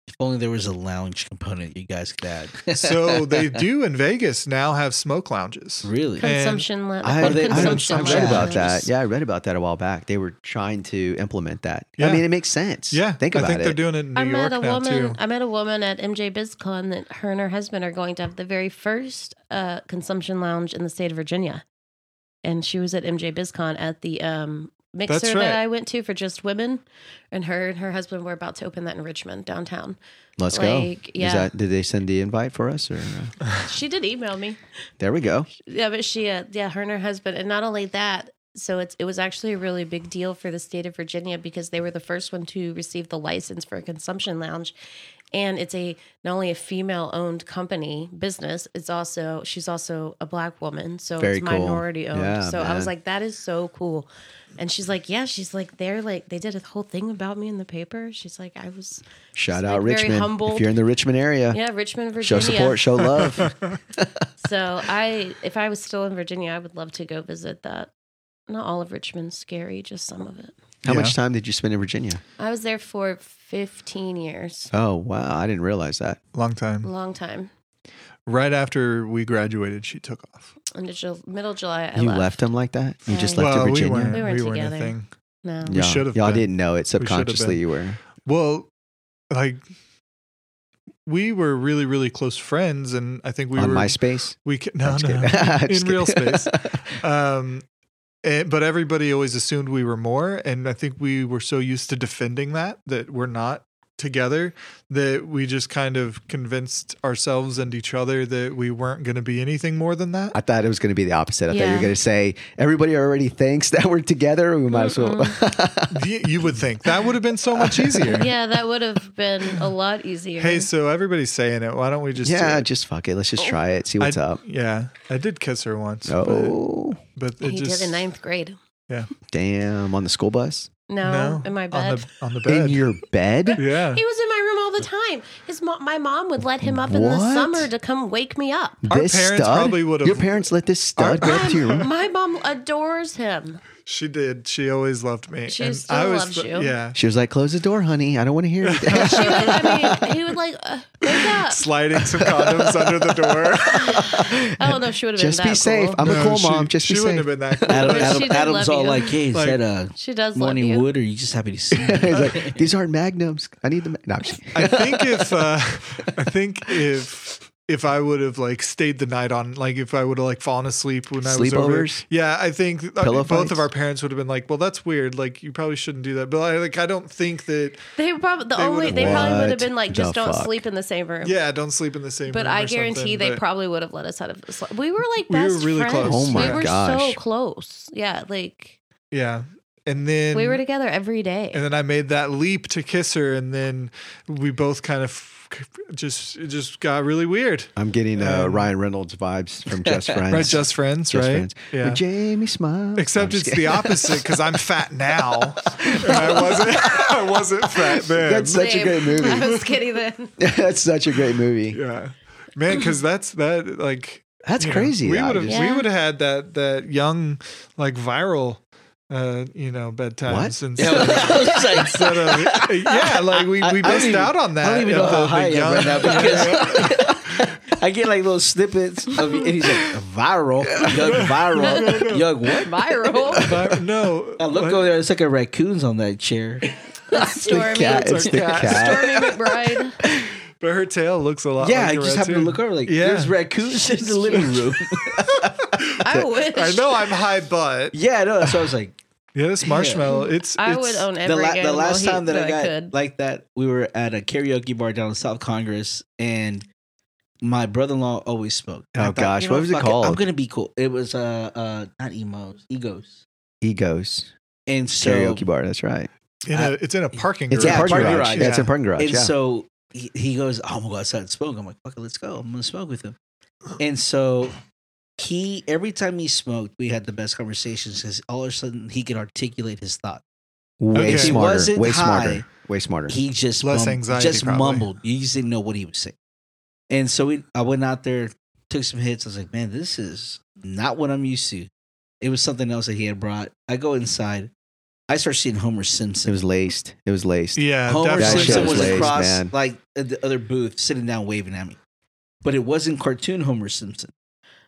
Speaker 3: If only there was a lounge component you guys could add.
Speaker 2: so
Speaker 3: [LAUGHS]
Speaker 2: they do in Vegas now have smoke lounges. And-
Speaker 3: Really?
Speaker 1: Consumption level.
Speaker 4: I,
Speaker 3: Or they-
Speaker 4: I- I
Speaker 3: consumption
Speaker 4: read about
Speaker 3: lounges.
Speaker 4: that. Yeah, I read about that a while back. They were trying to implement that.
Speaker 2: Yeah.
Speaker 4: I mean, it makes sense.
Speaker 2: Yeah,
Speaker 4: think
Speaker 2: I
Speaker 4: about
Speaker 2: think they're
Speaker 4: it.
Speaker 2: doing it in New
Speaker 1: I met
Speaker 2: York
Speaker 1: a
Speaker 2: now
Speaker 1: woman.
Speaker 2: too.
Speaker 1: I met a woman at MJ BizCon that her and her husband are going to have the very first uh, consumption lounge in the state of Virginia, and she was at MJ BizCon at the um, mixer
Speaker 2: right.
Speaker 1: that I went to for just women, and her and her husband were about to open that in Richmond downtown.
Speaker 4: Let's
Speaker 1: like,
Speaker 4: go.
Speaker 1: yeah.
Speaker 4: Is that, did they send the invite for us? Or uh,
Speaker 1: She did email me.
Speaker 4: there we go.
Speaker 1: Yeah, but she, uh, yeah, her and her husband, and not only that. So it's it was actually a really big deal for the state of Virginia because they were the first one to receive the license for a consumption lounge, and it's a not only a female owned company business, it's also she's also a black woman, so
Speaker 4: Very
Speaker 1: it's
Speaker 4: cool.
Speaker 1: minority owned.
Speaker 4: Yeah,
Speaker 1: so I was
Speaker 4: man.
Speaker 1: like, that is so cool, and she's like, yeah, she's like they're like they did a whole thing about me in the paper. She's like, I
Speaker 4: [LAUGHS]
Speaker 1: was
Speaker 4: Shout
Speaker 1: She's,
Speaker 4: out
Speaker 1: like, very
Speaker 4: Richmond.
Speaker 1: humbled.
Speaker 4: If you're in the Richmond area,
Speaker 1: yeah Richmond,
Speaker 4: show
Speaker 1: Virginia.
Speaker 4: support, show
Speaker 2: [LAUGHS]
Speaker 4: love.
Speaker 1: So I, if I was still in Virginia, I would love to go visit that. Not all of Richmond's scary, just some of it.
Speaker 4: How
Speaker 2: Yeah.
Speaker 4: much time did you spend in Virginia?
Speaker 1: I was there for 15 years,
Speaker 4: Oh wow, I didn't realize that.
Speaker 2: Long time.
Speaker 1: long time.
Speaker 2: Right after we graduated, she took off.
Speaker 1: In the Ju- middle of July, I
Speaker 4: you
Speaker 1: left.
Speaker 4: left. them like that? You
Speaker 1: Yeah,
Speaker 4: just
Speaker 1: yeah.
Speaker 4: left
Speaker 2: well,
Speaker 4: to
Speaker 2: we
Speaker 4: Virginia?
Speaker 2: weren't.
Speaker 1: We weren't
Speaker 2: a
Speaker 1: together.
Speaker 2: thing.
Speaker 1: No,
Speaker 2: We
Speaker 4: Y'all-
Speaker 2: should have
Speaker 4: Y'all
Speaker 2: been.
Speaker 4: didn't know it
Speaker 2: should have
Speaker 4: subconsciously.
Speaker 2: been.
Speaker 4: You were.
Speaker 2: Well, like we were really, really close friends, and I think we
Speaker 4: on
Speaker 2: were.
Speaker 4: MySpace?
Speaker 2: we ca- [LAUGHS]
Speaker 4: I'm
Speaker 2: no,
Speaker 4: just
Speaker 2: no,
Speaker 4: kidding. [LAUGHS] I'm
Speaker 2: no.
Speaker 4: just
Speaker 2: in real
Speaker 4: kidding. [LAUGHS]
Speaker 2: space. Um, and- but everybody always assumed we were more, and I think we were so used to defending that that we're not together that we just kind of convinced ourselves and each other that we weren't going to be anything more than that.
Speaker 4: I thought it was going to be the opposite. I thought you
Speaker 1: Yeah.
Speaker 4: were going to say everybody already thinks that we're together. We might as well. [LAUGHS]
Speaker 2: Y- you would think that would have been so much easier.
Speaker 1: yeah, that would have been a lot easier.
Speaker 2: Hey, so everybody's saying it. Why don't we just? do
Speaker 4: yeah,
Speaker 2: it?
Speaker 4: just fuck it. Let's just try it. See what's
Speaker 2: I,
Speaker 4: up.
Speaker 2: Yeah, I did kiss her once.
Speaker 4: Oh,
Speaker 2: but, but it
Speaker 1: he
Speaker 2: just
Speaker 1: did in ninth grade.
Speaker 4: damn! On the school bus?
Speaker 1: No,
Speaker 2: No,
Speaker 1: in my
Speaker 2: on
Speaker 1: bed.
Speaker 2: the on the bed.
Speaker 4: In your bed?
Speaker 2: yeah,
Speaker 1: he was in my room all the time. His mo- my mom would let him up in
Speaker 4: What?
Speaker 1: the summer to come wake me up.
Speaker 2: Our
Speaker 4: this
Speaker 2: parents
Speaker 4: stud?
Speaker 2: probably would have- [LAUGHS]
Speaker 4: Your parents let this stud go up to your room?
Speaker 1: My mom adores him.
Speaker 2: She did. She always loved me.
Speaker 1: She still
Speaker 2: I was
Speaker 1: loves
Speaker 2: the-
Speaker 1: you.
Speaker 2: Yeah.
Speaker 4: She was like, "Close the door, honey. I don't want to hear it." [LAUGHS]
Speaker 1: She would, I mean, he would like uh, wake up.
Speaker 2: Sliding some condoms under the door.
Speaker 1: I don't know if she would have been
Speaker 4: Just
Speaker 1: that
Speaker 4: be safe.
Speaker 1: cool.
Speaker 4: [LAUGHS] I'm a
Speaker 2: No,
Speaker 4: cool
Speaker 2: she-
Speaker 4: mom. Just
Speaker 2: she
Speaker 4: be
Speaker 2: wouldn't
Speaker 4: safe.
Speaker 2: have been that
Speaker 4: [LAUGHS]
Speaker 2: cool.
Speaker 3: Adam,
Speaker 1: But
Speaker 3: Adam-
Speaker 1: she did
Speaker 3: Adam's
Speaker 1: love
Speaker 3: all
Speaker 1: you.
Speaker 3: like, "Hey, is
Speaker 2: Like-
Speaker 3: that a
Speaker 1: she does love
Speaker 3: morning
Speaker 1: you.
Speaker 3: wood, or you just happy to
Speaker 2: [LAUGHS]
Speaker 3: see?" me?"
Speaker 4: He's like, "These aren't magnums. I need them." No, I'm just- [LAUGHS]
Speaker 2: I think if uh, I think if if I would have like stayed the night on, like if I would have like fallen asleep when I was over,
Speaker 4: Sleepovers?
Speaker 2: yeah, I think uh,
Speaker 4: Pillow
Speaker 2: both
Speaker 4: fights?
Speaker 2: of our parents would have been like, "Well, that's weird. Like, you probably shouldn't do that." But I, like, I don't think that.
Speaker 1: They probably the
Speaker 2: They
Speaker 1: only
Speaker 2: would've-
Speaker 1: they probably would
Speaker 4: What
Speaker 1: have been like,
Speaker 4: the
Speaker 1: just don't
Speaker 4: fuck?
Speaker 1: sleep in the same room.
Speaker 2: Yeah, don't sleep in the same.
Speaker 1: But
Speaker 2: room
Speaker 1: I
Speaker 2: or
Speaker 1: guarantee
Speaker 2: something,
Speaker 1: they
Speaker 2: but-
Speaker 1: probably would have let us out of. the We were like
Speaker 2: We were
Speaker 1: best
Speaker 2: really
Speaker 1: friends.
Speaker 2: close.
Speaker 4: Oh my
Speaker 1: we were
Speaker 4: gosh.
Speaker 1: so close. Yeah, like
Speaker 2: Yeah, and then
Speaker 1: we were together every day.
Speaker 2: and then I made that leap to kiss her, and then we both kind of just it just got really weird.
Speaker 4: I'm getting uh,
Speaker 2: Um,
Speaker 4: Ryan Reynolds vibes
Speaker 2: [LAUGHS]
Speaker 4: from Just Friends.
Speaker 2: Right, just friends,
Speaker 4: Just
Speaker 2: right?
Speaker 4: Friends.
Speaker 2: Yeah.
Speaker 4: When Jamie smiles.
Speaker 2: Except
Speaker 4: No, I'm
Speaker 2: it's
Speaker 3: [LAUGHS]
Speaker 4: just
Speaker 2: the opposite because I'm fat now. And I wasn't. [LAUGHS] I wasn't fat then.
Speaker 4: That's such a
Speaker 1: Same.
Speaker 4: great movie.
Speaker 1: I was kidding
Speaker 2: [LAUGHS]
Speaker 1: then.
Speaker 4: [LAUGHS] That's such a great movie.
Speaker 2: yeah, man. Because that's that. Like
Speaker 4: That's
Speaker 2: you know,
Speaker 4: crazy.
Speaker 2: we
Speaker 4: that I
Speaker 2: would have.
Speaker 4: just-
Speaker 1: Yeah.
Speaker 2: We would have had that. That young, like viral. Uh, you know, bedtimes and
Speaker 3: Yeah, I was like,
Speaker 2: instead of [LAUGHS] yeah, like we,
Speaker 4: I- I
Speaker 2: we
Speaker 4: don't
Speaker 2: missed
Speaker 4: even-
Speaker 2: out on that.
Speaker 3: I don't even know
Speaker 2: of
Speaker 3: how
Speaker 2: the- the
Speaker 3: high I am right now
Speaker 2: young-
Speaker 3: because [LAUGHS] I get like little snippets of and he's like viral,
Speaker 2: [LAUGHS]
Speaker 3: young viral, young what?
Speaker 1: Viral.
Speaker 2: But no,
Speaker 3: [LAUGHS] I look
Speaker 2: what-
Speaker 3: over there, it's like a raccoon's on that chair.
Speaker 1: Stormy.
Speaker 4: cat. It's
Speaker 2: our
Speaker 4: the
Speaker 2: cat.
Speaker 4: cat.
Speaker 1: Stormy McBride.
Speaker 2: [LAUGHS] but her tail looks a lot.
Speaker 3: Yeah,
Speaker 2: like
Speaker 3: I
Speaker 2: a
Speaker 3: just happened to
Speaker 2: raccoon.
Speaker 3: look over like
Speaker 2: Yeah.
Speaker 3: there's raccoons in the living
Speaker 2: [LAUGHS]
Speaker 3: room. [LAUGHS]
Speaker 1: I wish.
Speaker 2: I know I'm high, but
Speaker 3: yeah, I know. So I was like,
Speaker 2: yeah, this marshmallow. It's,
Speaker 1: I
Speaker 2: it's-
Speaker 1: would own every
Speaker 3: the, la- the
Speaker 1: animal
Speaker 3: last
Speaker 1: he-
Speaker 3: time that I got
Speaker 1: could.
Speaker 3: like that, we were at a karaoke bar down in South Congress, and my brother-in-law always smoked. And I
Speaker 4: Oh, gosh, what was it
Speaker 3: fuck I'm
Speaker 4: called?
Speaker 3: gonna be cool. It was uh uh not emos, egos,
Speaker 4: Egos.
Speaker 3: and so
Speaker 4: Karaoke bar. That's right.
Speaker 2: in a, it's in a parking.
Speaker 3: It's
Speaker 4: It's
Speaker 3: a
Speaker 2: garage.
Speaker 4: in a parking
Speaker 3: parking
Speaker 4: garage.
Speaker 3: garage,
Speaker 4: Yeah, it's
Speaker 2: yeah.
Speaker 4: in a parking garage.
Speaker 3: And
Speaker 4: Yeah.
Speaker 3: so he, he goes, Oh, I'm gonna go outside and smoke. I'm like, fuck it, let's go. I'm gonna smoke with
Speaker 4: [LAUGHS]
Speaker 3: him. And so he, every time he smoked, we had the best conversations because all of a sudden he could articulate his thought.
Speaker 4: way
Speaker 2: Okay. He
Speaker 4: smarter.
Speaker 3: wasn't
Speaker 4: Way
Speaker 3: high.
Speaker 4: smarter. Way smarter.
Speaker 3: He just
Speaker 2: Less
Speaker 3: mum-
Speaker 2: anxiety,
Speaker 3: just
Speaker 2: probably.
Speaker 3: mumbled. You just didn't know what he was saying. And so we, I went out there, took some hits. I was like, man, this is not what I'm used to. It was something else that he had brought. I go inside. I start seeing Homer Simpson.
Speaker 4: It was laced. It was laced.
Speaker 2: Yeah,
Speaker 3: Homer
Speaker 4: That
Speaker 2: definitely.
Speaker 4: shit
Speaker 3: Simpson was
Speaker 4: was laced,
Speaker 3: across
Speaker 4: man.
Speaker 3: like at the other booth, sitting down, waving at me. But it wasn't cartoon Homer Simpson.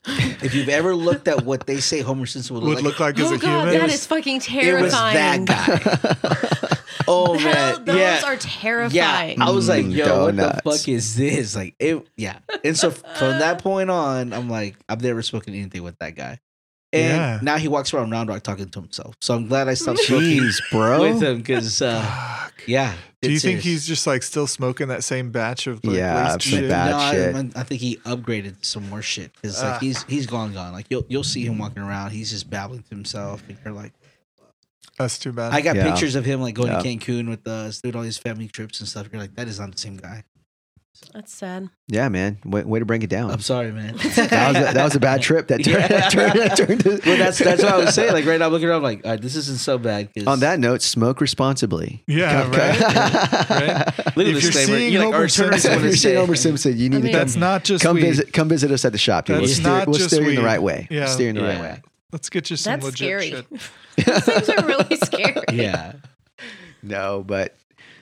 Speaker 3: if you've ever looked at what they say Homer Simpson would,
Speaker 2: would look like as
Speaker 1: oh
Speaker 2: a
Speaker 1: god,
Speaker 2: human.
Speaker 1: that is fucking
Speaker 3: it
Speaker 1: terrifying.
Speaker 3: was that guy.
Speaker 1: [LAUGHS]
Speaker 3: Oh
Speaker 1: Hell,
Speaker 3: man,
Speaker 1: those
Speaker 3: yeah,
Speaker 1: are
Speaker 3: yeah.
Speaker 1: terrifying.
Speaker 3: I was like,
Speaker 4: Mm,
Speaker 3: yo, what the
Speaker 4: donuts.
Speaker 3: fuck is this? Like, it, yeah. And so from that point on, I'm like, I've never spoken anything with that guy. And
Speaker 2: Yeah.
Speaker 3: now he walks around Round Rock talking to himself. So I'm glad I stopped smoking
Speaker 4: Jeez, bro.
Speaker 3: with him because,
Speaker 4: [SIGHS]
Speaker 3: uh,
Speaker 2: Fuck.
Speaker 3: yeah.
Speaker 2: Do you
Speaker 3: it's
Speaker 2: think
Speaker 3: serious.
Speaker 2: he's just like still smoking that same batch of like,
Speaker 4: Yeah,
Speaker 2: waste
Speaker 4: I've seen
Speaker 2: shit?
Speaker 4: that. bad
Speaker 3: no, I-
Speaker 4: shit.
Speaker 3: I, I think he upgraded some more shit because like
Speaker 2: Ah.
Speaker 3: he's he's gone gone. Like you'll you'll see him walking around. He's just babbling to himself, and you're like,
Speaker 2: That's too bad.
Speaker 3: I got
Speaker 4: Yeah.
Speaker 3: pictures of him like going to Cancun with us, doing all these family trips and stuff. You're like, that is not the same guy.
Speaker 1: That's sad.
Speaker 4: Yeah, man. Way, way to bring it down.
Speaker 3: I'm sorry, man.
Speaker 4: That was, a, that was a
Speaker 3: [LAUGHS]
Speaker 4: bad trip. That turned.
Speaker 3: Yeah.
Speaker 4: that [LAUGHS] turned, that turned to-
Speaker 3: well, that's that's what I was saying. Like right now, I'm looking around, like all right, this isn't so bad. 'cause-
Speaker 4: [LAUGHS] On that note, smoke responsibly.
Speaker 2: yeah,
Speaker 3: [LAUGHS]
Speaker 2: right.
Speaker 3: look at
Speaker 4: [LAUGHS]
Speaker 2: if
Speaker 3: this
Speaker 2: you're
Speaker 3: disclaimer.
Speaker 2: seeing
Speaker 3: You're like,
Speaker 2: Homer
Speaker 3: our attorney's
Speaker 2: Simpson-
Speaker 3: gonna
Speaker 4: If you're
Speaker 3: say-
Speaker 4: seeing
Speaker 3: [LAUGHS]
Speaker 4: Homer Simpson, you need
Speaker 1: I
Speaker 4: to
Speaker 1: mean-
Speaker 4: come,
Speaker 2: That's not just
Speaker 4: come
Speaker 2: weed.
Speaker 4: visit. Come visit us at the shop, dude. We'll
Speaker 2: That's
Speaker 4: steer,
Speaker 2: not
Speaker 4: we'll
Speaker 2: just
Speaker 4: steer you in the
Speaker 2: weed.
Speaker 4: right way.
Speaker 2: Yeah.
Speaker 4: We'll steer you in the right
Speaker 3: Yeah.
Speaker 4: way.
Speaker 2: Let's get you some
Speaker 1: That's
Speaker 2: legit
Speaker 1: scary.
Speaker 2: shit. [LAUGHS]
Speaker 1: Those [LAUGHS] things are really scary. [LAUGHS]
Speaker 4: [LAUGHS]
Speaker 3: Yeah,
Speaker 4: No, but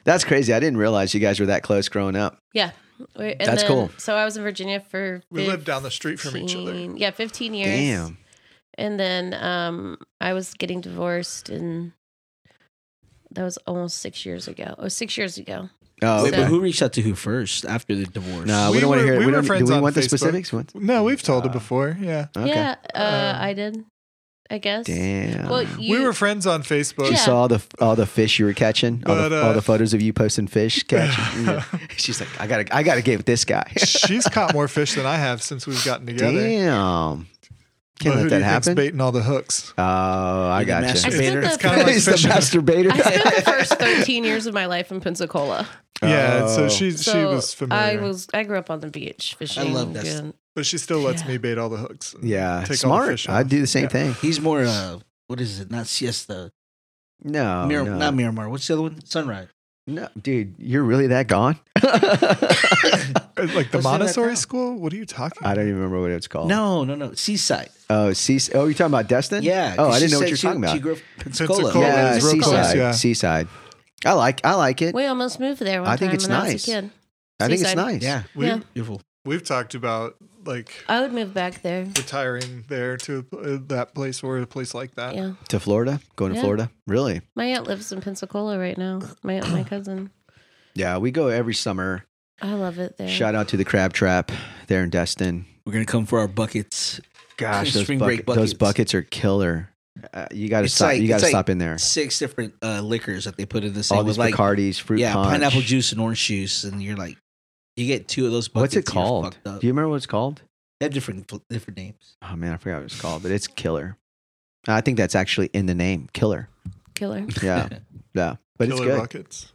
Speaker 4: that's crazy. I didn't realize you guys were that close growing up.
Speaker 1: Yeah. We- and
Speaker 4: That's
Speaker 1: then-
Speaker 4: cool.
Speaker 1: So I was in Virginia for
Speaker 2: We lived down the street from each other.
Speaker 1: 15 Yeah, 15 years.
Speaker 4: Damn.
Speaker 1: And then um, I was getting divorced, and that was almost six years ago. Oh, six years ago.
Speaker 4: Oh,
Speaker 3: Wait,
Speaker 1: So-
Speaker 3: but who reached out to who first after the divorce?
Speaker 4: No, we,
Speaker 2: We
Speaker 4: don't want
Speaker 2: were-
Speaker 4: to hear.
Speaker 2: we
Speaker 4: We,
Speaker 2: were
Speaker 4: don't, do
Speaker 2: friends
Speaker 4: we
Speaker 2: on
Speaker 4: want the
Speaker 2: Facebook.
Speaker 4: specifics? What?
Speaker 2: No, we've told it
Speaker 4: Uh,
Speaker 2: before. Yeah.
Speaker 4: Okay.
Speaker 1: Yeah, uh,
Speaker 2: Um,
Speaker 1: I did. I guess.
Speaker 4: Damn.
Speaker 1: Well,
Speaker 2: we
Speaker 1: you-
Speaker 2: were friends on Facebook.
Speaker 4: she
Speaker 1: Yeah.
Speaker 4: saw all the all the fish you were catching, all,
Speaker 2: But,
Speaker 4: the,
Speaker 2: uh,
Speaker 4: all the photos of you posting
Speaker 2: [LAUGHS]
Speaker 4: fish catching. Yeah. She's like, I gotta, I gotta get this guy.
Speaker 2: She's caught more fish than I have since we've gotten together.
Speaker 4: Damn,
Speaker 2: But
Speaker 4: can't
Speaker 2: who do
Speaker 4: let that
Speaker 2: you think's
Speaker 4: happen.
Speaker 2: baiting all the hooks?
Speaker 4: Oh, I
Speaker 3: You're the
Speaker 4: got [LAUGHS]
Speaker 1: I
Speaker 3: master-
Speaker 4: gotcha. you.
Speaker 1: spent
Speaker 3: Masturbator.
Speaker 1: the
Speaker 2: It's kinda like
Speaker 4: He's the
Speaker 2: fishing.
Speaker 1: I spent the
Speaker 2: [LAUGHS]
Speaker 4: masturbator.
Speaker 1: first 13 years of my life in Pensacola.
Speaker 2: Yeah, so
Speaker 4: Oh.
Speaker 2: she she
Speaker 1: So
Speaker 2: was
Speaker 1: I
Speaker 2: familiar,
Speaker 1: was I grew up on the beach fishing.
Speaker 3: love that
Speaker 1: and-
Speaker 2: but she still lets
Speaker 1: Yeah.
Speaker 2: me bait all the hooks. and
Speaker 4: [LAUGHS] Yeah,
Speaker 2: take all the
Speaker 4: smart.
Speaker 2: fish
Speaker 4: I'd
Speaker 2: off.
Speaker 4: do the same
Speaker 2: Yeah.
Speaker 4: thing.
Speaker 3: he's more. Uh, what is it? Not siesta.
Speaker 4: No,
Speaker 3: Mir-
Speaker 4: Oh, no. [LAUGHS]
Speaker 3: Not Miramar. What's the other one? Sunrise.
Speaker 4: No, dude, you're really that gone?
Speaker 2: Uh, Like the
Speaker 1: that
Speaker 2: Montessori
Speaker 1: now.
Speaker 2: school? What are you talking
Speaker 4: I don't even remember what it's called.
Speaker 3: No, no, no. Seaside.
Speaker 4: Oh, C- oh, you're talking about Destin?
Speaker 3: Yeah.
Speaker 4: Oh. Oh,
Speaker 3: 'cause
Speaker 4: I
Speaker 3: she
Speaker 4: didn't know what
Speaker 3: said
Speaker 4: you're
Speaker 3: she-
Speaker 4: talking about.
Speaker 3: She grew up
Speaker 2: Pensacola.
Speaker 3: Pensacola.
Speaker 2: Yeah.
Speaker 4: yeah,
Speaker 2: it's real close,
Speaker 4: seaside.
Speaker 2: yeah.
Speaker 4: Seaside. I like. I like it.
Speaker 1: We almost moved there one
Speaker 4: I think
Speaker 1: time
Speaker 4: it's
Speaker 1: when I
Speaker 4: nice.
Speaker 1: was a kid.
Speaker 4: I think it's
Speaker 1: Seaside.
Speaker 4: nice.
Speaker 3: Yeah.
Speaker 2: We,
Speaker 1: Yeah.
Speaker 3: Beautiful.
Speaker 2: We've talked about like
Speaker 1: I would move back there.
Speaker 2: retiring there to uh, that place or a place like that.
Speaker 1: Yeah.
Speaker 4: To Florida, going to
Speaker 1: Yeah.
Speaker 4: Florida, really?
Speaker 1: My aunt lives in Pensacola right now. My aunt, my cousin.
Speaker 4: Yeah, we go every summer.
Speaker 1: I love it there.
Speaker 4: Shout out to the Crab Trap there in Destin.
Speaker 3: We're gonna come for our buckets.
Speaker 4: Gosh, those,
Speaker 3: Ah, Spring break
Speaker 4: bucket, those
Speaker 3: buckets.
Speaker 4: buckets are killer. Uh, you got to
Speaker 3: It's
Speaker 4: stop.
Speaker 3: like-
Speaker 4: you got
Speaker 3: it's
Speaker 4: to
Speaker 3: like
Speaker 4: stop in there.
Speaker 3: Six different uh, liquors that they put in this
Speaker 4: All
Speaker 3: thing
Speaker 4: these
Speaker 3: with like
Speaker 4: Bacardis, fruit
Speaker 3: yeah,
Speaker 4: punch.
Speaker 3: pineapple juice and orange juice, and you're like, you get two of those buckets.
Speaker 4: What's it
Speaker 3: you're
Speaker 4: called?
Speaker 3: fucked up.
Speaker 4: Do you remember what it's called?
Speaker 3: They have different different names.
Speaker 4: Oh man, I forgot what it's called, but it's killer. I think that's actually in the name, killer.
Speaker 1: Killer.
Speaker 4: [LAUGHS] Yeah, yeah, but it's
Speaker 2: Killer
Speaker 4: good.
Speaker 2: buckets.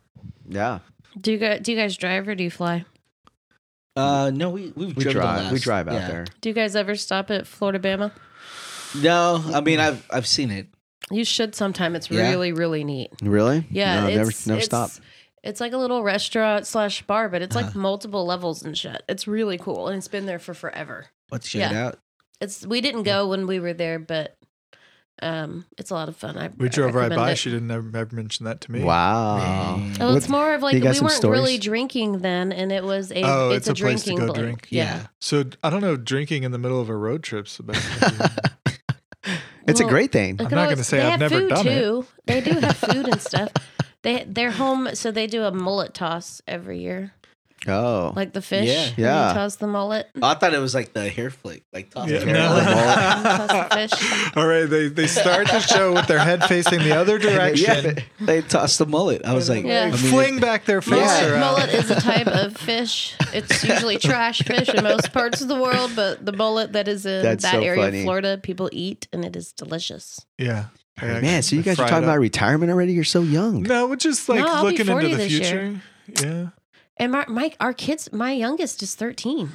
Speaker 4: Yeah,
Speaker 1: Do you guys do you guys drive or do you fly?
Speaker 3: [LAUGHS] Uh, no, we we've driven
Speaker 4: we
Speaker 3: the
Speaker 4: drive. We
Speaker 3: last-
Speaker 4: drive out
Speaker 3: yeah.
Speaker 4: there.
Speaker 1: Do you guys ever stop at Florida Bama?
Speaker 3: No, I mean I've I've seen it.
Speaker 1: You should sometime. It's
Speaker 3: Yeah.
Speaker 1: really, really neat.
Speaker 4: Really?
Speaker 1: Yeah.
Speaker 4: No,
Speaker 1: it's,
Speaker 4: never, never
Speaker 1: it's,
Speaker 4: stop.
Speaker 1: It's like a little restaurant slash bar, but it's like
Speaker 3: Uh-huh.
Speaker 1: multiple levels and shit. It's really cool. And it's been there for forever.
Speaker 3: Let's check it
Speaker 1: Yeah.
Speaker 3: out.
Speaker 1: It's we didn't go when we were there, but um it's a lot of fun. I
Speaker 2: We
Speaker 1: I
Speaker 2: drove right
Speaker 1: recommend
Speaker 2: by.
Speaker 1: it.
Speaker 2: She didn't ever, ever mention that to me.
Speaker 4: Wow.
Speaker 3: Man.
Speaker 1: Oh, it's
Speaker 4: What-
Speaker 1: more of like
Speaker 4: you
Speaker 1: we
Speaker 4: got
Speaker 1: weren't
Speaker 4: some stories?
Speaker 1: really drinking then, and it was a
Speaker 2: Oh,
Speaker 1: it's,
Speaker 2: it's
Speaker 1: a,
Speaker 2: a place to
Speaker 1: drinking
Speaker 2: go
Speaker 1: blend.
Speaker 2: drink.
Speaker 1: Yeah,
Speaker 2: So I don't know. Drinking in the middle of a road trip's the best. thing to
Speaker 4: [LAUGHS]
Speaker 2: do.
Speaker 4: it's a
Speaker 1: Well,
Speaker 4: great thing.
Speaker 1: I
Speaker 2: I'm
Speaker 1: could
Speaker 2: not
Speaker 1: always-
Speaker 2: gonna say
Speaker 1: they
Speaker 2: I've
Speaker 1: have
Speaker 2: never
Speaker 1: food
Speaker 2: done it.
Speaker 1: too. They do have food
Speaker 2: [LAUGHS]
Speaker 1: and stuff. They they're home, so they do a mullet toss every year,
Speaker 4: Oh.
Speaker 1: like the fish.
Speaker 3: Yeah.
Speaker 1: and you
Speaker 4: Yeah.
Speaker 1: toss the mullet.
Speaker 2: [LAUGHS]
Speaker 3: I thought it was like the hair flick, like toss
Speaker 2: Yeah,
Speaker 3: the
Speaker 2: [LAUGHS]
Speaker 3: hair.
Speaker 4: no. [LAUGHS]
Speaker 1: Toss the fish.
Speaker 2: All right, they they start the show with their head facing the
Speaker 4: [LAUGHS]
Speaker 2: other direction.
Speaker 3: Yeah, they tossed the mullet. I was like,
Speaker 1: Yeah.
Speaker 3: I mean,
Speaker 2: Fling back their face
Speaker 1: Mullet,
Speaker 2: around.
Speaker 1: mullet is a type
Speaker 2: [LAUGHS]
Speaker 1: of fish. It's usually trash fish in most parts of the world, but the mullet that is in
Speaker 4: That's
Speaker 1: that
Speaker 4: so
Speaker 1: area
Speaker 4: funny.
Speaker 1: of Florida, people eat, and it is delicious.
Speaker 2: Yeah. Yeah,
Speaker 4: Man, so you guys are
Speaker 2: fried
Speaker 4: talking
Speaker 2: up.
Speaker 4: about retirement already? You're so young.
Speaker 2: No, we're just like
Speaker 1: No, I'll be
Speaker 2: looking into
Speaker 1: 40
Speaker 2: the
Speaker 1: this
Speaker 2: future.
Speaker 1: year.
Speaker 2: Yeah.
Speaker 1: And my, my our kids, my youngest is thirteen.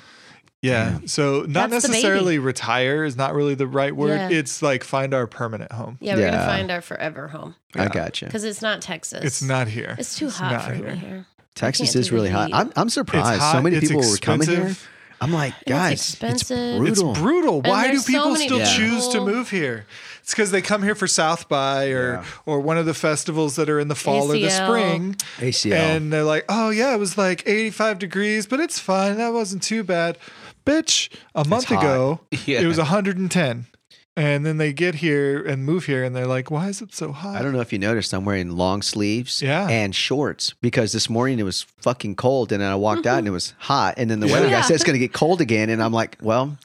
Speaker 2: Yeah. So not
Speaker 1: That's the baby.
Speaker 2: necessarily retire is not really the right word.
Speaker 1: Yeah.
Speaker 2: It's like find our permanent home.
Speaker 1: Yeah, we're
Speaker 4: Yeah.
Speaker 1: gonna find our forever home
Speaker 4: I gotcha.
Speaker 1: because it's not Texas.
Speaker 2: It's not here.
Speaker 1: It's too
Speaker 2: It's
Speaker 1: hot
Speaker 2: not
Speaker 1: for
Speaker 2: here.
Speaker 1: me here.
Speaker 4: Texas
Speaker 1: can't
Speaker 4: is
Speaker 1: do the
Speaker 4: really hot.
Speaker 1: heat.
Speaker 4: I'm, I'm surprised so
Speaker 2: hot,
Speaker 4: many
Speaker 2: it's
Speaker 4: people were coming here.
Speaker 2: expensive.
Speaker 4: I'm like, guys, it's,
Speaker 1: expensive.
Speaker 2: It's
Speaker 4: brutal.
Speaker 2: brutal.
Speaker 1: And
Speaker 2: Why do
Speaker 1: there's so
Speaker 2: people
Speaker 1: many
Speaker 2: still
Speaker 1: Yeah.
Speaker 2: choose to
Speaker 1: people-
Speaker 2: move here? It's because they come here for South by or
Speaker 4: Yeah.
Speaker 2: or one of the festivals that are in the fall or the
Speaker 1: ACL.
Speaker 2: spring,
Speaker 4: ACL.
Speaker 2: and they're like, "Oh yeah, it was like 85 degrees, but it's fine. That wasn't too bad." Bitch, a month
Speaker 4: hot. [LAUGHS]
Speaker 2: ago
Speaker 3: Yeah.
Speaker 2: it was 110, and then they get here and move here, and they're like, "Why is it so hot?"
Speaker 4: I don't know if you noticed, I'm wearing long sleeves
Speaker 2: Yeah.
Speaker 4: and shorts because this morning it was fucking cold and then I walked out and it was hot. And then the weather guy
Speaker 1: Yeah.
Speaker 4: said it's going to get cold again. And I'm like, well,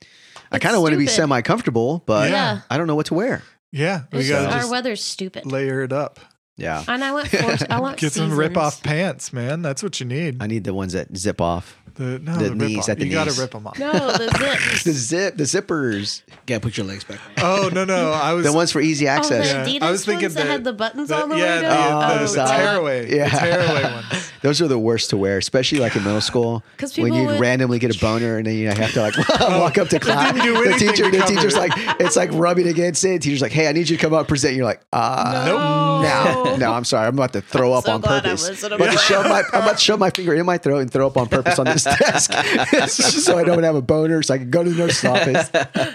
Speaker 4: I
Speaker 1: It's
Speaker 4: kind of want to be
Speaker 1: stupid.
Speaker 4: semi comfortable, but
Speaker 1: Yeah.
Speaker 4: I don't know what to wear.
Speaker 2: Yeah, we
Speaker 1: It's
Speaker 2: gotta
Speaker 1: just-
Speaker 2: just
Speaker 1: our weather's stupid.
Speaker 2: layer it up.
Speaker 4: Yeah.
Speaker 1: And I want
Speaker 4: [LAUGHS]
Speaker 1: four, I want
Speaker 2: Get some
Speaker 1: seasons.
Speaker 2: rip off pants, man. That's what you need.
Speaker 4: I need the ones that zip off. [LAUGHS]
Speaker 2: The, no,
Speaker 4: The
Speaker 2: the,
Speaker 4: knees
Speaker 2: rip off.
Speaker 4: at the
Speaker 2: you gotta
Speaker 4: knees.
Speaker 2: rip them off.
Speaker 1: No,
Speaker 4: [LAUGHS]
Speaker 1: the
Speaker 4: The
Speaker 1: zip.
Speaker 4: zip, the zippers,
Speaker 3: yeah, put your legs back.
Speaker 2: Oh no, no, I was
Speaker 4: the ones for easy
Speaker 1: Oh, the
Speaker 4: access.
Speaker 2: Yeah.
Speaker 1: Adidas
Speaker 2: I was thinking
Speaker 1: ones that
Speaker 2: the-
Speaker 1: had the buttons
Speaker 2: the-
Speaker 1: all the
Speaker 2: yeah,
Speaker 1: way down.
Speaker 2: the,
Speaker 4: Oh,
Speaker 2: the
Speaker 4: God.
Speaker 2: tearaway,
Speaker 4: Yeah.
Speaker 2: the tearaway
Speaker 4: [LAUGHS]
Speaker 2: ones.
Speaker 4: Those are the worst to wear, especially like in middle school
Speaker 1: 'Cause
Speaker 4: when
Speaker 1: people
Speaker 4: you would
Speaker 1: would-
Speaker 4: randomly get a boner and then you have to like [LAUGHS] walk up to class.
Speaker 2: do
Speaker 4: The
Speaker 2: anything
Speaker 4: teacher,
Speaker 2: to
Speaker 4: the
Speaker 2: cover
Speaker 4: teacher's
Speaker 2: it.
Speaker 4: like, it's like rubbing against it. Teacher's like, hey, I need you to come out and present. You're like, ah,
Speaker 1: Oh. No.
Speaker 4: no, no, I'm sorry, I'm about to throw up
Speaker 1: so
Speaker 4: on
Speaker 1: glad I
Speaker 4: purpose.
Speaker 1: wasn't
Speaker 4: I'm about to
Speaker 1: around.
Speaker 4: shove my, I'm about to shove my finger in my throat and throw up on purpose on this desk, [LAUGHS] so I don't have a boner, so I can go to the
Speaker 2: [LAUGHS]
Speaker 4: nurse's office.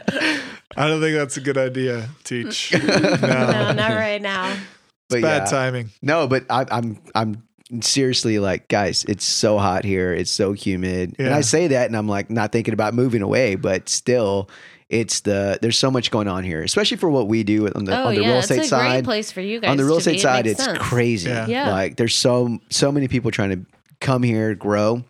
Speaker 2: I don't think that's a good idea,
Speaker 4: [LAUGHS]
Speaker 2: teach. No. [LAUGHS]
Speaker 1: No, not right now.
Speaker 4: But
Speaker 2: Bad
Speaker 4: yeah.
Speaker 2: timing.
Speaker 4: No, but I, I'm I'm seriously like, guys, it's so hot here. It's so humid, and
Speaker 2: Yeah.
Speaker 4: I say that, and I'm like not thinking about moving away, but still, it's the there's so much going on here, especially for what we do on the
Speaker 1: oh
Speaker 4: on the
Speaker 1: yeah,
Speaker 4: real
Speaker 1: it's
Speaker 4: estate
Speaker 1: a great
Speaker 4: side.
Speaker 1: place for you guys.
Speaker 4: On the real
Speaker 1: to be.
Speaker 4: estate
Speaker 1: It
Speaker 4: side,
Speaker 1: makes
Speaker 4: it's
Speaker 1: sense.
Speaker 4: crazy.
Speaker 2: Yeah.
Speaker 1: Yeah.
Speaker 4: like there's so so many people trying to come here, grow.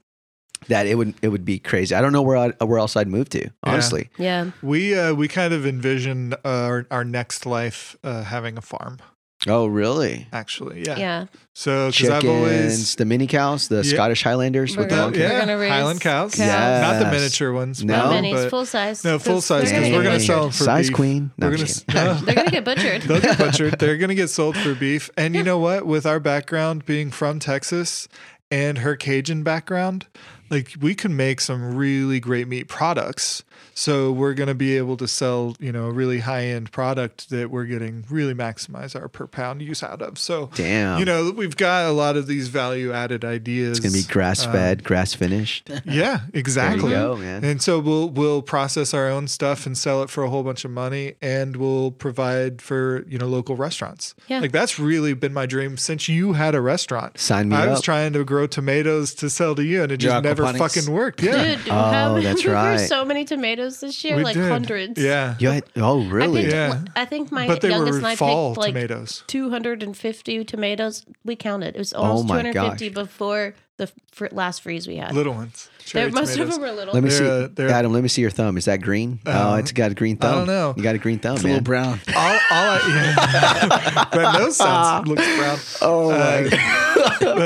Speaker 4: That it would it would be crazy. I don't know where I'd, where else I'd move to. Honestly,
Speaker 1: Yeah,
Speaker 2: We uh, we kind of envision uh, our, our next life uh, having a farm,
Speaker 4: oh really?
Speaker 2: actually. Yeah.
Speaker 1: yeah.
Speaker 2: So because
Speaker 4: Chickens,
Speaker 2: I've always
Speaker 4: the mini cows,
Speaker 2: Yeah.
Speaker 4: the Scottish Highlanders with the
Speaker 1: We're
Speaker 4: long
Speaker 1: gonna-
Speaker 4: yeah.
Speaker 1: We're
Speaker 2: yeah,
Speaker 1: gonna raise
Speaker 2: Highland cows.
Speaker 1: cows.
Speaker 4: Yeah.
Speaker 2: Not the
Speaker 4: Yes.
Speaker 2: miniature ones.
Speaker 4: No.
Speaker 1: Not
Speaker 2: but-
Speaker 1: minis,
Speaker 2: but-
Speaker 1: full size.
Speaker 2: no, full size
Speaker 1: They're
Speaker 2: because
Speaker 1: gonna
Speaker 2: we're gonna
Speaker 1: get
Speaker 2: sell them
Speaker 1: butchered.
Speaker 2: for
Speaker 4: Size
Speaker 2: beef.
Speaker 4: queen.
Speaker 2: We're
Speaker 4: No, I'm
Speaker 2: gonna
Speaker 4: just
Speaker 2: s- [LAUGHS] no.
Speaker 1: They're gonna get
Speaker 2: [LAUGHS]
Speaker 1: butchered.
Speaker 2: They'll get butchered. They're going to get sold for beef. And you know what? With our background being from Texas and her Cajun background, like we can make some really great meat products. So we're going to be able to sell, you know, a really high end product that we're getting really maximize our per pound use out of. So
Speaker 4: Damn.
Speaker 2: you know, we've got a lot of these value added ideas.
Speaker 4: It's gonna be
Speaker 2: Uh,
Speaker 4: grass fed, grass [LAUGHS] finished.
Speaker 2: Yeah, exactly.
Speaker 4: go, man.
Speaker 2: And so we'll we'll process our own stuff and sell it for a whole bunch of money, and we'll provide for you know local restaurants.
Speaker 1: Yeah.
Speaker 2: like that's really been my dream since you had a restaurant.
Speaker 4: Sign me
Speaker 2: I was
Speaker 4: up.
Speaker 2: trying to grow tomatoes to sell to you, and it
Speaker 3: Your
Speaker 2: just never
Speaker 3: aquaponics.
Speaker 2: fucking worked. Yeah,
Speaker 1: Dude, [LAUGHS] how many,
Speaker 4: Oh, that's
Speaker 1: there were
Speaker 4: right.
Speaker 1: so many tomatoes this year, like
Speaker 2: did.
Speaker 1: hundreds.
Speaker 2: Yeah,
Speaker 4: You had- oh,
Speaker 1: I
Speaker 4: really?
Speaker 1: picked,
Speaker 2: Yeah.
Speaker 1: I think my
Speaker 2: but they
Speaker 1: youngest
Speaker 2: were
Speaker 1: and I
Speaker 2: fall
Speaker 1: picked like
Speaker 2: tomatoes.
Speaker 1: 250 tomatoes. We counted. It was almost
Speaker 4: Oh my
Speaker 1: 250
Speaker 4: gosh.
Speaker 1: before the fr- last freeze we had.
Speaker 2: Little ones.
Speaker 1: There,
Speaker 2: cherry
Speaker 1: most of
Speaker 2: tomatoes.
Speaker 1: them were little.
Speaker 4: Let me see,
Speaker 2: They're, uh, they're-
Speaker 4: Adam. Let me see your thumb. Is that green? oh, it's got a green
Speaker 2: I
Speaker 4: thumb.
Speaker 2: don't know.
Speaker 4: You got a green thumb,
Speaker 3: a little
Speaker 4: man.
Speaker 3: brown.
Speaker 2: all, all I, [LAUGHS] yeah. but those
Speaker 4: [LAUGHS]
Speaker 2: sounds looks brown.
Speaker 4: Oh my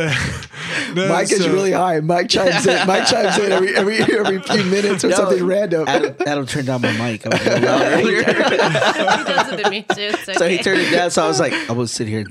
Speaker 2: No,
Speaker 4: Mike is
Speaker 2: Uh, so-
Speaker 4: really high. Mike chimes in. Mike chimes in every every every few minutes [LAUGHS] or
Speaker 3: No,
Speaker 4: something random.
Speaker 3: Adam, Adam turned down my mic. I was a little loud
Speaker 4: [LAUGHS]
Speaker 1: [LAUGHS]
Speaker 3: earlier.
Speaker 1: he does it to me too. It's
Speaker 3: so he
Speaker 1: okay.
Speaker 3: turned it down. So I was like, I will sit here and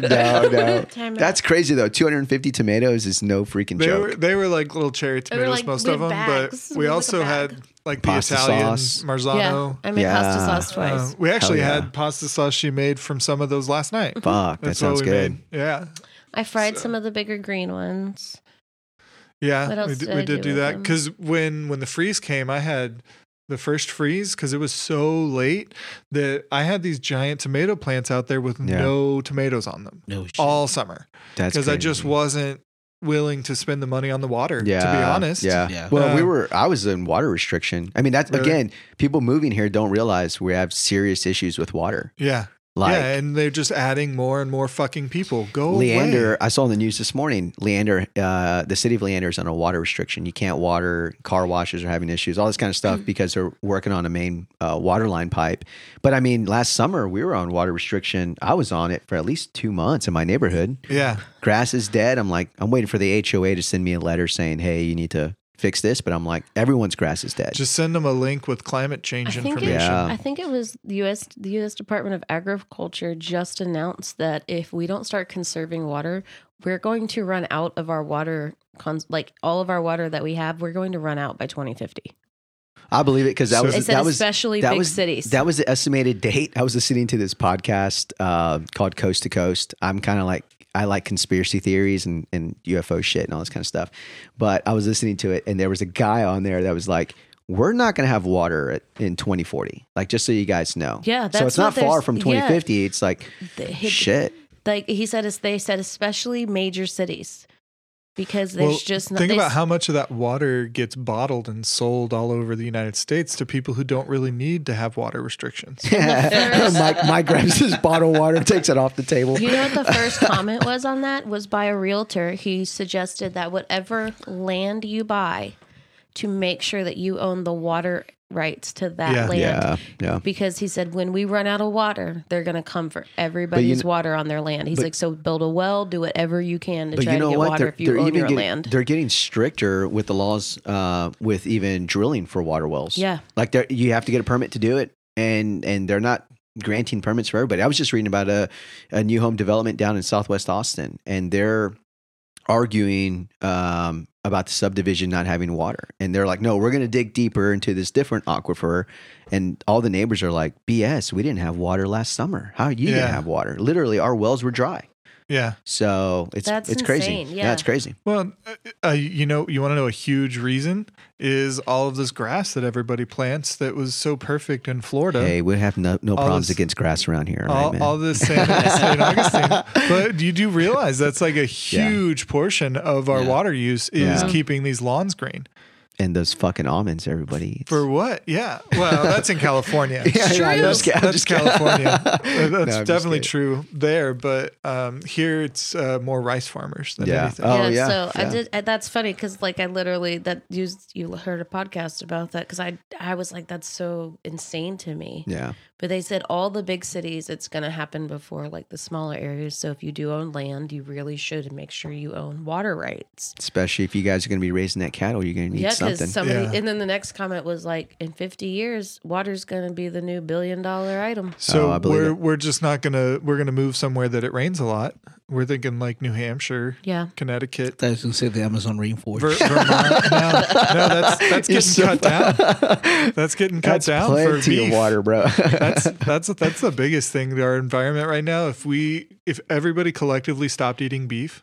Speaker 2: [LAUGHS]
Speaker 4: no, no,
Speaker 1: Time out.
Speaker 4: that's crazy though. Two hundred and fifty tomatoes is no freaking
Speaker 2: They
Speaker 4: joke.
Speaker 2: were they were like little cherry
Speaker 1: were,
Speaker 2: tomatoes,
Speaker 1: like,
Speaker 2: most
Speaker 1: with
Speaker 2: of them.
Speaker 1: bags.
Speaker 2: But
Speaker 1: It was like
Speaker 2: we
Speaker 1: a
Speaker 2: also
Speaker 1: bag.
Speaker 2: had like
Speaker 4: Pasta
Speaker 2: the Italian
Speaker 4: sauce.
Speaker 1: Yeah,
Speaker 2: Marzano.
Speaker 1: I made pasta
Speaker 4: Yeah.
Speaker 1: sauce
Speaker 2: Um,
Speaker 1: twice.
Speaker 2: we actually
Speaker 4: Hell yeah.
Speaker 2: had pasta sauce she made from some of those last night.
Speaker 4: Fuck, that
Speaker 2: That's
Speaker 4: sounds
Speaker 2: what we
Speaker 4: good.
Speaker 2: made. Yeah,
Speaker 1: I fried some of the bigger green ones. What
Speaker 2: yeah,
Speaker 1: else
Speaker 2: we
Speaker 1: did
Speaker 2: did,
Speaker 1: I
Speaker 2: we
Speaker 1: do
Speaker 2: did do
Speaker 1: with
Speaker 2: that
Speaker 1: them?
Speaker 2: because when when the freeze came, I had the first freeze because it was so late that I had these giant tomato plants out there with
Speaker 4: Yeah.
Speaker 2: no tomatoes on them
Speaker 3: No shit.
Speaker 2: all summer
Speaker 4: That's
Speaker 2: because I just
Speaker 4: crazy.
Speaker 2: wasn't willing to spend the money on the water. to be honest.
Speaker 4: Yeah.
Speaker 3: Yeah.
Speaker 4: Well, we
Speaker 2: Uh,
Speaker 4: were, I was in water restriction. I mean, that's
Speaker 2: Really?
Speaker 4: again, people moving here don't realize we have serious issues with water.
Speaker 2: yeah.
Speaker 4: Like,
Speaker 2: yeah, and they're just adding more and more fucking people. Go
Speaker 4: Leander,
Speaker 2: away.
Speaker 4: I saw in the news this morning, Leander, uh, the city of Leander is on a water restriction. You can't water, car washes are having issues, all this kind of stuff
Speaker 2: Mm.
Speaker 4: because they're working on a main uh, water line pipe. But I mean, last summer we were on water restriction. I was on it for at least two months in my neighborhood.
Speaker 2: Yeah,
Speaker 4: Grass is dead. I'm like, I'm waiting for the HOA to send me a letter saying, hey, you need to fix this. But I'm like, everyone's grass is dead.
Speaker 2: just send them a link with climate
Speaker 1: I
Speaker 2: change
Speaker 1: think, it,
Speaker 2: information.
Speaker 4: Yeah.
Speaker 1: I think it was the U.S. The U.S. Department of Agriculture just announced that if we don't start conserving water, we're going to run out of our water. Cons- like all of our water that we have, we're going to run out by 2050.
Speaker 4: I believe it because that
Speaker 2: So-
Speaker 4: was
Speaker 1: It said
Speaker 4: that was
Speaker 1: especially
Speaker 4: that
Speaker 1: big
Speaker 4: was,
Speaker 1: cities.
Speaker 4: That was the estimated [LAUGHS] date. I was listening to this podcast uh, called Coast to Coast. I'm kind of like I like conspiracy theories and, and UFO shit and all this kind of stuff. But I was listening to it and there was a guy on there that was like, "We're not going to have water at, in 2040." Like just so you guys know.
Speaker 1: Yeah,
Speaker 4: so
Speaker 1: that's
Speaker 4: it's not
Speaker 1: what there's-
Speaker 4: far from
Speaker 1: yeah.
Speaker 4: 2050. It's like
Speaker 1: They hit-
Speaker 4: shit.
Speaker 1: Like he said, es- they said especially major cities because there's
Speaker 2: Well,
Speaker 1: just not,
Speaker 2: think
Speaker 1: they-
Speaker 2: about how much of that water gets bottled and sold all over the United States to people who don't really need to have water restrictions.
Speaker 4: [LAUGHS] Mike, Mike grabs his bottle of water, takes it off the table.
Speaker 1: You know
Speaker 4: [LAUGHS]
Speaker 1: what the first comment was on that was by a realtor. He suggested that whatever land you buy, to make sure that you own the water rights to that
Speaker 2: Yeah.
Speaker 1: land.
Speaker 4: Yeah, yeah.
Speaker 1: Because he said when we run out of water, they're going to come for everybody's water on their land. He's like, so build a well, do whatever you can to
Speaker 4: But
Speaker 1: try
Speaker 4: you know
Speaker 1: to get
Speaker 4: what?
Speaker 1: water
Speaker 4: they're,
Speaker 1: if you
Speaker 4: they're
Speaker 1: own
Speaker 4: even
Speaker 1: your
Speaker 4: getting,
Speaker 1: land.
Speaker 4: They're getting stricter with the laws uh, with even drilling for water wells.
Speaker 1: Yeah.
Speaker 4: like they're- you have to get a permit to do it, and and they're not granting permits for everybody. I was just reading about a a new home development down in Southwest Austin, and they're arguing um, about the subdivision not having water, and they're like, no, we're going to dig deeper into this different aquifer, and all the neighbors are like, BS, we didn't have water last summer. How are you
Speaker 2: Yeah.
Speaker 4: gonna have water? Literally, our wells were dry.
Speaker 2: yeah.
Speaker 4: So it's
Speaker 1: That's
Speaker 4: it's
Speaker 1: insane.
Speaker 4: crazy.
Speaker 1: Yeah.
Speaker 4: yeah, it's crazy.
Speaker 2: Well, uh, uh, you know, you want to know a huge reason is all of this grass that everybody plants that was so perfect in Florida.
Speaker 4: Hey, we have no, no problems
Speaker 2: this-
Speaker 4: against grass around here, right,
Speaker 2: all,
Speaker 4: man?
Speaker 2: all this San,
Speaker 4: [LAUGHS]
Speaker 2: San Augustine. But you do realize that's like a huge portion of our
Speaker 3: Yeah.
Speaker 2: water use is
Speaker 4: Yeah.
Speaker 2: keeping these lawns green.
Speaker 4: and those fucking almonds everybody eats.
Speaker 2: For what? Yeah. Well, that's in California.
Speaker 4: [LAUGHS] Yeah, yeah, I'm just kidding. I'm
Speaker 2: That's
Speaker 4: just kidding. [LAUGHS]
Speaker 2: California. Uh,
Speaker 4: No, I'm
Speaker 2: that's
Speaker 4: just
Speaker 2: definitely
Speaker 4: kidding.
Speaker 2: true there, but um, here it's uh, more rice farmers than
Speaker 4: Yeah.
Speaker 2: anything.
Speaker 4: Oh, yeah,
Speaker 1: So I
Speaker 4: yeah.
Speaker 1: did. I, that's funny because like I literally that used you heard a podcast about that because I I was like that's so insane to me.
Speaker 4: Yeah.
Speaker 1: But they said all the big cities, it's going to happen before like the smaller areas. So if you do own land, you really should make sure you own water rights.
Speaker 4: Especially if you guys are going to be raising that cattle, you're going to need
Speaker 1: Yeah,
Speaker 4: something.
Speaker 1: because somebody,
Speaker 2: Yeah.
Speaker 1: and then the next comment was like, in 50 years, water's going to be the new billion dollar item.
Speaker 2: So
Speaker 4: Oh, I believe
Speaker 2: we're
Speaker 4: it.
Speaker 2: we're just not gonna we're gonna move somewhere that it rains a lot We're thinking like New Hampshire,
Speaker 1: Yeah.
Speaker 2: Connecticut,
Speaker 3: I was going to say the Amazon rainforest.
Speaker 2: Ver- Vermont. no, no, that's that's getting cut down.
Speaker 4: [LAUGHS]
Speaker 2: That's getting cut
Speaker 4: That's
Speaker 2: down for
Speaker 4: plenty
Speaker 2: beef.
Speaker 4: of water, bro.
Speaker 2: [LAUGHS] that's that's that's the biggest thing to our environment right now. If we if everybody collectively stopped eating beef,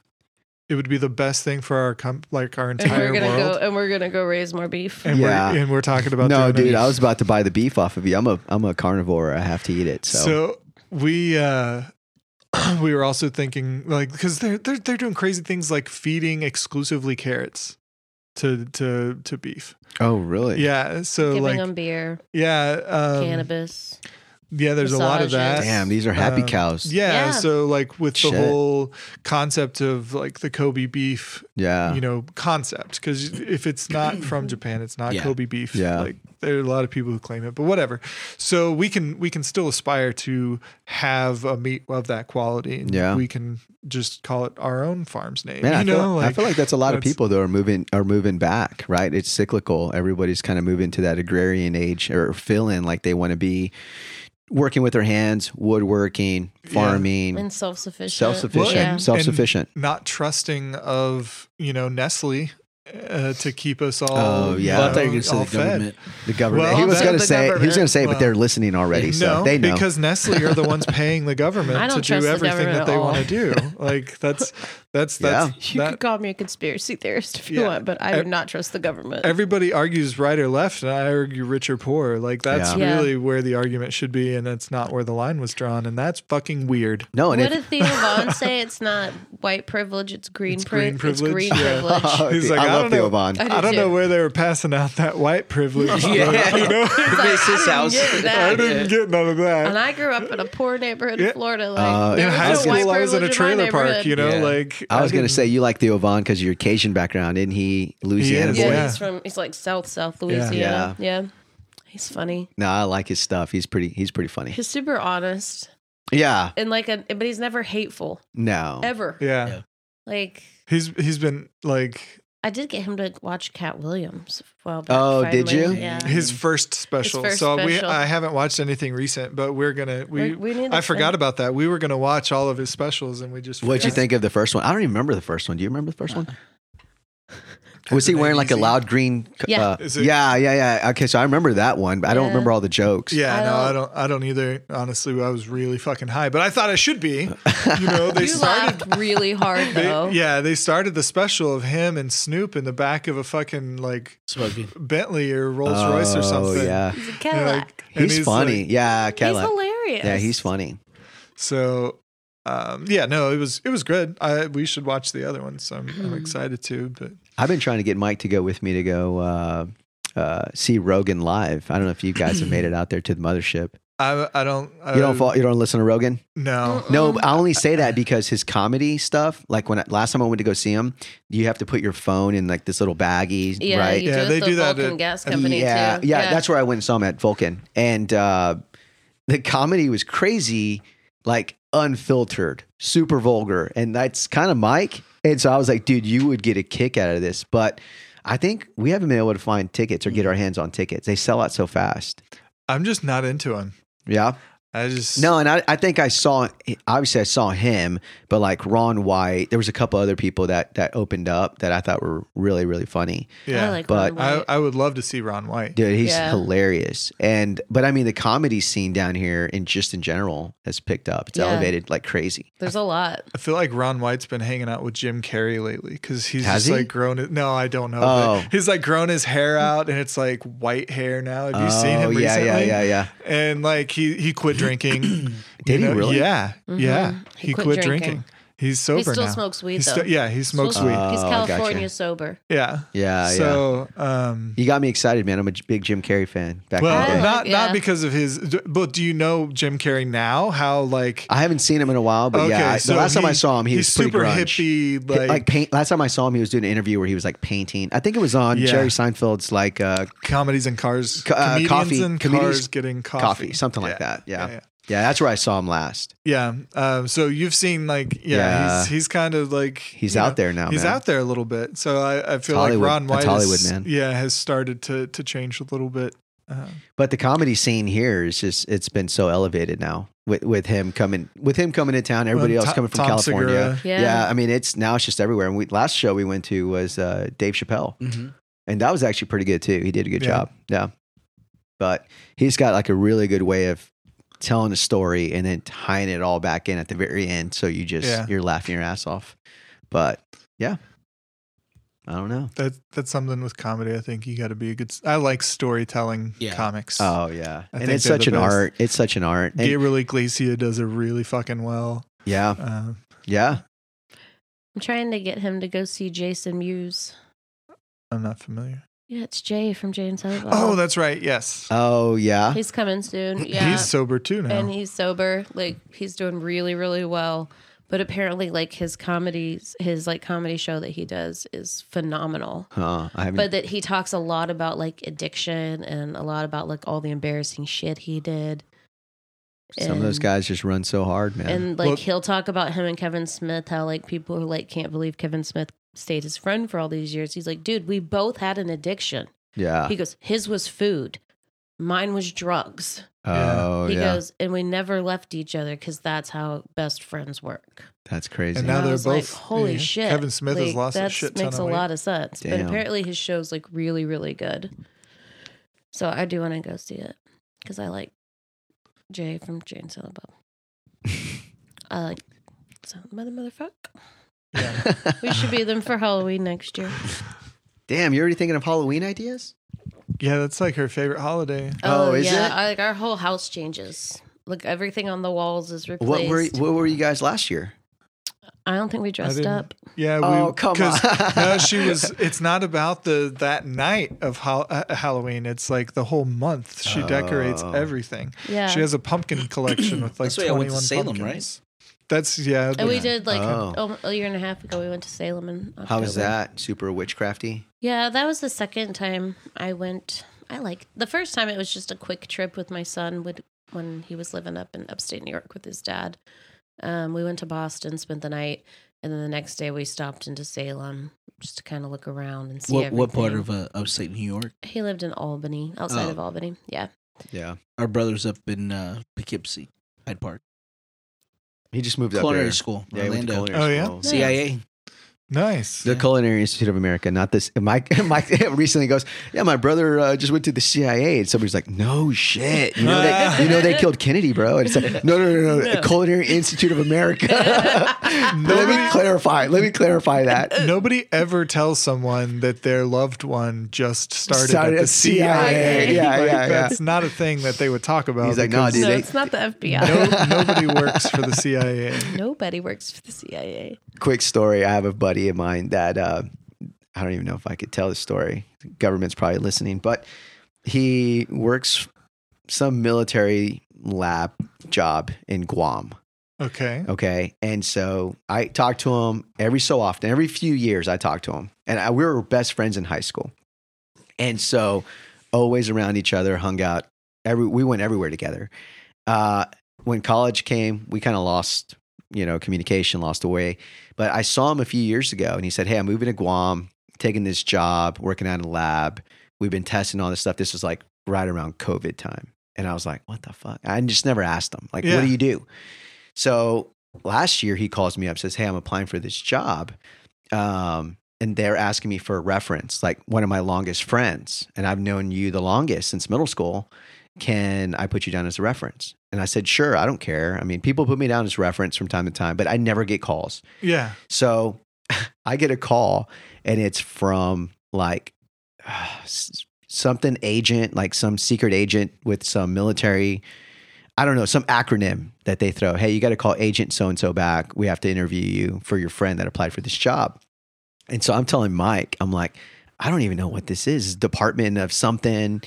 Speaker 2: it would be the best thing for our com- like our
Speaker 1: And we're
Speaker 2: entire
Speaker 1: gonna
Speaker 2: world.
Speaker 1: go and we're gonna go raise more beef.
Speaker 2: And
Speaker 4: Yeah.
Speaker 2: we're and we're talking
Speaker 4: [LAUGHS]
Speaker 2: about
Speaker 4: no,
Speaker 2: doing it.
Speaker 4: dude, I was about to buy the beef off of you. I'm a I'm a carnivore. I have to eat it. So,
Speaker 2: So, we uh [CLEARS THROAT] we were also thinking like because they're they're they're doing crazy things like feeding exclusively carrots to to to beef.
Speaker 4: oh really?
Speaker 2: Yeah. So
Speaker 1: Giving
Speaker 2: like
Speaker 1: them beer,
Speaker 2: yeah, um,
Speaker 1: cannabis.
Speaker 2: Yeah, there's a lot of that.
Speaker 1: massages.
Speaker 4: Damn, these are happy
Speaker 2: Um,
Speaker 4: cows.
Speaker 2: Yeah,
Speaker 1: Yeah.
Speaker 2: So like with the
Speaker 4: Shit.
Speaker 2: whole concept of like the Kobe beef,
Speaker 4: Yeah.
Speaker 2: you know, concept because if it's not from Japan, it's not
Speaker 3: Yeah.
Speaker 2: Kobe beef.
Speaker 4: Yeah.
Speaker 2: Like there are a lot of people who claim it, but whatever. So we can we can still aspire to have a meat of that quality. And
Speaker 4: Yeah.
Speaker 2: We can just call it our own farm's name.
Speaker 4: Man,
Speaker 2: you
Speaker 4: I,
Speaker 2: know,
Speaker 4: feel, like, I feel like that's a lot of
Speaker 2: that's-
Speaker 4: people though are moving are moving back, right? It's cyclical. Everybody's kind of moving to that agrarian age or feeling like they want to be working with their hands, woodworking, farming,
Speaker 1: And self sufficient.
Speaker 4: self sufficient,
Speaker 1: Yeah.
Speaker 4: self sufficient.
Speaker 2: not trusting of you know Nestle uh, to keep us all.
Speaker 4: Oh,
Speaker 2: you
Speaker 4: yeah.
Speaker 3: Well, I thought you were
Speaker 2: know,
Speaker 3: going to say
Speaker 2: all
Speaker 3: the
Speaker 2: fed.
Speaker 3: government.
Speaker 4: The government.
Speaker 2: Well,
Speaker 4: he was
Speaker 2: that-
Speaker 4: gonna
Speaker 1: the
Speaker 4: say he was
Speaker 1: government.
Speaker 4: gonna say, but
Speaker 2: Well,
Speaker 4: they're listening already, so they know.
Speaker 2: because Nestle are the ones paying the
Speaker 1: I
Speaker 2: government
Speaker 1: don't
Speaker 2: to
Speaker 1: trust
Speaker 2: do
Speaker 1: the
Speaker 2: everything
Speaker 1: government
Speaker 2: that
Speaker 1: at
Speaker 2: they
Speaker 1: all.
Speaker 2: want
Speaker 1: [LAUGHS]
Speaker 2: to do. Like that's that's that's
Speaker 1: You
Speaker 2: that,
Speaker 1: could call me a conspiracy theorist if you
Speaker 2: Yeah.
Speaker 1: want, but I would not trust the government.
Speaker 2: everybody argues right or left, and I argue rich or poor. Like that's
Speaker 4: Yeah.
Speaker 1: Yeah.
Speaker 2: really where the argument should be, and that's not where the line was drawn, and that's fucking weird.
Speaker 4: no, and
Speaker 1: what
Speaker 2: [LAUGHS]
Speaker 4: if,
Speaker 1: did Theo Vaughn say? It's not white privilege, it's green,
Speaker 2: It's
Speaker 1: pri-
Speaker 2: green
Speaker 1: It's
Speaker 2: privilege,
Speaker 1: green
Speaker 2: yeah. [LAUGHS]
Speaker 1: privilege.
Speaker 2: He's
Speaker 4: I
Speaker 2: like, I
Speaker 4: love
Speaker 2: don't
Speaker 4: Theo
Speaker 2: know.
Speaker 4: Vaughn.
Speaker 1: I do
Speaker 2: I don't
Speaker 1: too.
Speaker 2: know where they were passing out that white
Speaker 1: [LAUGHS]
Speaker 2: privilege. but, you know,
Speaker 1: It's like,
Speaker 3: his
Speaker 1: I
Speaker 3: house.
Speaker 1: didn't get that.
Speaker 2: [LAUGHS] I didn't get none of that.
Speaker 1: And I grew up in a poor neighborhood in
Speaker 2: Yeah.
Speaker 1: Florida.
Speaker 4: Uh,
Speaker 1: Like there
Speaker 2: in
Speaker 1: was
Speaker 2: high
Speaker 1: no white
Speaker 2: school, I was in
Speaker 1: privilege
Speaker 2: a
Speaker 1: my
Speaker 2: trailer park.
Speaker 1: neighborhood.
Speaker 2: You know,
Speaker 3: Yeah.
Speaker 2: like
Speaker 4: [LAUGHS] I was gonna
Speaker 2: didn't-
Speaker 4: say you like Theo Vaughn because of your Cajun background, isn't he? Louisiana
Speaker 2: is,
Speaker 4: boy.
Speaker 1: Yeah,
Speaker 2: Yeah.
Speaker 1: he's from he's like South South Louisiana. Yeah. He's funny.
Speaker 4: No, I like his stuff. He's pretty. He's pretty funny.
Speaker 1: He's super honest
Speaker 4: Yeah.
Speaker 1: and like a but he's never hateful
Speaker 4: No.
Speaker 1: ever.
Speaker 2: yeah.
Speaker 3: Yeah.
Speaker 1: Like
Speaker 2: He's he's been like
Speaker 1: I did get him to watch Cat Williams a while back.
Speaker 4: Oh, did
Speaker 1: finally.
Speaker 4: you?
Speaker 1: Yeah.
Speaker 2: his first special.
Speaker 1: Um, first
Speaker 2: so we
Speaker 1: special.
Speaker 2: I haven't watched anything recent, but we're gonna we,
Speaker 1: We- we need to
Speaker 2: I forgot
Speaker 1: plan.
Speaker 2: about that. We were gonna watch all of his specials and we just
Speaker 4: What'd you
Speaker 2: forgot.
Speaker 4: think of the first one? I don't even remember the first one. Do you remember the first one? Was he
Speaker 2: Isn't that
Speaker 4: wearing like a
Speaker 2: easy?
Speaker 4: loud green? c-
Speaker 1: Yeah.
Speaker 4: Uh,
Speaker 2: Is it-
Speaker 4: yeah, yeah, yeah. Okay, so I remember that one, but I don't
Speaker 1: Yeah.
Speaker 4: remember all the jokes.
Speaker 2: Yeah,
Speaker 1: I
Speaker 2: no,
Speaker 1: don't-
Speaker 2: I don't I don't either. Honestly, I was really fucking high, but I thought I should be.
Speaker 4: [LAUGHS]
Speaker 2: You know, they
Speaker 1: You
Speaker 2: started
Speaker 1: laughed really hard
Speaker 2: they-
Speaker 1: though.
Speaker 2: yeah, they started the special of him and Snoop in the back of a fucking like
Speaker 3: Smoking.
Speaker 2: Bentley or Rolls Royce or something.
Speaker 4: Oh, yeah.
Speaker 1: He's a
Speaker 2: And,
Speaker 1: Cadillac.
Speaker 2: like, and
Speaker 4: He's, funny.
Speaker 2: like-
Speaker 4: yeah,
Speaker 1: he's
Speaker 4: Cadillac.
Speaker 1: hilarious.
Speaker 4: Yeah, he's funny.
Speaker 2: So um, yeah, no, it was it was good. I we should watch the other ones. I'm,
Speaker 1: Mm-hmm.
Speaker 2: I'm excited to, but
Speaker 4: I've been trying to get Mike to go with me to go uh, uh, see Rogan live. I don't know if you guys have made it out there to the mothership.
Speaker 2: I I don't I,
Speaker 4: You don't fall, you don't listen to Rogan.
Speaker 2: no.
Speaker 4: No, I only say that because his comedy stuff. Like when I, last time I went to go see him, you have to put your phone in like this little baggie,
Speaker 1: Yeah,
Speaker 4: right?
Speaker 1: you
Speaker 2: Yeah,
Speaker 1: do
Speaker 2: they
Speaker 1: it at
Speaker 2: do
Speaker 1: the
Speaker 2: that
Speaker 1: Vulcan
Speaker 2: at-
Speaker 1: Gas Company
Speaker 4: yeah,
Speaker 1: too.
Speaker 4: yeah, that's where I went and saw him at Vulcan, and uh, the comedy was crazy, like unfiltered, super vulgar, and that's kind of Mike. And so I was like, dude, you would get a kick out of this, but I think we haven't been able to find tickets or get our hands on tickets. They sell out so fast.
Speaker 2: I'm just not into him.
Speaker 4: Yeah.
Speaker 2: I just
Speaker 4: No, and I, I think I saw obviously I saw him, but like Ron White, there was a couple other people that that opened up that I thought were really really funny.
Speaker 2: Yeah,
Speaker 1: I like
Speaker 4: but
Speaker 1: but
Speaker 2: I, I would love to see Ron White.
Speaker 4: Dude, he's
Speaker 1: Yeah.
Speaker 4: hilarious. And but I mean the comedy scene down here and just in general has picked up. It's
Speaker 1: Yeah.
Speaker 4: elevated like crazy.
Speaker 1: There's a lot.
Speaker 2: I feel like Ron White's been hanging out with Jim Carrey lately because he's
Speaker 4: Has
Speaker 2: just
Speaker 4: he?
Speaker 2: like grown. It, no, I don't know.
Speaker 4: Oh.
Speaker 2: but He's like grown his hair out, and it's like white hair now. Have you seen
Speaker 4: Oh,
Speaker 2: him
Speaker 4: yeah,
Speaker 2: recently?
Speaker 4: yeah, yeah, yeah.
Speaker 2: And like he he quit
Speaker 4: [CLEARS THROAT]
Speaker 2: drinking. You
Speaker 4: Did he
Speaker 2: know,
Speaker 4: really?
Speaker 2: Yeah, yeah. He,
Speaker 1: Mm-hmm. He
Speaker 2: quit,
Speaker 1: quit
Speaker 2: drinking.
Speaker 1: drinking.
Speaker 2: He's sober
Speaker 1: he still
Speaker 2: now.
Speaker 1: smokes weed
Speaker 2: He's
Speaker 1: though.
Speaker 2: sti- yeah, he smokes
Speaker 1: Still
Speaker 2: weed.
Speaker 1: sm- He's
Speaker 4: Oh, gotcha.
Speaker 1: California sober.
Speaker 2: yeah,
Speaker 4: Uh, Yeah, yeah.
Speaker 2: So um,
Speaker 4: You got me excited, man. I'm a j- big Jim Carrey fan. Back in
Speaker 2: well,
Speaker 4: the day.
Speaker 1: Yeah.
Speaker 2: not not
Speaker 1: Yeah.
Speaker 2: because of his. But do you know Jim Carrey now? How like
Speaker 4: I haven't seen him in a while, but yeah, I- the last time I
Speaker 2: he-
Speaker 4: saw him, he
Speaker 2: he's
Speaker 4: was pretty
Speaker 2: super
Speaker 4: grunge.
Speaker 2: hippie,
Speaker 4: Hi-
Speaker 2: like,
Speaker 4: like paint. Last time I saw him, he was doing an interview where he was like painting. I think it was on
Speaker 2: Yeah.
Speaker 4: Jerry Seinfeld's like uh,
Speaker 2: comedies and cars,
Speaker 4: Co- uh,
Speaker 2: comedians
Speaker 4: coffee-
Speaker 2: and
Speaker 4: comedians-
Speaker 2: cars getting coffee,
Speaker 4: coffee, something like that. Yeah. yeah,
Speaker 2: yeah.
Speaker 4: That's where I saw him last.
Speaker 2: yeah. Um, so you've seen like, yeah, he's he's kind of like
Speaker 4: He's
Speaker 2: you know,
Speaker 4: out there now,
Speaker 2: He's
Speaker 4: man.
Speaker 2: out there a little bit. So I, I feel like
Speaker 4: Hollywood.
Speaker 2: Ron White,
Speaker 4: That's
Speaker 2: is-
Speaker 4: Hollywood, man.
Speaker 2: yeah, has started to to change a little bit. Uh,
Speaker 4: But the comedy scene here is just it's been so elevated now with with him coming with him coming to town, everybody
Speaker 2: Well,
Speaker 4: else
Speaker 2: Tom-
Speaker 4: coming from
Speaker 2: Tom
Speaker 4: California.
Speaker 1: Segura. Yeah.
Speaker 4: I mean it's now it's just everywhere. And we last show we went to was uh, Dave Chappelle. And that was actually pretty good too. He did a good
Speaker 2: Yeah.
Speaker 4: job. Yeah. But he's got like a really good way of telling a story and then tying it all back in at the very end. So you just
Speaker 2: Yeah.
Speaker 4: you're laughing your ass off. But yeah. I don't know.
Speaker 2: That that's something with comedy. I think you got to be a good. s- I like storytelling
Speaker 3: Yeah.
Speaker 2: comics.
Speaker 4: Oh yeah.
Speaker 2: I
Speaker 4: and
Speaker 2: think
Speaker 4: it's
Speaker 2: they're
Speaker 4: such
Speaker 2: the
Speaker 4: an
Speaker 2: best.
Speaker 4: art. It's such an art. And-
Speaker 2: Gabriel Iglesias does it really fucking well.
Speaker 4: yeah.
Speaker 2: Um,
Speaker 4: Yeah.
Speaker 1: I'm trying to get him to go see Jason Mewes.
Speaker 2: I'm not familiar.
Speaker 1: Yeah, it's Jay from Jay and Silent Bob.
Speaker 2: Oh, that's right. Yes,
Speaker 3: Uh,
Speaker 4: Oh yeah.
Speaker 1: he's coming soon. Yeah,
Speaker 2: he's sober too now.
Speaker 1: and he's sober. Like he's doing really, really well. But apparently, like his comedies, his like comedy show that he does is phenomenal.
Speaker 4: Huh. I haven't.
Speaker 1: But that he talks a lot about like addiction and a lot about like all the embarrassing shit he did.
Speaker 4: some of those
Speaker 1: And-
Speaker 4: guys just run so hard, man.
Speaker 1: And like
Speaker 2: Well-
Speaker 1: he'll talk about him and Kevin Smith, how like people are like can't believe Kevin Smith stayed his friend for all these years. He's like, dude, we both had an addiction.
Speaker 4: yeah.
Speaker 1: He goes, his was food, mine was drugs.
Speaker 4: oh
Speaker 1: he
Speaker 4: yeah.
Speaker 1: goes, and we never left each other because that's how best friends work.
Speaker 4: That's crazy.
Speaker 2: And now
Speaker 1: I
Speaker 2: they're
Speaker 1: was
Speaker 2: both-
Speaker 1: like, holy
Speaker 2: yeah,
Speaker 1: shit.
Speaker 2: Kevin Smith has
Speaker 1: Like,
Speaker 2: lost a
Speaker 1: that's-
Speaker 2: shit ton
Speaker 1: makes
Speaker 2: of
Speaker 1: a
Speaker 2: weight.
Speaker 1: lot of sense.
Speaker 4: Damn.
Speaker 1: But apparently his show's like really, really good. So I do want to go see it because I like Jay from Jane Silent Bob. [LAUGHS] I like Silent Mother Motherfuck.
Speaker 4: [LAUGHS]
Speaker 1: We should be them for Halloween next
Speaker 2: [LAUGHS]
Speaker 1: year.
Speaker 4: Damn, you're already thinking of Halloween ideas?
Speaker 2: yeah, that's like her favorite holiday.
Speaker 4: Oh, is
Speaker 1: yeah.
Speaker 4: it?
Speaker 1: I, like our whole house changes. Like everything on the walls is replaced.
Speaker 4: What were What were you guys last year?
Speaker 1: I don't think we dressed
Speaker 2: didn't-
Speaker 1: up.
Speaker 2: Yeah. We,
Speaker 4: Oh, come
Speaker 2: 'cause- [LAUGHS]
Speaker 4: on.
Speaker 2: no, she was. It's not about the that night of Hal- uh, Halloween. It's like the whole month. She decorates
Speaker 4: Oh.
Speaker 2: everything.
Speaker 1: Yeah.
Speaker 2: She has a pumpkin collection with like
Speaker 3: That's why I went to
Speaker 2: 21
Speaker 3: Salem,
Speaker 2: pumpkins.
Speaker 3: right?
Speaker 2: That's yeah.
Speaker 1: and we did like
Speaker 4: Oh.
Speaker 1: oh, a year and a half ago. We went to Salem and
Speaker 4: How was that? Super witchcrafty.
Speaker 1: Yeah, that was the second time I went. I like the first time it was just a quick trip with my son would when he was living up in upstate New York with his dad. Um, we went to Boston, spent the night, and then the next day we stopped into Salem just to kind of look around and see
Speaker 3: What, what part
Speaker 1: everything.
Speaker 3: of uh, upstate New York?
Speaker 1: He lived in Albany, outside
Speaker 3: Oh.
Speaker 1: of Albany. Yeah,
Speaker 4: Yeah.
Speaker 3: Our brother's up in uh, Poughkeepsie, Hyde Park.
Speaker 4: He just moved up
Speaker 3: Culinary
Speaker 4: there.
Speaker 3: school,
Speaker 4: Yeah, he went to
Speaker 3: Orlando.
Speaker 4: culinary
Speaker 2: Oh, yeah?
Speaker 4: school.
Speaker 1: Yeah.
Speaker 3: CIA.
Speaker 2: Nice.
Speaker 4: The Culinary Institute of America, not this. Mike, [LAUGHS] Mike recently goes, yeah, my brother uh, just went to the CIA, and somebody's like, no shit, you know, they, you know they killed Kennedy, bro. And it's like, no, no, no, no,
Speaker 1: No.
Speaker 4: Culinary Institute of America. [LAUGHS] let me clarify. Let me clarify that. [LAUGHS]
Speaker 2: Nobody ever tells someone that their loved one just started,
Speaker 4: Started
Speaker 2: at the
Speaker 4: at CIA.
Speaker 2: CIA.
Speaker 4: Yeah,
Speaker 2: Like,
Speaker 4: yeah, yeah.
Speaker 2: That's not a thing that they would talk about.
Speaker 4: He's like, "Nah,
Speaker 2: because
Speaker 4: dude, they-
Speaker 1: not
Speaker 3: [LAUGHS]
Speaker 1: the FBI.
Speaker 2: no- nobody
Speaker 4: [LAUGHS]
Speaker 2: works for the CIA.
Speaker 1: Nobody works for the CIA.
Speaker 4: quick story. I have a buddy of mine that uh, I don't even know if I could tell the story. The government's probably listening, but he works some military lab job in Guam.
Speaker 2: Okay.
Speaker 4: Okay. And so I talk to him every so often, every few years, I talk to him. And I, we were best friends in high school. And so always around each other, hung out. Every, we went everywhere together. Uh, when college came, we kind of lost, you know, communication, lost away. But I saw him a few years ago and he said, Hey, I'm moving to Guam, taking this job, working out in a lab. We've been testing all this stuff. This was like right around COVID time. And I was like, What the fuck? I just never asked him, like,
Speaker 2: Yeah.
Speaker 4: what do you do? So last year he calls me up, says, Hey, I'm applying for this job. Um, and they're asking me for a reference, like one of my longest friends, and I've known you the longest since middle school. Can I put you down as a reference? And I said, Sure, I don't care. I mean, people put me down as reference from time to time, but I never get calls.
Speaker 2: Yeah.
Speaker 4: So [LAUGHS] I get a call and it's from like [SIGHS] s- something agent, like some secret agent with some military, I don't know, some acronym that they throw. Hey, you got to call agent so and so back. We have to interview you for your friend that applied for this job. And so I'm telling Mike, I'm like, I don't even know what this is, department of something.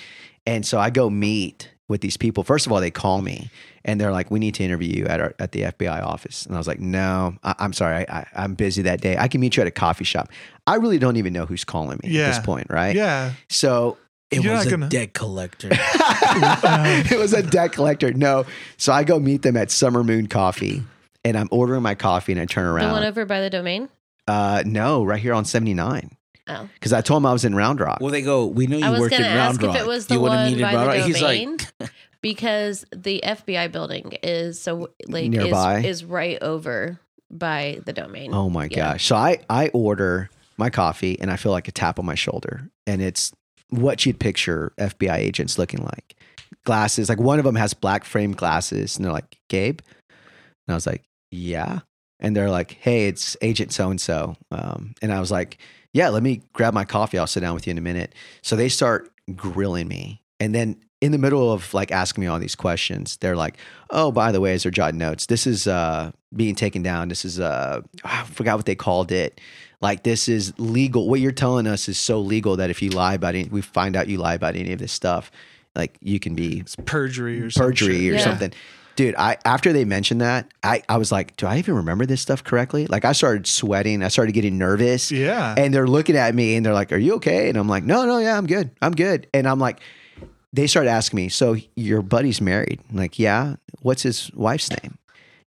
Speaker 4: And so I go meet with these people. First of all, they call me and they're like, "We need to interview you at our, at the FBI office." And I was like, "No, I, I'm sorry, I, I, I'm busy that day. I can meet you at a coffee shop. I really don't even know who's calling me at
Speaker 2: Yeah.
Speaker 4: this point, right?"
Speaker 2: Yeah.
Speaker 4: So [LAUGHS]
Speaker 3: It
Speaker 2: You're
Speaker 3: was
Speaker 2: not
Speaker 3: a
Speaker 2: gonna-
Speaker 3: debt collector.
Speaker 4: it was a debt collector. No, so I go meet them at Summer Moon Coffee, and I'm ordering my coffee, and I turn
Speaker 1: The
Speaker 4: around.
Speaker 1: one over by the domain.
Speaker 4: uh, no, right here on 79.
Speaker 1: Oh.
Speaker 4: because I told him I was in Round Rock.
Speaker 3: Well, they go. We know you
Speaker 1: I was
Speaker 3: worked
Speaker 1: going
Speaker 3: in
Speaker 1: to ask
Speaker 3: Round
Speaker 1: if
Speaker 3: Rock.
Speaker 1: it was the
Speaker 3: you wouldn't
Speaker 1: one
Speaker 3: need
Speaker 1: by
Speaker 3: Round
Speaker 1: the
Speaker 3: Rock. He's like, [LAUGHS]
Speaker 1: domain because the FBI building is so like
Speaker 4: Nearby.
Speaker 1: is, is right over by the domain.
Speaker 4: Oh my
Speaker 1: Yeah.
Speaker 4: gosh. So I, I order my coffee and I feel like a tap on my shoulder. And it's what you'd picture FBI agents looking like. Glasses, like one of them has black frame glasses. And they're like, Gabe? And I was like, yeah. And they're like, hey, it's Agent so and so. And I was like, yeah, let me grab my coffee. I'll sit down with you in a minute. So they start grilling me. And then in the middle of like asking me all these questions, they're like, oh, by the way, as they're jotting notes, this is uh, being taken down. This is, uh, I forgot what they called it. Like, this is legal. What you're telling us is so legal that if you lie about it, we find out you lie about any of this stuff, like you can be
Speaker 2: It's perjury or some
Speaker 4: perjury
Speaker 2: shit.
Speaker 4: or
Speaker 1: Yeah.
Speaker 4: something. Dude, I after they mentioned that, I, I was like, do I even remember this stuff correctly? Like I started sweating, I started getting nervous.
Speaker 2: Yeah.
Speaker 4: And they're looking at me and they're like, Are you okay? And I'm like, No, no, yeah, I'm good. I'm good. And I'm like, they started asking me, So your buddy's married? I'm like, yeah. What's his wife's name?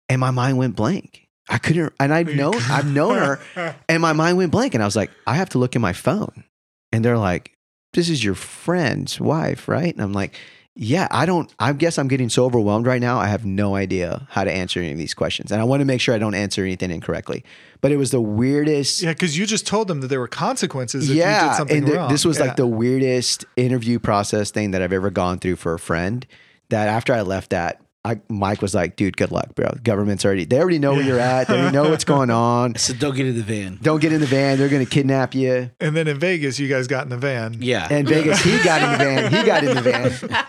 Speaker 4: And my mind went blank. I couldn't and I've known I've known her and my mind went blank. And I was like, I have to look at my phone. And they're like, This is your friend's wife, right? And I'm like, Yeah, I don't, I guess I'm getting so overwhelmed right now. I have no idea how to answer any of these questions. And I want to make sure I don't answer anything incorrectly. But it was the
Speaker 2: [LAUGHS]
Speaker 4: weirdest.
Speaker 2: Yeah, because you just told them that there were consequences if you did
Speaker 4: Yeah,
Speaker 2: something
Speaker 4: and th-
Speaker 2: wrong.
Speaker 4: this was
Speaker 2: Yeah.
Speaker 4: like the weirdest interview process thing that I've ever gone through for a friend. That after I left that, I, Mike was like, "Dude, good luck, bro. Government's already they already know where you're at. They already
Speaker 2: [LAUGHS]
Speaker 4: know what's going on.
Speaker 3: I said, don't get in the van.
Speaker 4: Don't get in the van. They're gonna kidnap you."
Speaker 2: And then in Vegas, you guys got in the van.
Speaker 3: Yeah.
Speaker 4: And Vegas, he got in the van. He got in the van.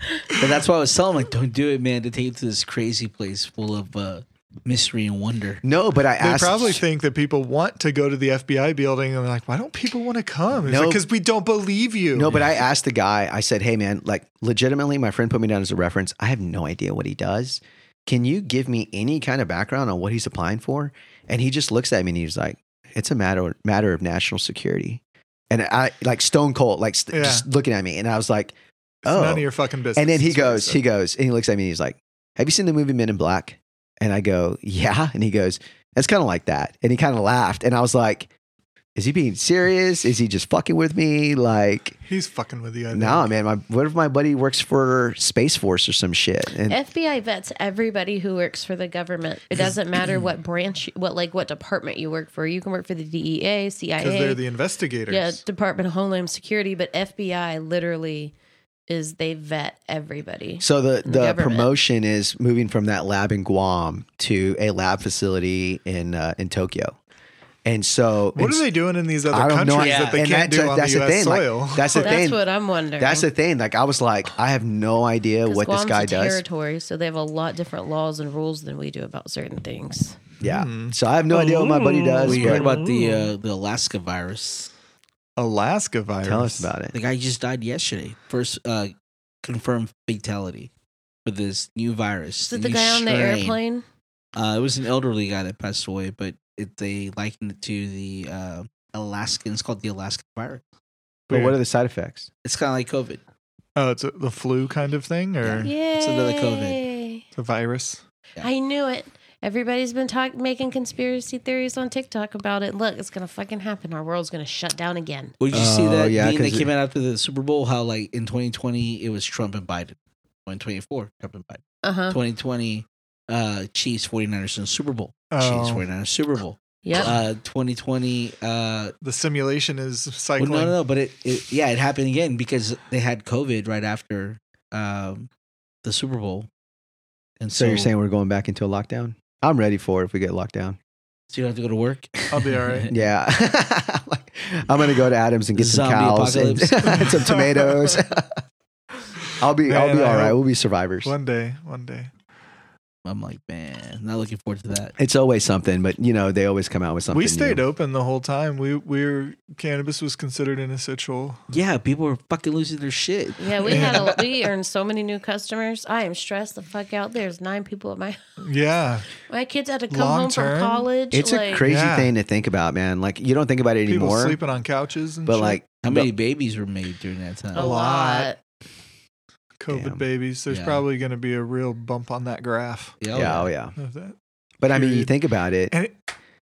Speaker 3: but that's why I was telling him, like, don't do it, man. To take you to this crazy place full of uh, mystery and wonder.
Speaker 4: No, but I
Speaker 2: They
Speaker 4: asked.
Speaker 2: probably think that people want to go to the FBI building and they're like, why don't people want to come? It's
Speaker 4: No.
Speaker 2: because we don't believe you.
Speaker 4: no, but I asked the guy. I said, "Hey, man, like, legitimately, my friend put me down as a reference. I have no idea what he does. Can you give me any kind of background on what he's applying for?" And he just looks at me and he's like, "It's a matter matter of national security." And I like stone cold, like st-
Speaker 2: Yeah.
Speaker 4: just looking at me, and I was like,
Speaker 2: it's
Speaker 4: "Oh,
Speaker 2: none of your fucking business.
Speaker 4: And then he
Speaker 2: is what
Speaker 4: goes,
Speaker 2: said.
Speaker 4: he goes, and he looks at me and he's like, Have you seen the movie Men in Black? And I go, Yeah. And he goes, That's kind of like that. And he kind of laughed. And I was like, Is he being serious? Is he just fucking with me? Like,
Speaker 2: he's fucking with you. I
Speaker 4: no,
Speaker 2: think.
Speaker 4: nah, man. My, what if my buddy works for Space Force or some shit? And
Speaker 1: FBI vets everybody who works for the government. It doesn't matter
Speaker 3: [CLEARS THROAT]
Speaker 1: what branch, what like what department you work for. You can work for the E DEA,
Speaker 2: because they're
Speaker 1: CIA,
Speaker 2: the investigators.
Speaker 1: yeah, Department of Homeland Security, but FBI literally is they vet everybody.
Speaker 4: so the, the
Speaker 1: Government.
Speaker 4: promotion is moving from that lab in Guam to a lab facility in uh, in Tokyo. And so
Speaker 2: What
Speaker 4: and
Speaker 2: are they doing in these
Speaker 4: I
Speaker 2: other
Speaker 4: don't know.
Speaker 2: countries
Speaker 3: Yeah.
Speaker 2: that they
Speaker 4: and
Speaker 2: can't do on the U.S.
Speaker 4: thing. like,
Speaker 2: soil?
Speaker 4: that's the
Speaker 1: That's
Speaker 4: thing.
Speaker 1: what I'm wondering.
Speaker 4: That's the thing. Like I was like, I have no idea
Speaker 1: 'Cause
Speaker 4: what
Speaker 1: Guam's
Speaker 4: this guy
Speaker 1: a
Speaker 4: does.
Speaker 1: territory, so they have a lot different laws and rules than we do about certain things.
Speaker 4: Yeah.
Speaker 2: Hmm.
Speaker 4: So I have no idea what my buddy does.
Speaker 3: We heard
Speaker 4: but
Speaker 3: about the uh, the Alaska virus.
Speaker 2: Alaska virus.
Speaker 4: tell us about it.
Speaker 3: The guy just died yesterday. First uh, confirmed fatality for this new virus.
Speaker 1: Is it the
Speaker 3: new
Speaker 1: guy on the
Speaker 3: strain.
Speaker 1: airplane?
Speaker 3: Uh, it was an elderly guy that passed away, but it, they likened it to the uh, Alaskan. It's called the Alaska virus.
Speaker 4: But what are the side effects?
Speaker 3: It's kind of like COVID.
Speaker 2: Oh, it's a, the flu kind of thing, or
Speaker 3: Yeah.
Speaker 1: Yeah,
Speaker 3: It's another COVID.
Speaker 2: it's a virus.
Speaker 3: Yeah.
Speaker 1: I knew it. Everybody's been talk- making conspiracy theories on TikTok about it. Look, it's gonna fucking happen. Our world's gonna shut down again.
Speaker 3: Well, did you see
Speaker 4: Oh,
Speaker 3: that
Speaker 4: yeah,
Speaker 3: meme that
Speaker 4: 'cause
Speaker 3: came
Speaker 4: it-
Speaker 3: out after the Super Bowl? How like in 2020 it was Trump and Biden. 2024 Trump and Biden.
Speaker 1: Uh huh.
Speaker 3: 2020 uh, Chiefs 49ers in Super Bowl. Chiefs
Speaker 2: Oh.
Speaker 3: 49ers Super Bowl.
Speaker 1: Yep.
Speaker 3: Uh, 2020. Uh,
Speaker 2: The simulation is
Speaker 3: well,
Speaker 2: cycling.
Speaker 3: no,
Speaker 4: [LAUGHS]
Speaker 3: no, [LAUGHS] no. But it, it yeah, it happened again because they had COVID right after um, the Super Bowl. And
Speaker 4: So,
Speaker 3: so,
Speaker 4: you're saying we're going back into a lockdown? I'm ready for it if we get locked down.
Speaker 3: so you don't have to go to work?
Speaker 2: I'll be all right.
Speaker 4: Yeah. [LAUGHS] Like, I'm gonna go to Adams and get some
Speaker 3: Zombie
Speaker 4: cows [LAUGHS] and,
Speaker 3: apocalypse.
Speaker 2: [LAUGHS]
Speaker 4: some tomatoes. I'll be I'll
Speaker 2: Man,
Speaker 4: be
Speaker 2: I
Speaker 4: all right.
Speaker 2: hope-
Speaker 4: We'll be survivors.
Speaker 2: One day, one day.
Speaker 3: [LAUGHS] I'm like, man, not looking forward to that.
Speaker 4: It's always something, but you know, they always come out with something.
Speaker 2: we stayed
Speaker 4: new.
Speaker 2: open the whole time. We we were, cannabis was considered an essential.
Speaker 3: Yeah, people are fucking losing their shit.
Speaker 1: yeah, we had a, we earned so many new customers. I am stressed the fuck out. There's nine people at my
Speaker 2: Yeah,
Speaker 1: my kids had to come
Speaker 2: Long
Speaker 1: home
Speaker 2: term?
Speaker 1: from college.
Speaker 4: It's
Speaker 1: like,
Speaker 4: a crazy
Speaker 2: Yeah.
Speaker 4: thing to think about, man. Like you don't think about it
Speaker 2: people
Speaker 4: anymore.
Speaker 2: sleeping on couches and
Speaker 4: but
Speaker 2: shit.
Speaker 4: like
Speaker 3: How many babies were made during that time?
Speaker 1: a
Speaker 2: lot.
Speaker 1: lot.
Speaker 2: COVID
Speaker 4: Damn.
Speaker 2: babies. There's
Speaker 3: Yeah.
Speaker 2: probably going to be a real bump on that graph
Speaker 4: yeah, oh yeah.
Speaker 2: of that.
Speaker 4: But I mean, you
Speaker 2: Period.
Speaker 4: think about it.
Speaker 2: And it,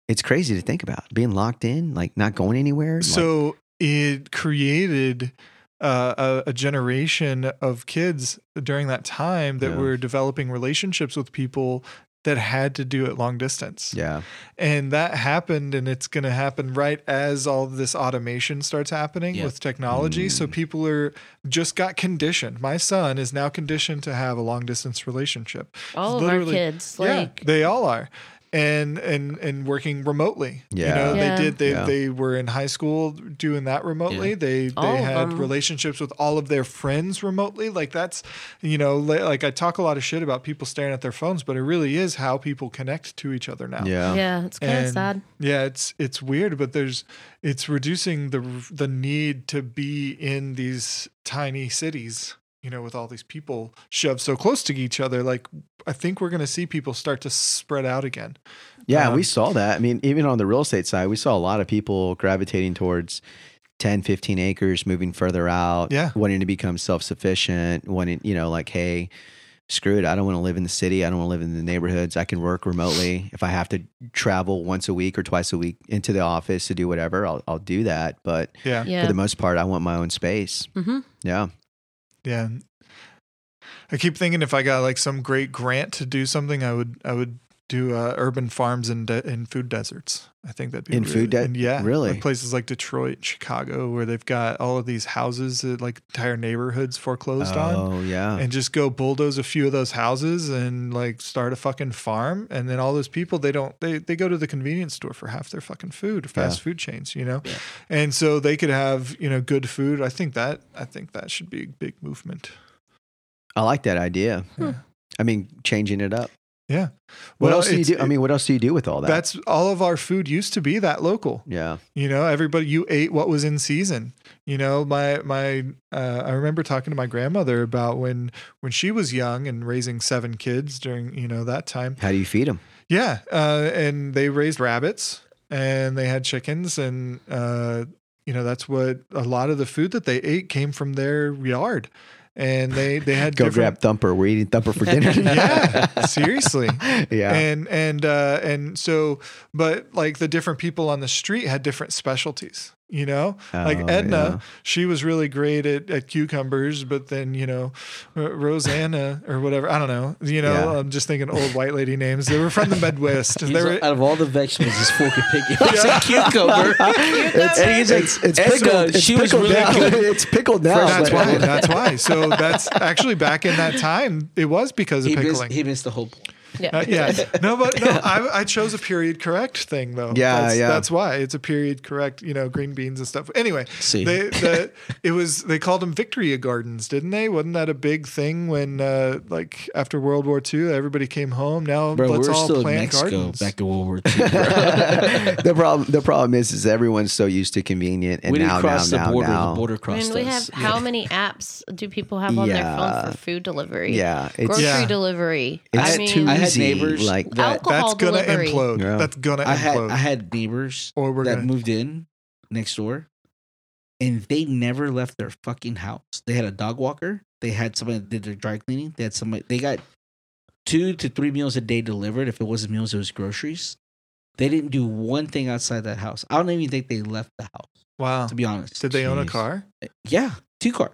Speaker 4: it's crazy to think about being locked in, like not going anywhere. like,
Speaker 2: So it created uh, a, a generation of kids during that time that
Speaker 4: Yeah.
Speaker 2: were developing relationships with people that had to do it long distance.
Speaker 4: yeah,
Speaker 2: And that happened, and it's going to happen right as all this automation starts happening
Speaker 3: Yeah.
Speaker 2: with technology. So
Speaker 4: Mm.
Speaker 2: people are just got conditioned. My son is now conditioned to have a long distance relationship.
Speaker 1: All of our
Speaker 2: Literally-
Speaker 1: kids, like
Speaker 2: yeah, they all are and and and working remotely
Speaker 4: Yeah.
Speaker 2: you know
Speaker 1: Yeah.
Speaker 2: they did they
Speaker 4: Yeah.
Speaker 2: they were in high school doing that remotely
Speaker 3: Yeah.
Speaker 2: they they
Speaker 1: All of
Speaker 2: had
Speaker 1: them.
Speaker 2: relationships with all of their friends remotely like that's you know li- like i talk a lot of shit about people staring at their phones but it really is how people connect to each other now
Speaker 4: yeah,
Speaker 1: yeah, it's kind of
Speaker 2: And,
Speaker 1: sad.
Speaker 2: Yeah, it's it's weird, but there's it's reducing the the need to be in these tiny cities, you know, with all these people shoved so close to each other. Like I think we're going to see people start to spread out again.
Speaker 4: yeah.
Speaker 2: Um,
Speaker 4: we saw that. I mean, even on the real estate side, we saw a lot of people gravitating towards 10, 15 acres, moving further out,
Speaker 2: Yeah.
Speaker 4: wanting to become self sufficient, wanting, you know, like, hey, screw it. I don't want to live in the city. I don't want to live in the neighborhoods. I can work remotely. If I have to travel once a week or twice a week into the office to do whatever, I'll, I'll do that. But
Speaker 2: Yeah.
Speaker 1: Yeah.
Speaker 4: for the most part, I want my own space.
Speaker 1: mm-hmm.
Speaker 4: Yeah.
Speaker 2: Yeah. I keep thinking if I got like some great grant to do something, I would I would do uh, urban farms in de- in food deserts. I think that'd be
Speaker 4: In
Speaker 2: really-
Speaker 4: food de-
Speaker 2: in- yeah,
Speaker 4: really?
Speaker 2: like places like Detroit, Chicago, where they've got all of these houses that like entire neighborhoods foreclosed on.
Speaker 4: Oh, yeah.
Speaker 2: and just go bulldoze a few of those houses and like start a fucking farm and then all those people they don't they, they go to the convenience store for half their fucking food fast food chains you know
Speaker 3: Yeah.
Speaker 2: and so they could have you know good food i think that i think that should be a big movement
Speaker 4: I like that idea.
Speaker 2: Hmm.
Speaker 4: I mean, changing it up.
Speaker 2: yeah
Speaker 4: What
Speaker 2: Well,
Speaker 4: else do you do?
Speaker 2: it's-
Speaker 4: I mean, what else do you do with all that?
Speaker 2: that's all of our food used to be that local
Speaker 4: yeah.
Speaker 2: you know everybody you ate what was in season you know my my uh, i remember talking to my grandmother about when when she was young and raising seven kids during you know that time
Speaker 4: How do you feed them?
Speaker 2: Yeah, uh, and they raised rabbits and they had chickens, and uh, you know that's what a lot of the food that they ate came from their yard, and they they had
Speaker 4: [LAUGHS] Go
Speaker 2: different.
Speaker 4: grab Thumper. We're eating Thumper for
Speaker 3: [LAUGHS]
Speaker 4: dinner.
Speaker 2: yeah, seriously.
Speaker 4: [LAUGHS] Yeah.
Speaker 2: And and uh, and so, but like the different people on the street had different specialties. You know, like
Speaker 4: Oh,
Speaker 2: Edna,
Speaker 4: yeah.
Speaker 2: she was really great at, at cucumbers, but then you know, uh, Rosanna or whatever. I don't know. You know,
Speaker 4: Yeah.
Speaker 2: I'm just thinking old white lady names. They were from the Midwest. They
Speaker 3: He's
Speaker 2: were,
Speaker 3: like, out of all the vegetables, he's fucking
Speaker 2: [LAUGHS]
Speaker 3: picking. It's a cucumber.
Speaker 4: [LAUGHS] It's,
Speaker 3: And he's like,
Speaker 4: it's, it's
Speaker 3: Esco,
Speaker 4: pickled. It's
Speaker 3: she was
Speaker 4: pickled
Speaker 3: really
Speaker 4: now.
Speaker 3: good.
Speaker 4: [LAUGHS] it's pickled now.
Speaker 2: That's
Speaker 4: but- [LAUGHS]
Speaker 2: why. That's why. So that's actually back in that time. It was because of
Speaker 3: He missed,
Speaker 2: pickling.
Speaker 3: he missed the whole point.
Speaker 1: Yeah.
Speaker 2: Uh,
Speaker 3: [LAUGHS]
Speaker 2: yeah. No, but no, I, I chose a period correct thing though.
Speaker 4: Yeah,
Speaker 2: that's,
Speaker 4: yeah.
Speaker 2: That's why it's a period correct. You know, green beans and stuff. Anyway,
Speaker 3: See. [LAUGHS]
Speaker 2: they the, it was they called them Victoria Gardens, didn't they? Wasn't that a big thing when uh, like after World War II, everybody came home. Now
Speaker 3: Bro,
Speaker 2: let's
Speaker 3: we're
Speaker 2: all
Speaker 3: still in
Speaker 2: plant
Speaker 3: Mexico
Speaker 2: gardens.
Speaker 3: back to World War [LAUGHS] II. Bro.
Speaker 4: the problem. The problem is, is everyone's so used to convenient, and
Speaker 3: we
Speaker 4: now,
Speaker 3: didn't cross
Speaker 4: now,
Speaker 3: the
Speaker 4: now,
Speaker 3: border.
Speaker 4: now.
Speaker 3: The border
Speaker 1: I mean,
Speaker 3: crossed
Speaker 1: we have
Speaker 3: us.
Speaker 1: how many apps do people have on their
Speaker 4: Yeah.
Speaker 1: phone for food delivery?
Speaker 4: Yeah, it's-
Speaker 1: grocery
Speaker 2: Yeah.
Speaker 1: delivery.
Speaker 4: It's
Speaker 1: I mean,
Speaker 4: too
Speaker 3: I had
Speaker 4: easy.
Speaker 3: neighbors
Speaker 4: like [LAUGHS]
Speaker 3: that-
Speaker 1: Alcohol
Speaker 2: That's gonna
Speaker 1: delivery.
Speaker 2: implode.
Speaker 4: Yeah.
Speaker 2: That's gonna
Speaker 3: I had
Speaker 2: implode.
Speaker 3: I had neighbors
Speaker 2: or we're
Speaker 3: that
Speaker 2: gonna.
Speaker 3: moved in next door, and they never left their fucking house. They had a dog walker. They had somebody that did their dry cleaning. They had somebody. They got two to three meals a day delivered. If it wasn't meals, it was groceries. They didn't do one thing outside that house. I don't even think they left the house.
Speaker 2: Wow.
Speaker 3: To be honest,
Speaker 2: Did they own a
Speaker 3: Jeez.
Speaker 2: car?
Speaker 3: Yeah, two cars.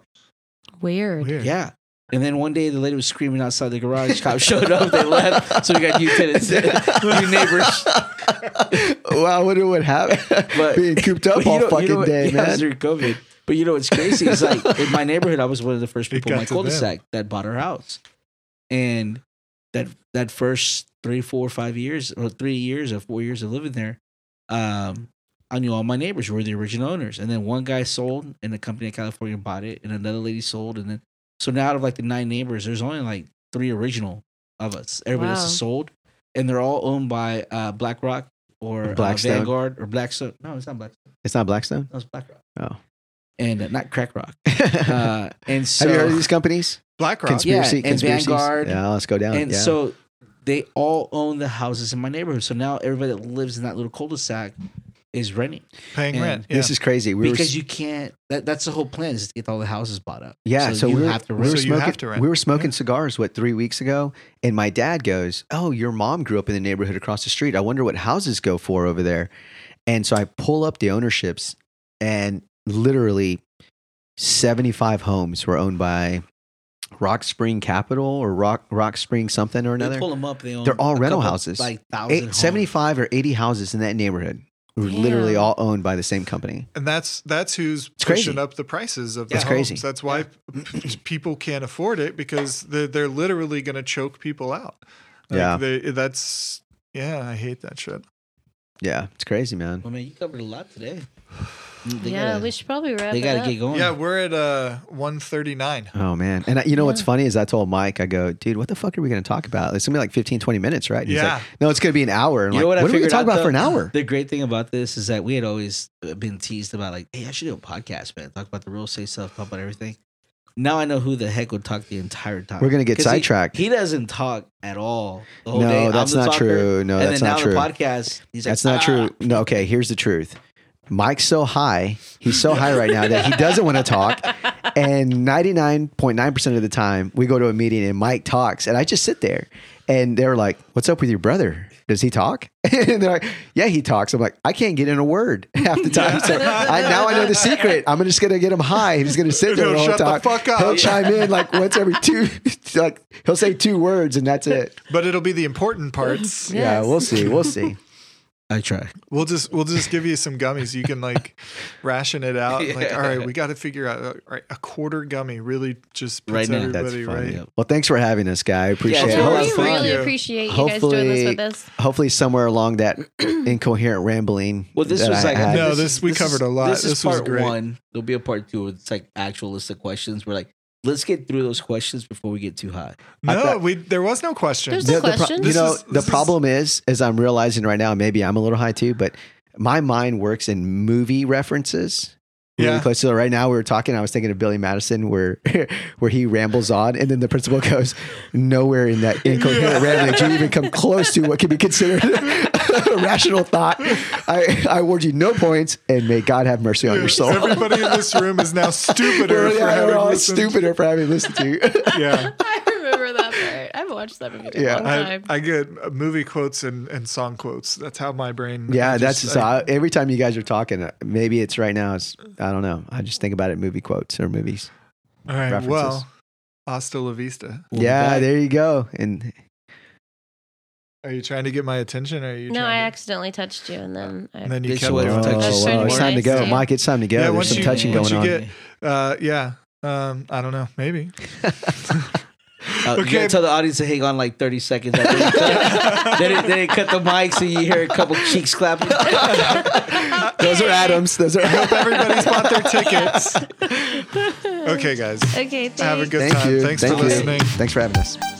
Speaker 1: weird.
Speaker 2: Weird.
Speaker 3: Yeah. And then one day the lady was screaming outside the garage. Cop showed up. They left. So we got new
Speaker 4: [LAUGHS]
Speaker 3: tenants, new neighbors.
Speaker 4: well, I wonder what happened.
Speaker 3: [LAUGHS] But-
Speaker 4: Being cooped up
Speaker 3: But you
Speaker 4: all
Speaker 3: know- you
Speaker 4: fucking
Speaker 3: know what-
Speaker 4: day,
Speaker 3: [LAUGHS] yeah, it was
Speaker 4: man.
Speaker 3: during COVID. But you know what's crazy is
Speaker 4: [LAUGHS]
Speaker 3: like in my neighborhood, I was one of the first
Speaker 2: It
Speaker 3: people in
Speaker 2: got
Speaker 3: my
Speaker 2: to them.
Speaker 3: cul-de-sac that bought our house, and that that first three, four, five years or three years or four years of living there, um, I knew all my neighbors were the original owners, and then one guy sold, and a company in California bought it, and another lady sold, and then so now out of like the nine neighbors, there's only like three original of us. Everybody else
Speaker 1: Wow.
Speaker 3: is sold, and they're all owned by uh, BlackRock or
Speaker 4: Blackstone.
Speaker 3: Blackstone. Vanguard or Blackstone. No, it's not Blackstone.
Speaker 4: It's not Blackstone.
Speaker 3: That was BlackRock.
Speaker 4: Oh.
Speaker 3: And uh, not Crack
Speaker 4: [LAUGHS]
Speaker 3: Rock. Uh, and so,
Speaker 4: Have you heard of these companies?
Speaker 2: BlackRock.
Speaker 4: Conspiracy,
Speaker 3: and
Speaker 4: conspiracies.
Speaker 3: Vanguard.
Speaker 4: Yeah, let's go down.
Speaker 3: and
Speaker 4: yeah.
Speaker 3: so they all own the houses in my neighborhood. So now everybody that lives in that little cul-de-sac is renting
Speaker 2: paying
Speaker 3: And
Speaker 2: rent.
Speaker 4: This
Speaker 2: yeah.
Speaker 4: is crazy. We were,
Speaker 3: because you can't. That, that's the whole plan is to get all the houses bought up.
Speaker 4: Yeah, so,
Speaker 3: you
Speaker 4: we were,
Speaker 3: have to
Speaker 4: we were
Speaker 3: rent.
Speaker 2: So you
Speaker 4: smoking,
Speaker 2: have to rent.
Speaker 4: We were smoking cigars, what, three weeks ago? And my dad goes, Oh, your mom grew up in the neighborhood across the street. I wonder what houses go for over there. And so I pull up the ownerships, and literally 75 homes were owned by Rock Spring Capital or Rock, Rock Spring something or
Speaker 3: They
Speaker 4: another.
Speaker 3: pull them up. They own
Speaker 4: They're all
Speaker 3: a
Speaker 4: rental
Speaker 3: couple,
Speaker 4: houses.
Speaker 3: Like thousand
Speaker 4: Eight, 75 or 80 houses in that neighborhood were literally
Speaker 1: Damn.
Speaker 4: all owned by the same company.
Speaker 2: and that's that's who's
Speaker 4: It's
Speaker 2: pushing
Speaker 4: crazy.
Speaker 2: up the prices of the
Speaker 4: It's
Speaker 2: homes.
Speaker 4: crazy.
Speaker 2: That's why p- [CLEARS THROAT] people can't afford it because they're, they're literally going to choke people out. Like,
Speaker 4: Yeah.
Speaker 2: they, that's yeah. I hate that shit.
Speaker 4: Yeah, it's crazy, man.
Speaker 3: Well, man, you covered a
Speaker 1: [SIGHS]
Speaker 3: lot today. They
Speaker 1: yeah,
Speaker 3: gotta,
Speaker 1: we should probably wrap
Speaker 3: they
Speaker 1: it
Speaker 3: gotta
Speaker 1: up.
Speaker 3: get going.
Speaker 2: Yeah, we're at uh one thirty nine.
Speaker 4: Oh man. And I, you know what's
Speaker 1: Yeah.
Speaker 4: funny is I told Mike, I go, dude, what the fuck are we going to talk about? It's going to be like 15, 20 minutes, right? And he's
Speaker 2: Yeah.
Speaker 4: like, no, it's going to be an hour. And I'm
Speaker 3: You know
Speaker 4: like,
Speaker 3: what I
Speaker 4: what, are we going
Speaker 3: figured
Speaker 4: to talk
Speaker 3: out,
Speaker 4: about for an
Speaker 3: though?
Speaker 4: hour?
Speaker 3: The great thing about this is that we had always been teased about like, hey, I should do a podcast, man. Talk about the real estate stuff, talk about everything. Now I know who the heck would talk the entire time.
Speaker 4: We're gonna get
Speaker 3: 'Cause
Speaker 4: sidetracked.
Speaker 3: He, he doesn't talk at all. The whole
Speaker 4: No,
Speaker 3: day. I'm
Speaker 4: that's
Speaker 3: the
Speaker 4: not
Speaker 3: talker.
Speaker 4: true. No,
Speaker 3: and
Speaker 4: that's
Speaker 3: then
Speaker 4: not
Speaker 3: now
Speaker 4: true.
Speaker 3: the podcast. He's like,
Speaker 4: That's not
Speaker 3: "Ah."
Speaker 4: true. No, okay, here's the truth. Mike's so high, he's so high right now that he doesn't want to talk. And 99.9% of the time, we go to a meeting and Mike talks, and I just sit there. And they're like, What's up with your brother? Does he talk? [LAUGHS] And they're like, Yeah, he talks. I'm like, I can't get in a word half the time. So I, now I know the secret. I'm just going to get him high. and He's going to sit there
Speaker 2: He'll
Speaker 4: the whole
Speaker 2: shut the
Speaker 4: time.
Speaker 2: fuck up.
Speaker 4: He'll chime in like once every two, [LAUGHS] like, he'll say two words, and that's it.
Speaker 2: But it'll be the
Speaker 1: [LAUGHS]
Speaker 2: important parts.
Speaker 4: Yeah,
Speaker 1: Yes.
Speaker 4: we'll see. We'll see.
Speaker 3: I try.
Speaker 2: We'll just we'll just give you some gummies. You can
Speaker 4: [LAUGHS]
Speaker 2: like ration it out. Like, all right, we got to figure out all right, a quarter gummy really just puts
Speaker 3: Right now.
Speaker 4: That's
Speaker 2: everybody
Speaker 4: funny.
Speaker 2: right.
Speaker 3: Yep.
Speaker 4: Well, thanks for having us, guy. I appreciate
Speaker 3: it's
Speaker 4: it.
Speaker 3: been a lot
Speaker 1: Yeah,
Speaker 3: of
Speaker 1: we
Speaker 3: fun.
Speaker 1: really
Speaker 2: Yeah.
Speaker 1: appreciate you guys doing this
Speaker 4: Hopefully,
Speaker 1: with us.
Speaker 4: hopefully somewhere
Speaker 1: [CLEARS THROAT]
Speaker 4: along that incoherent rambling.
Speaker 3: Well, this
Speaker 4: that
Speaker 3: was
Speaker 4: I
Speaker 3: like
Speaker 4: had.
Speaker 2: No,
Speaker 3: is-
Speaker 2: this- we covered a lot.
Speaker 3: This is
Speaker 2: This was
Speaker 3: part
Speaker 2: great.
Speaker 3: one. There'll be a part two. It's like actual list of questions. We're like, let's get through those questions before we get too high.
Speaker 2: No,
Speaker 4: I thought-
Speaker 2: we there was no question.
Speaker 1: There's
Speaker 4: You know,
Speaker 1: no
Speaker 4: the pro-
Speaker 1: question.
Speaker 4: you
Speaker 2: This
Speaker 4: know,
Speaker 2: is-
Speaker 4: the
Speaker 2: this is-
Speaker 4: problem is, as I'm realizing right now, maybe I'm a little high too, but my mind works in movie references. Really
Speaker 2: Yeah.
Speaker 4: close. So right now we were talking. I was thinking of Billy Madison, where [LAUGHS] where he rambles on, and then the principal goes, "Nowhere in that incoherent rambling do you even come close to what can be considered [LAUGHS] a rational thought." I, I award you no points, and may God have mercy on your soul.
Speaker 2: Everybody in this room is
Speaker 4: [LAUGHS]
Speaker 2: now stupider
Speaker 4: We're,
Speaker 2: for
Speaker 4: yeah,
Speaker 2: having
Speaker 4: we're all
Speaker 2: listened.
Speaker 4: stupider for having listened to you. [LAUGHS]
Speaker 2: Yeah.
Speaker 1: [LAUGHS] I remember that part. I haven't watched that movie in
Speaker 4: Yeah.
Speaker 1: a long
Speaker 2: I,
Speaker 1: time.
Speaker 2: I get movie quotes and, and song quotes. That's how my brain.
Speaker 4: yeah,
Speaker 2: I
Speaker 4: that's
Speaker 2: just-
Speaker 4: so
Speaker 2: I-
Speaker 4: I- every time you guys are talking. uh, Maybe it's right now. It's I don't know. I just think about it. Movie quotes or movies.
Speaker 2: all right.
Speaker 4: references.
Speaker 2: Well, hasta la vista.
Speaker 3: We'll be
Speaker 4: yeah,
Speaker 3: back.
Speaker 4: there you go. And
Speaker 2: Are you trying to get my attention? Or are you?
Speaker 1: no, I
Speaker 2: trying to-
Speaker 1: accidentally touched you, and then I,
Speaker 2: And then you
Speaker 3: This
Speaker 2: kept
Speaker 3: was-
Speaker 4: oh,
Speaker 2: going.
Speaker 3: touch
Speaker 4: well,
Speaker 1: some
Speaker 4: it's
Speaker 1: more.
Speaker 4: time to go,
Speaker 1: Yeah.
Speaker 4: Mike. It's time to go.
Speaker 2: Yeah,
Speaker 4: There's
Speaker 2: once
Speaker 4: some
Speaker 2: you-
Speaker 4: touching
Speaker 2: once
Speaker 4: going on.
Speaker 2: you get- Uh, yeah. Um, I don't know. Maybe.
Speaker 3: Uh,
Speaker 2: Okay.
Speaker 3: You gotta tell the audience to hang on like 30 seconds. After you cut. then, it, then it cut the mics and you hear a couple cheeks clapping.
Speaker 1: [LAUGHS]
Speaker 4: [LAUGHS] Those are Adams.
Speaker 2: [LAUGHS]
Speaker 4: Those are.
Speaker 2: Everybody's bought their tickets. Okay, guys.
Speaker 1: okay. Thanks.
Speaker 2: Have a good
Speaker 4: Thank
Speaker 2: time.
Speaker 4: you.
Speaker 2: Thanks
Speaker 4: Thank
Speaker 2: for
Speaker 4: you.
Speaker 2: listening.
Speaker 4: Thanks for having us.